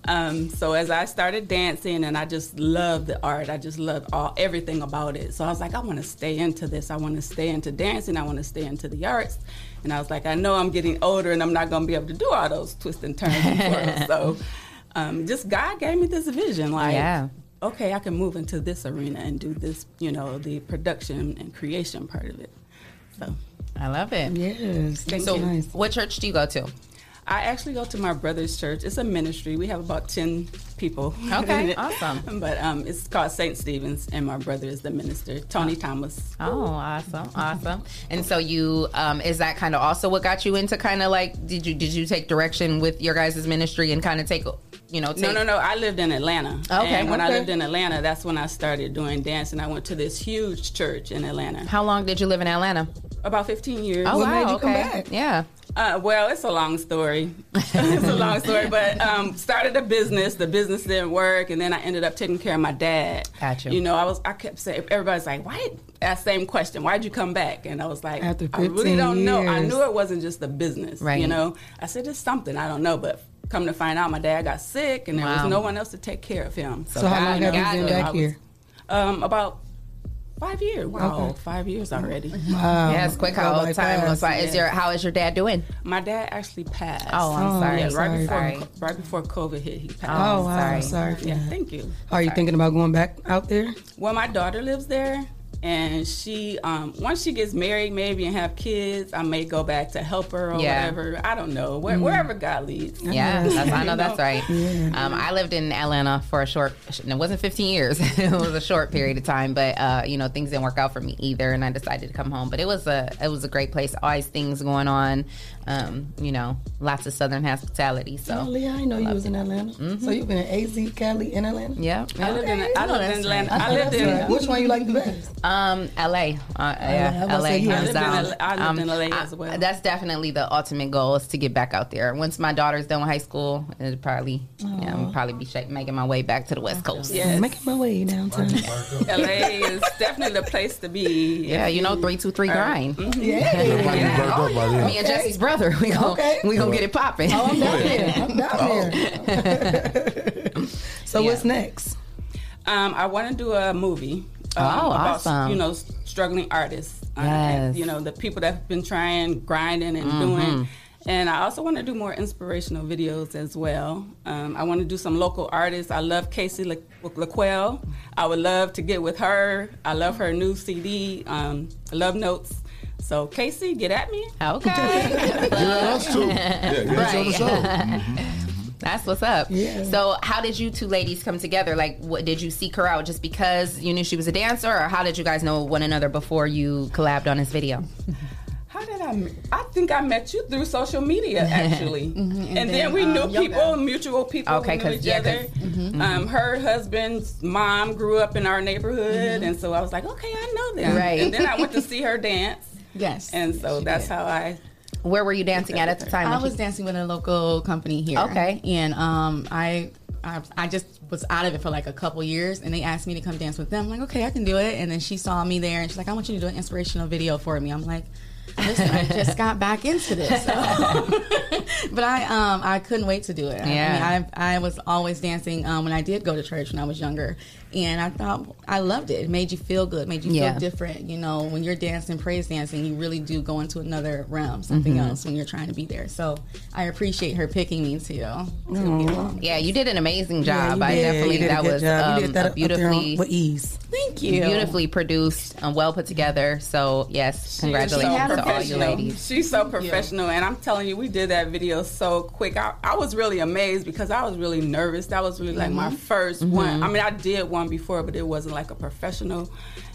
Um, so as I started dancing, and I just loved the art. I just loved all everything about it. So I was like, I want to stay into this. I want to stay into dancing. I want to stay into the arts. And I was like, I know I'm getting older, and I'm not going to be able to do all those twists and turns. and twirls. so um, just God gave me this vision, like.
Yeah.
Okay, I can move into this arena and do this, you know, the production and creation part of it. So
I love it.
Yes, thank
so,
you.
what church do you go to?
I actually go to my brother's church. It's a ministry. We have about 10 people.
Okay,
in it.
awesome.
But um, it's called St. Stephen's, and my brother is the minister, Tony Thomas.
Oh, awesome, awesome. And so you um, is that kind of also what got you into kind of like did you did you take direction with your guys' ministry and kind of take you know take,
No, no, no. I lived in Atlanta.
Okay,
And when I
okay.
lived in Atlanta, that's when I started doing dance, and I went to this huge church in Atlanta.
How long did you live in Atlanta?
About 15 years.
Oh wow, okay. Yeah.
Uh, well, it's a long story. it's a long story, but um, started a business. The business didn't work, and then I ended up taking care of my dad.
Gotcha.
You know, I was I kept saying everybody's like, why? That same question. Why'd you come back? And I was like,
After
I really
15
don't know. I
years.
knew it wasn't just the business.
Right.
You know, I said it's something I don't know, but. Come to find out, my dad got sick, and there
Wow.
was no one else to take care of him.
So, how long have you been back here?
Um, about five years. Wow,
Okay.
five years already.
Wow.
Yes, quick how
Nobody
time goes
passed,
by. Is
yeah.
your how is your dad doing?
My dad actually passed.
Oh, I'm Oh, sorry.
Yeah,
I'm
right before
sorry.
right before COVID hit, he passed.
Oh, wow. I'm sorry for
Yeah,
that.
thank you.
Are you thinking about going back out there?
Well, my daughter lives there, and she um, once she gets married, maybe and have kids, I may go back to help her or
Yeah.
whatever. I don't know. Where,
Mm.
Wherever God leads.
Yeah, that's, I know that's right.
Yeah.
Um, I lived in Atlanta for a short, and it wasn't 15 years. it was a short period of time, but uh, you know things didn't work out for me either, and I decided to come home. But it was a it was a great place. Always things going on. Um, you know, lots of Southern hospitality.
Oh,
So
Leah, I know you was in Atlanta. So you've been in AZ, Cali, and Atlanta.
yeah,
I lived in- I
Okay.
lived in Atlanta. I
Okay,
lived
that's
in-
right. Which one you like the best?
Um, LA. Uh, yeah,
I was
LA.
gonna say, you
hands
lived in
down.
L- I lived
Um,
in LA
I- That's definitely the ultimate goal is to get back out there. Once my daughter's done with high school, it'll probably, yeah, I'm probably be shape, making my way back to the West Coast.
Yes.
Making my way downtown.
LA is definitely the place to be.
Yeah, you know, three two three
All
grind.
right.
Mm-hmm.
Yeah,
Yeah.
Oh, yeah. Me and Jesse's brother, we gonna we gonna get it popping.
Oh, I'm down
there. I'm
Oh,
down So what's next?
Um, I want to do a movie. um,
Oh,
about,
awesome.
You know, struggling artists. uh,
Yes.
and, you know, the people that have been trying, grinding,
Mm-hmm.
and
Mhm.
doing. And I also want to do more inspirational videos as well. Um, I want to do some local artists. I love Casey La- LaQuelle. I would love to get with her. I love her new CD, um, Love Notes. So, Casey, get at me.
Okay.
Get at us, too.
Yeah,
get us on the show.
That's what's up.
Yeah.
So, how did you two ladies come together? Like, what did you seek her out just because you knew she was a dancer, or how did you guys know one another before you collabed on this video?
How did did I? meet? I think I met you through social media actually,
Mhm, and
and, then,
then,
we knew
um,
people, mutual people.
Okay,
who knew
'cause-
each
yeah,
other.
'cause- mhm, mhm.
Um, her husband's mom grew up in our neighborhood, and so I was like, okay, I know them.
Mm-hmm. Right.
And then I went to see her dance.
Yes.
And so that's how I.
Where were you dancing at at the time?
I
Nikki?
was dancing with a local company here.
Okay.
and um, I, I, I just was out of it for like a couple years, and they asked me to come dance with them. I'm like, okay, I can do it. And then she saw me there, and she's like, I want you to do an inspirational video for me. I'm like, listen, I just got back into this, so- but I, um, I couldn't wait to do it. I- I,
Yeah.
mean, I, I was always dancing um, when I did go to church when I was younger, and I thought I loved it. It made you feel good, made you
Yeah.
feel different. You know, when you're dancing, praise dancing, you really do go into another realm, something
Mhm.
else when you're trying to be there. So I appreciate her picking me to. to
Aw.
get along.
Yeah, you did an amazing
Yeah,
job.
you
I
did.
definitely
You did a
that
good
was
job. You
um,
did that
a
up there on- E-
beautifully
with
ease.
Thank you.
Beautifully produced and well put together. So yes, congratulations
She's so
to all you
professional.
ladies.
She's so professional, and I'm telling you, we did that video so quick. I, I was really amazed because I was really nervous. That was really like my
Mm-hmm.
Mhm.
1st
Mhm.
one. I mean, I did one before, but it wasn't like a professional,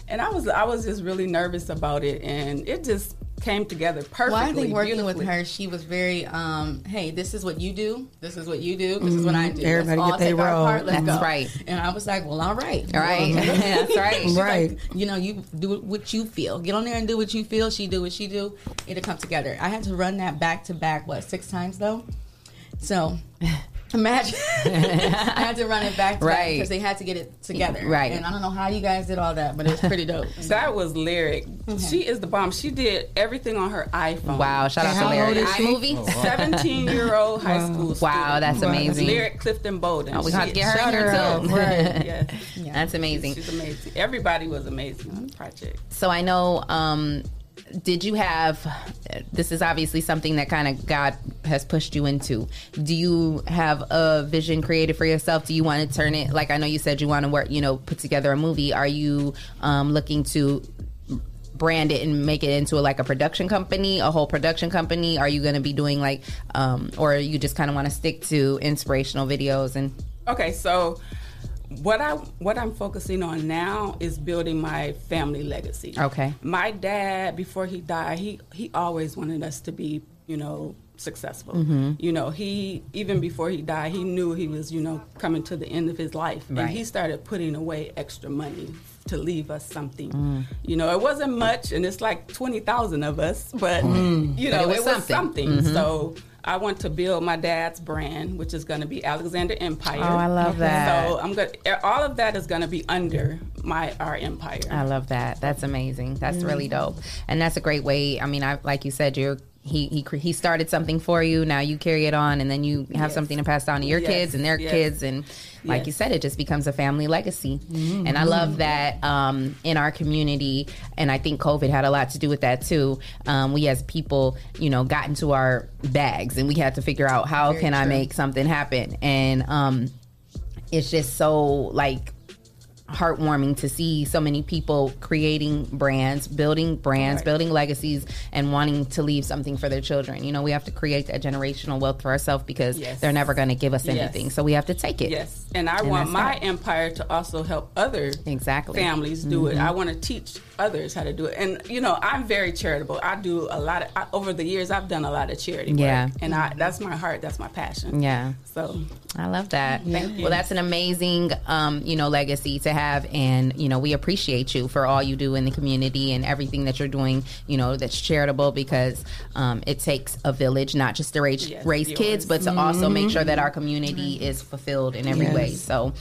and I was I was just really nervous about it, and it just came together perfectly.
Well, I think working with
beautifully.
her, she was very, um, hey, this is what you do. This is what you do. This is what I do.
Mhm. Everybody get
Let's all
their
take our
role.
part. Let's
That's
go.
right.
And I was like, well, all right.
All right. That's right.
She's
Right.
like, you know, you do what you feel. Get on there and do what you feel. She do what she do. It'll come together. I had to run that back to back, what, six times though? So imagine. I had to run it back to back
Right.
because they had to get it together.
Right.
And I don't know how you guys did all that, but it was pretty dope.
That was lyric. She is the bomb. She did everything on her iPhone.
Mm-hmm. Wow, shout out to Oh,
How
Lyric.
old is she?
iMovie?
Seventeen year old high
Wow.
school.
Wow, Oh, that's
student.
amazing.
Lyric Clifton Bowden.
Oh, we gonna
She-
get her in
shout
here
out.
too.
Right. Yes.
That's amazing.
She's amazing. Everybody was amazing on the project.
So I know. Um, did you have? This is obviously something that kind of God has pushed you into. Do you have a vision created for yourself? Do you want to turn it? Like I know you said you want to work. You know, put together a movie. Are you um, looking to brand it and make it into like a production company, a whole production company? Are you going to be doing like, um, or you just kind of want to stick to inspirational videos and?
Okay, so what I what I'm focusing on now is building my family legacy.
Okay.
My dad, before he died, he he always wanted us to be, you know, successful.
Mhm.
You know, he even before he died, he knew he was, you know, coming to the end of his life,
Right.
and he started putting away extra money to leave us something.
Mm.
You know, it wasn't much, and it's like twenty thousand of us, but
Mm.
you
But
know,
it was
it was
something.
something.
Mhm.
So. I want to build my dad's brand, which is going to be Alexander Empire.
Oh, I love that.
So I'm going to all of that is going to be under my our empire.
I love that. That's amazing. That's
Yeah.
really dope, and that's a great way. I mean, I like you said, you're he he cre- he started something for you. Now you carry it on, and then you have
Yes.
something to pass down to your
Yes,
kids and their
yes.
kids, and like you
Yes.
said, it just becomes a family legacy.
Mhm.
And I love that um, in our community, and I think COVID had a lot to do with that too. Um, we as people, you know, got into our bags, and we had to figure out how
Very
can I
true.
make something happen, and um, it's just so like heartwarming to see so many people creating brands, building brands, building legacies, and wanting to leave something for their children. You know, we have to create that generational wealth for ourselves because
Yes.
they're never going to give us
Yes.
anything. So we have to take it.
Yes, and I
And
want
that's
my
that.
empire to also help other
Exactly.
families do it.
Mhm.
I want to teach others how to do it. And you know, I'm very charitable. I do a lot of I, over the years. I've done a lot of charity work,
Yeah.
and I, that's my heart. That's my passion.
Yeah.
So
I love that.
Thank you.
Well, that's an amazing, um, you know, legacy to have, and you know, we appreciate you for all you do in the community and everything that you're doing. You know, that's charitable because um, it takes a village, not just to raise,
Yes,
raise
yours.
kids, but to also make
Mhm.
sure that our community is fulfilled in every
Yes.
way. So.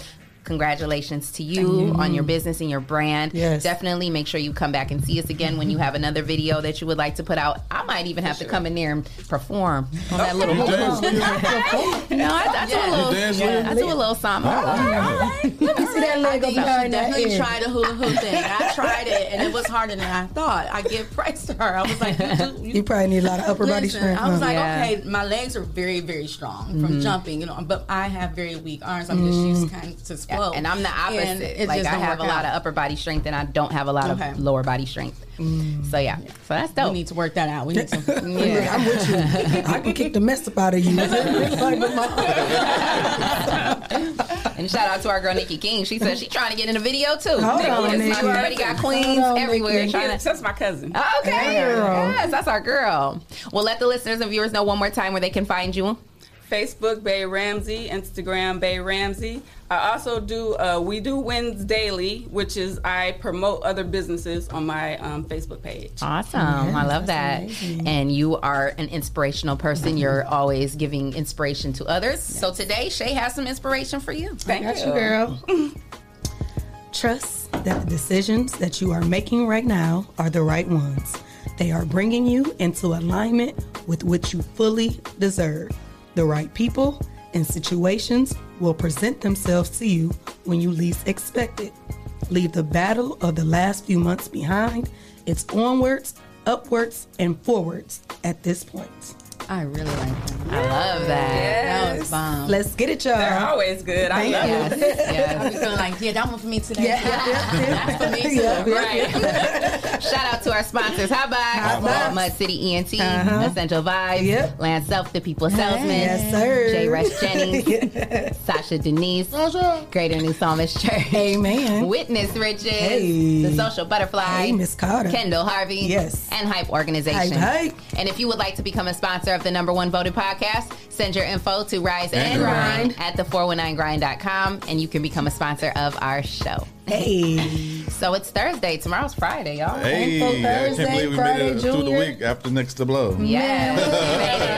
Congratulations to you,
Thank you.
on your business and your brand.
Yes.
Definitely make sure you come back and see us again when you have another video that you would like to put out. I might even have to come in there and perform on that little.
You dance, you
No, I, I do a little.
You dance,
yeah, I do a little something.
Let me see that leg
go
I think
back.
she definitely
Yeah.
tried the hula hoop thing. I tried it, and it was harder than I thought. I give praise to her. I was like, you do
You probably need a lot of upper body
Listen,
strength.
I was
huh?
like, okay, my legs are very, very strong from
Mhm.
jumping, you know, but I have very weak arms. I'm
Mm.
just used kind of to swell.
and I'm the
And
opposite.
it
like
just
I
don't
have a
work
lot
out.
of upper body strength, and I don't have a lot
Okay.
of lower body strength. So yeah, so that's dope. We need
to work that out. We need to.
Look, I'm with you. I can kick the mess up out of you. Like, but my-
And shout out to our girl Nikki King. She said she trying to get in a video too.
Hold
Nikki,
on,
is-
Nikki.
we already got queens
Hold on,
everywhere
Nikki.
trying to.
That's my cousin.
Okay,
Girl.
yes, that's our girl. Well, let the listeners and viewers know one more time where they can find you.
Facebook Bay Ramsey, Instagram Bay Ramsey. I also do uh, we do wins daily, which is I promote other businesses on my um, Facebook page.
Awesome. I love that. And you are an inspirational person. You're always giving inspiration to others. So today, Shay has some inspiration for you. Thank
got you, girl. Trust that the decisions that you are making right now are the right ones. They are bringing you into alignment with what you fully deserve. The right people and situations will present themselves to you when you least expect it. Leave the battle of the last few months behind. It's onwards, upwards, and forwards at this point.
I really like
that.
I love that.
That was bomb.
Let's get it, y'all.
They're always good. I love
yes,
it.
yes. I'm feeling like, yeah, that one for me today.
Yeah,
That's for me too.
Right. Shout out to our sponsors. How about Mud City ENT, Essential Vibes, Land Self, The People Salesman,
Uh-huh. Yes, sir.
J. Rush Jennings, Sasha Denise, Greater New Psalmist Church,
Amen.
Witness Riches,
Hey.
The Social Butterfly,
Hey, Miss Carter.
Kendall Harvey,
Yes.
and Hype Organization.
Hype,
And if you would like to become a sponsor of the number one voted podcast, send your info to Rise and,
And
grind, at the419grind.com and you can become a sponsor of our show.
Hey.
So it's Thursday. Tomorrow's Friday, y'all.
Hey, I can't believe we made it through the week after next to blow.
Yeah.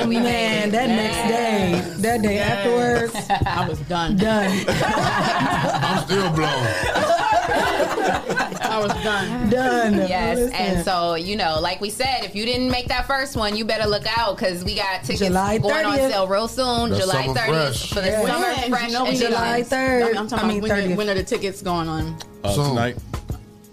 Man, that next day, that day afterwards, I
was done.
Done.
I'm still blown.
I was done.
Done.
Yes,
Listen.
and so you know, like we said, if you didn't make that first one, you better look out because we got tickets
July
going on
30th.
sale real soon,
The
July
summer fresh.
thirtieth for the
Yeah.
summer
When?
fresh.
You know
and
when July
July.
I'm, I'm talking about when, are, when are the tickets going on?
Uh, tonight.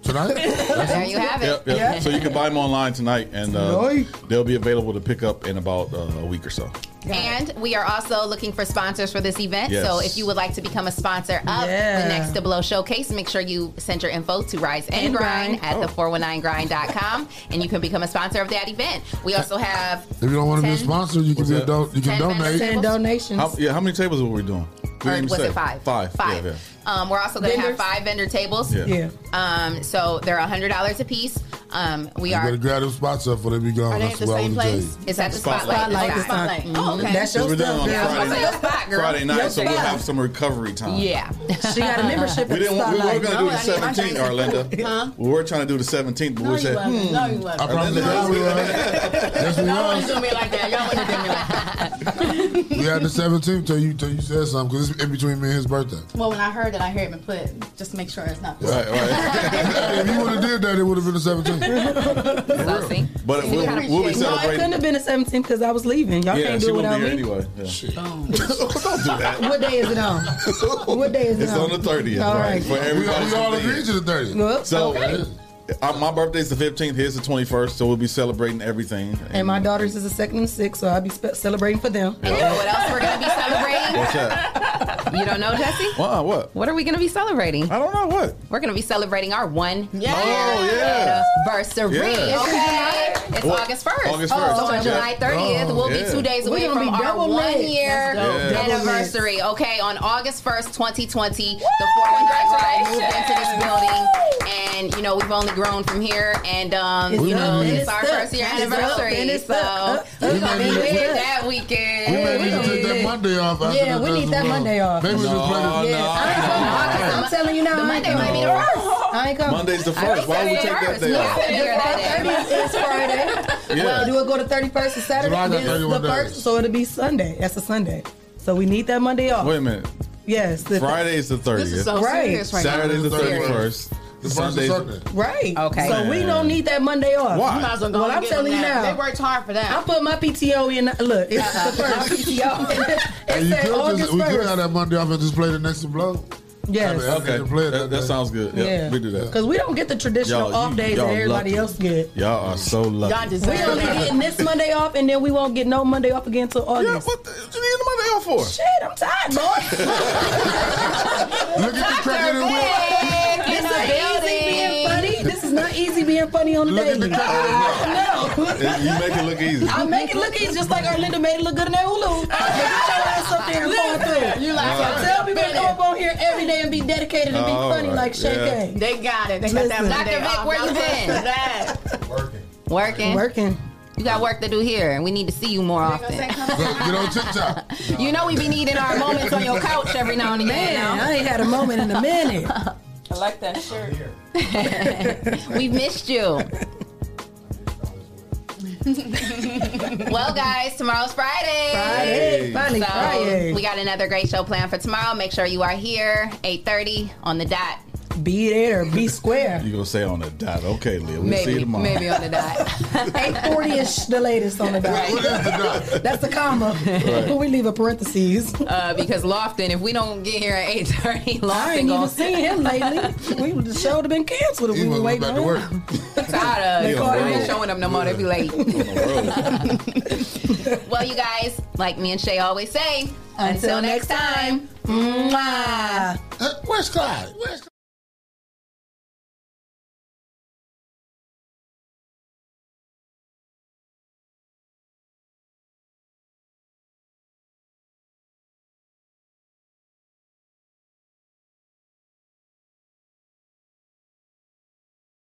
Tonight?
There you have it.
Yep, yep. So you can buy them online tonight, and uh, they'll be available to pick up in about uh, a week or so.
And we are also looking for sponsors for this event.
Yes.
So if you would like to become a sponsor of the Next to Blow Showcase, make sure you send your info to Rise and,
And
Grind,
Grind.
at
Oh.
the419grind.com and you can become a sponsor of that event. We also have
If you don't want to be a sponsor, you can
What's
be a
that?
don- you can
Ten
donate.
minutes. Ten
donations.
How, yeah, how many tables were we doing?
Or
didn't even
was it
say.
five?
Five.
Five.
Yeah, yeah.
Um, we're also going to have five vendor tables.
Yeah. Yeah.
Um, so they're hundred dollars a piece. Um, we
you
are.
better grab them spots up before they be gone.
Are they
That's
at the
what I
same
was gonna
place?
tell you.
It's at the Spotlight.
Spotlight
It's
this time. Mm-hmm.
Spotlight. Oh, okay.
That's your
We're doing
stuff,
on
girl.
Friday,
Your spot, girl.
Friday night,
Your
so we'll
spot.
have some recovery time.
Yeah.
She got a membership.
We didn't. We were going to do the
No, I need my
17th,
drink.
Orlando.
Huh?
We were trying to do the 17th, but
No,
we
you
said,
wasn't.
hmm.
No, you wasn't. I
promise you, we
Y'all wouldn't do me like that. Y'all wouldn't do me like that.
We had the 17th till you till you said something because it's in between me and his birthday.
Well, when I heard it, I heard it been put. Just make sure it's not.
Right, right. if you would have did that, it would have been the 17th.
But
See, we'll- we
we'll be
No, it
celebrating-
couldn't have been the 17th because I was leaving. Y'all
yeah,
can't
she
do it
won't
without
be here
me.
anyway. Yeah.
Boom.
Don't do that.
What day is it on? What day is it
It's on the 30th.
Oh, All
right.
right.
For everybody
We- we all
to be
agreed
here.
to the 30th.
Well,
So,
okay.
uh, my birthday's the 15th. Here's the 21st. So, we'll be celebrating everything.
And my daughter's is a second and sixth, so I'll be spe- celebrating for them.
You know what else we're going to be celebrating?
What's that?
You
Oh,
don't know, Jesse?
Wow, what?
What are we going to be celebrating? I
don't know what.
We're going to be celebrating our one year
Oh, yeah.
anniversary.
Yeah.
Okay. It's
Well,
August 1st.
August 1st.
So on
Yeah.
July 30th, we'll
Oh,
be two
yeah.
days
We're
away
gonna
from
be
our
double
one
lit.
year
Let's go. Yeah. Double lit.
anniversary. Okay. On August 1st, 2020, the 419 Grind moved into this building. And, you know, we've only grown from here. And, um,
It's
you know,
up, and
it's
it's
our
up,
first year
and it's up, and
anniversary.
it's
So
up, Uh,
we're
We
going
may
to be
need to
lit
take-
that weekend.
We may need to take that Monday off. After
Yeah,
that
we need
as
that
well.
Monday off.
Maybe we just play
No,
this.
no, Yeah,
I'm telling you now.
The
I
Monday
ain't
might be the
coming.
first.
I ain't coming.
Monday's the first. Why would we take that day off?
It's Friday.
Yeah.
Well, do it go to 31st and Saturday?
July got
Then it's
31
the first, so it'll be Sunday. That's a Sunday. So we need that Monday off.
Wait a minute.
Yes. the-
Friday is the 30th.
so Right. serious right now.
Saturday's the
This is serious.
31st. The
first is
Sunday's
Sunday.
Right.
Okay.
So we don't need that Monday off.
Why?
You might as well go
well,
and
I'm
get
telling
them
you
that.
now.
They worked hard for that.
I put my PTO in. Look, it's
Uh-uh.
the first PTO.
And
it
you
said
could
August
just, we could
first.
have that Monday off and just play the next blow.
Yes.
I mean, I
Okay.
can play it
That, that sounds good. Yeah,
Yeah.
we do that.
Because we don't get the traditional
Y'all- you-
off days
y'all
that everybody
lucky.
else get.
Y'all are so lucky.
We only getting this Monday off, and then we won't get no Monday off again till August.
what the, you need the Monday off for?
Shit, I'm tired, Lord.
Look at the crack in the whip.
This is not easy being funny. This is not easy being being funny on the
Look at
daily.
the camera.
no.
You make it look easy.
I make it look easy, just like Orlando made it look good in that Hulu. Get your ass up there and fall
Listen,
through.
you
Uh,
like
so
it.
tell people to come up on here every day and be dedicated and be
All
funny
right,
like Shay
yeah.
K.
They got it. They got that
Dr. Vic, where you been? Working.
Working.
You got work to do here, and we need to see you more often.
Get on TikTok.
You know we be needing our moments on your couch every now and again.
Man,
you know?
I ain't had a moment in a minute.
I like that shirt.
We've missed you. well, guys, tomorrow's Friday.
Friday. Finally
so
Friday.
We got another great show planned for tomorrow. Make sure you are here, 8.30 on the dot.
Be there, be square.
You gonna say on the dot? Okay, Leah. We'll see you tomorrow.
on the dot.
840 ish, the latest on the dot. That's the comma. But we leave a parentheses.
Uh, because Lofton, if we don't get here at 8.30, Lofton
I ain't
gonna
even seen him lately. We would the show would have been canceled if we were waiting on him.
tired of
He
it.
on the
They ain't
road.
showing up no more. They be late. well, you guys, like me and Shay always say, until, next time. Mwah.
Uh,
Where's Clyde? Where-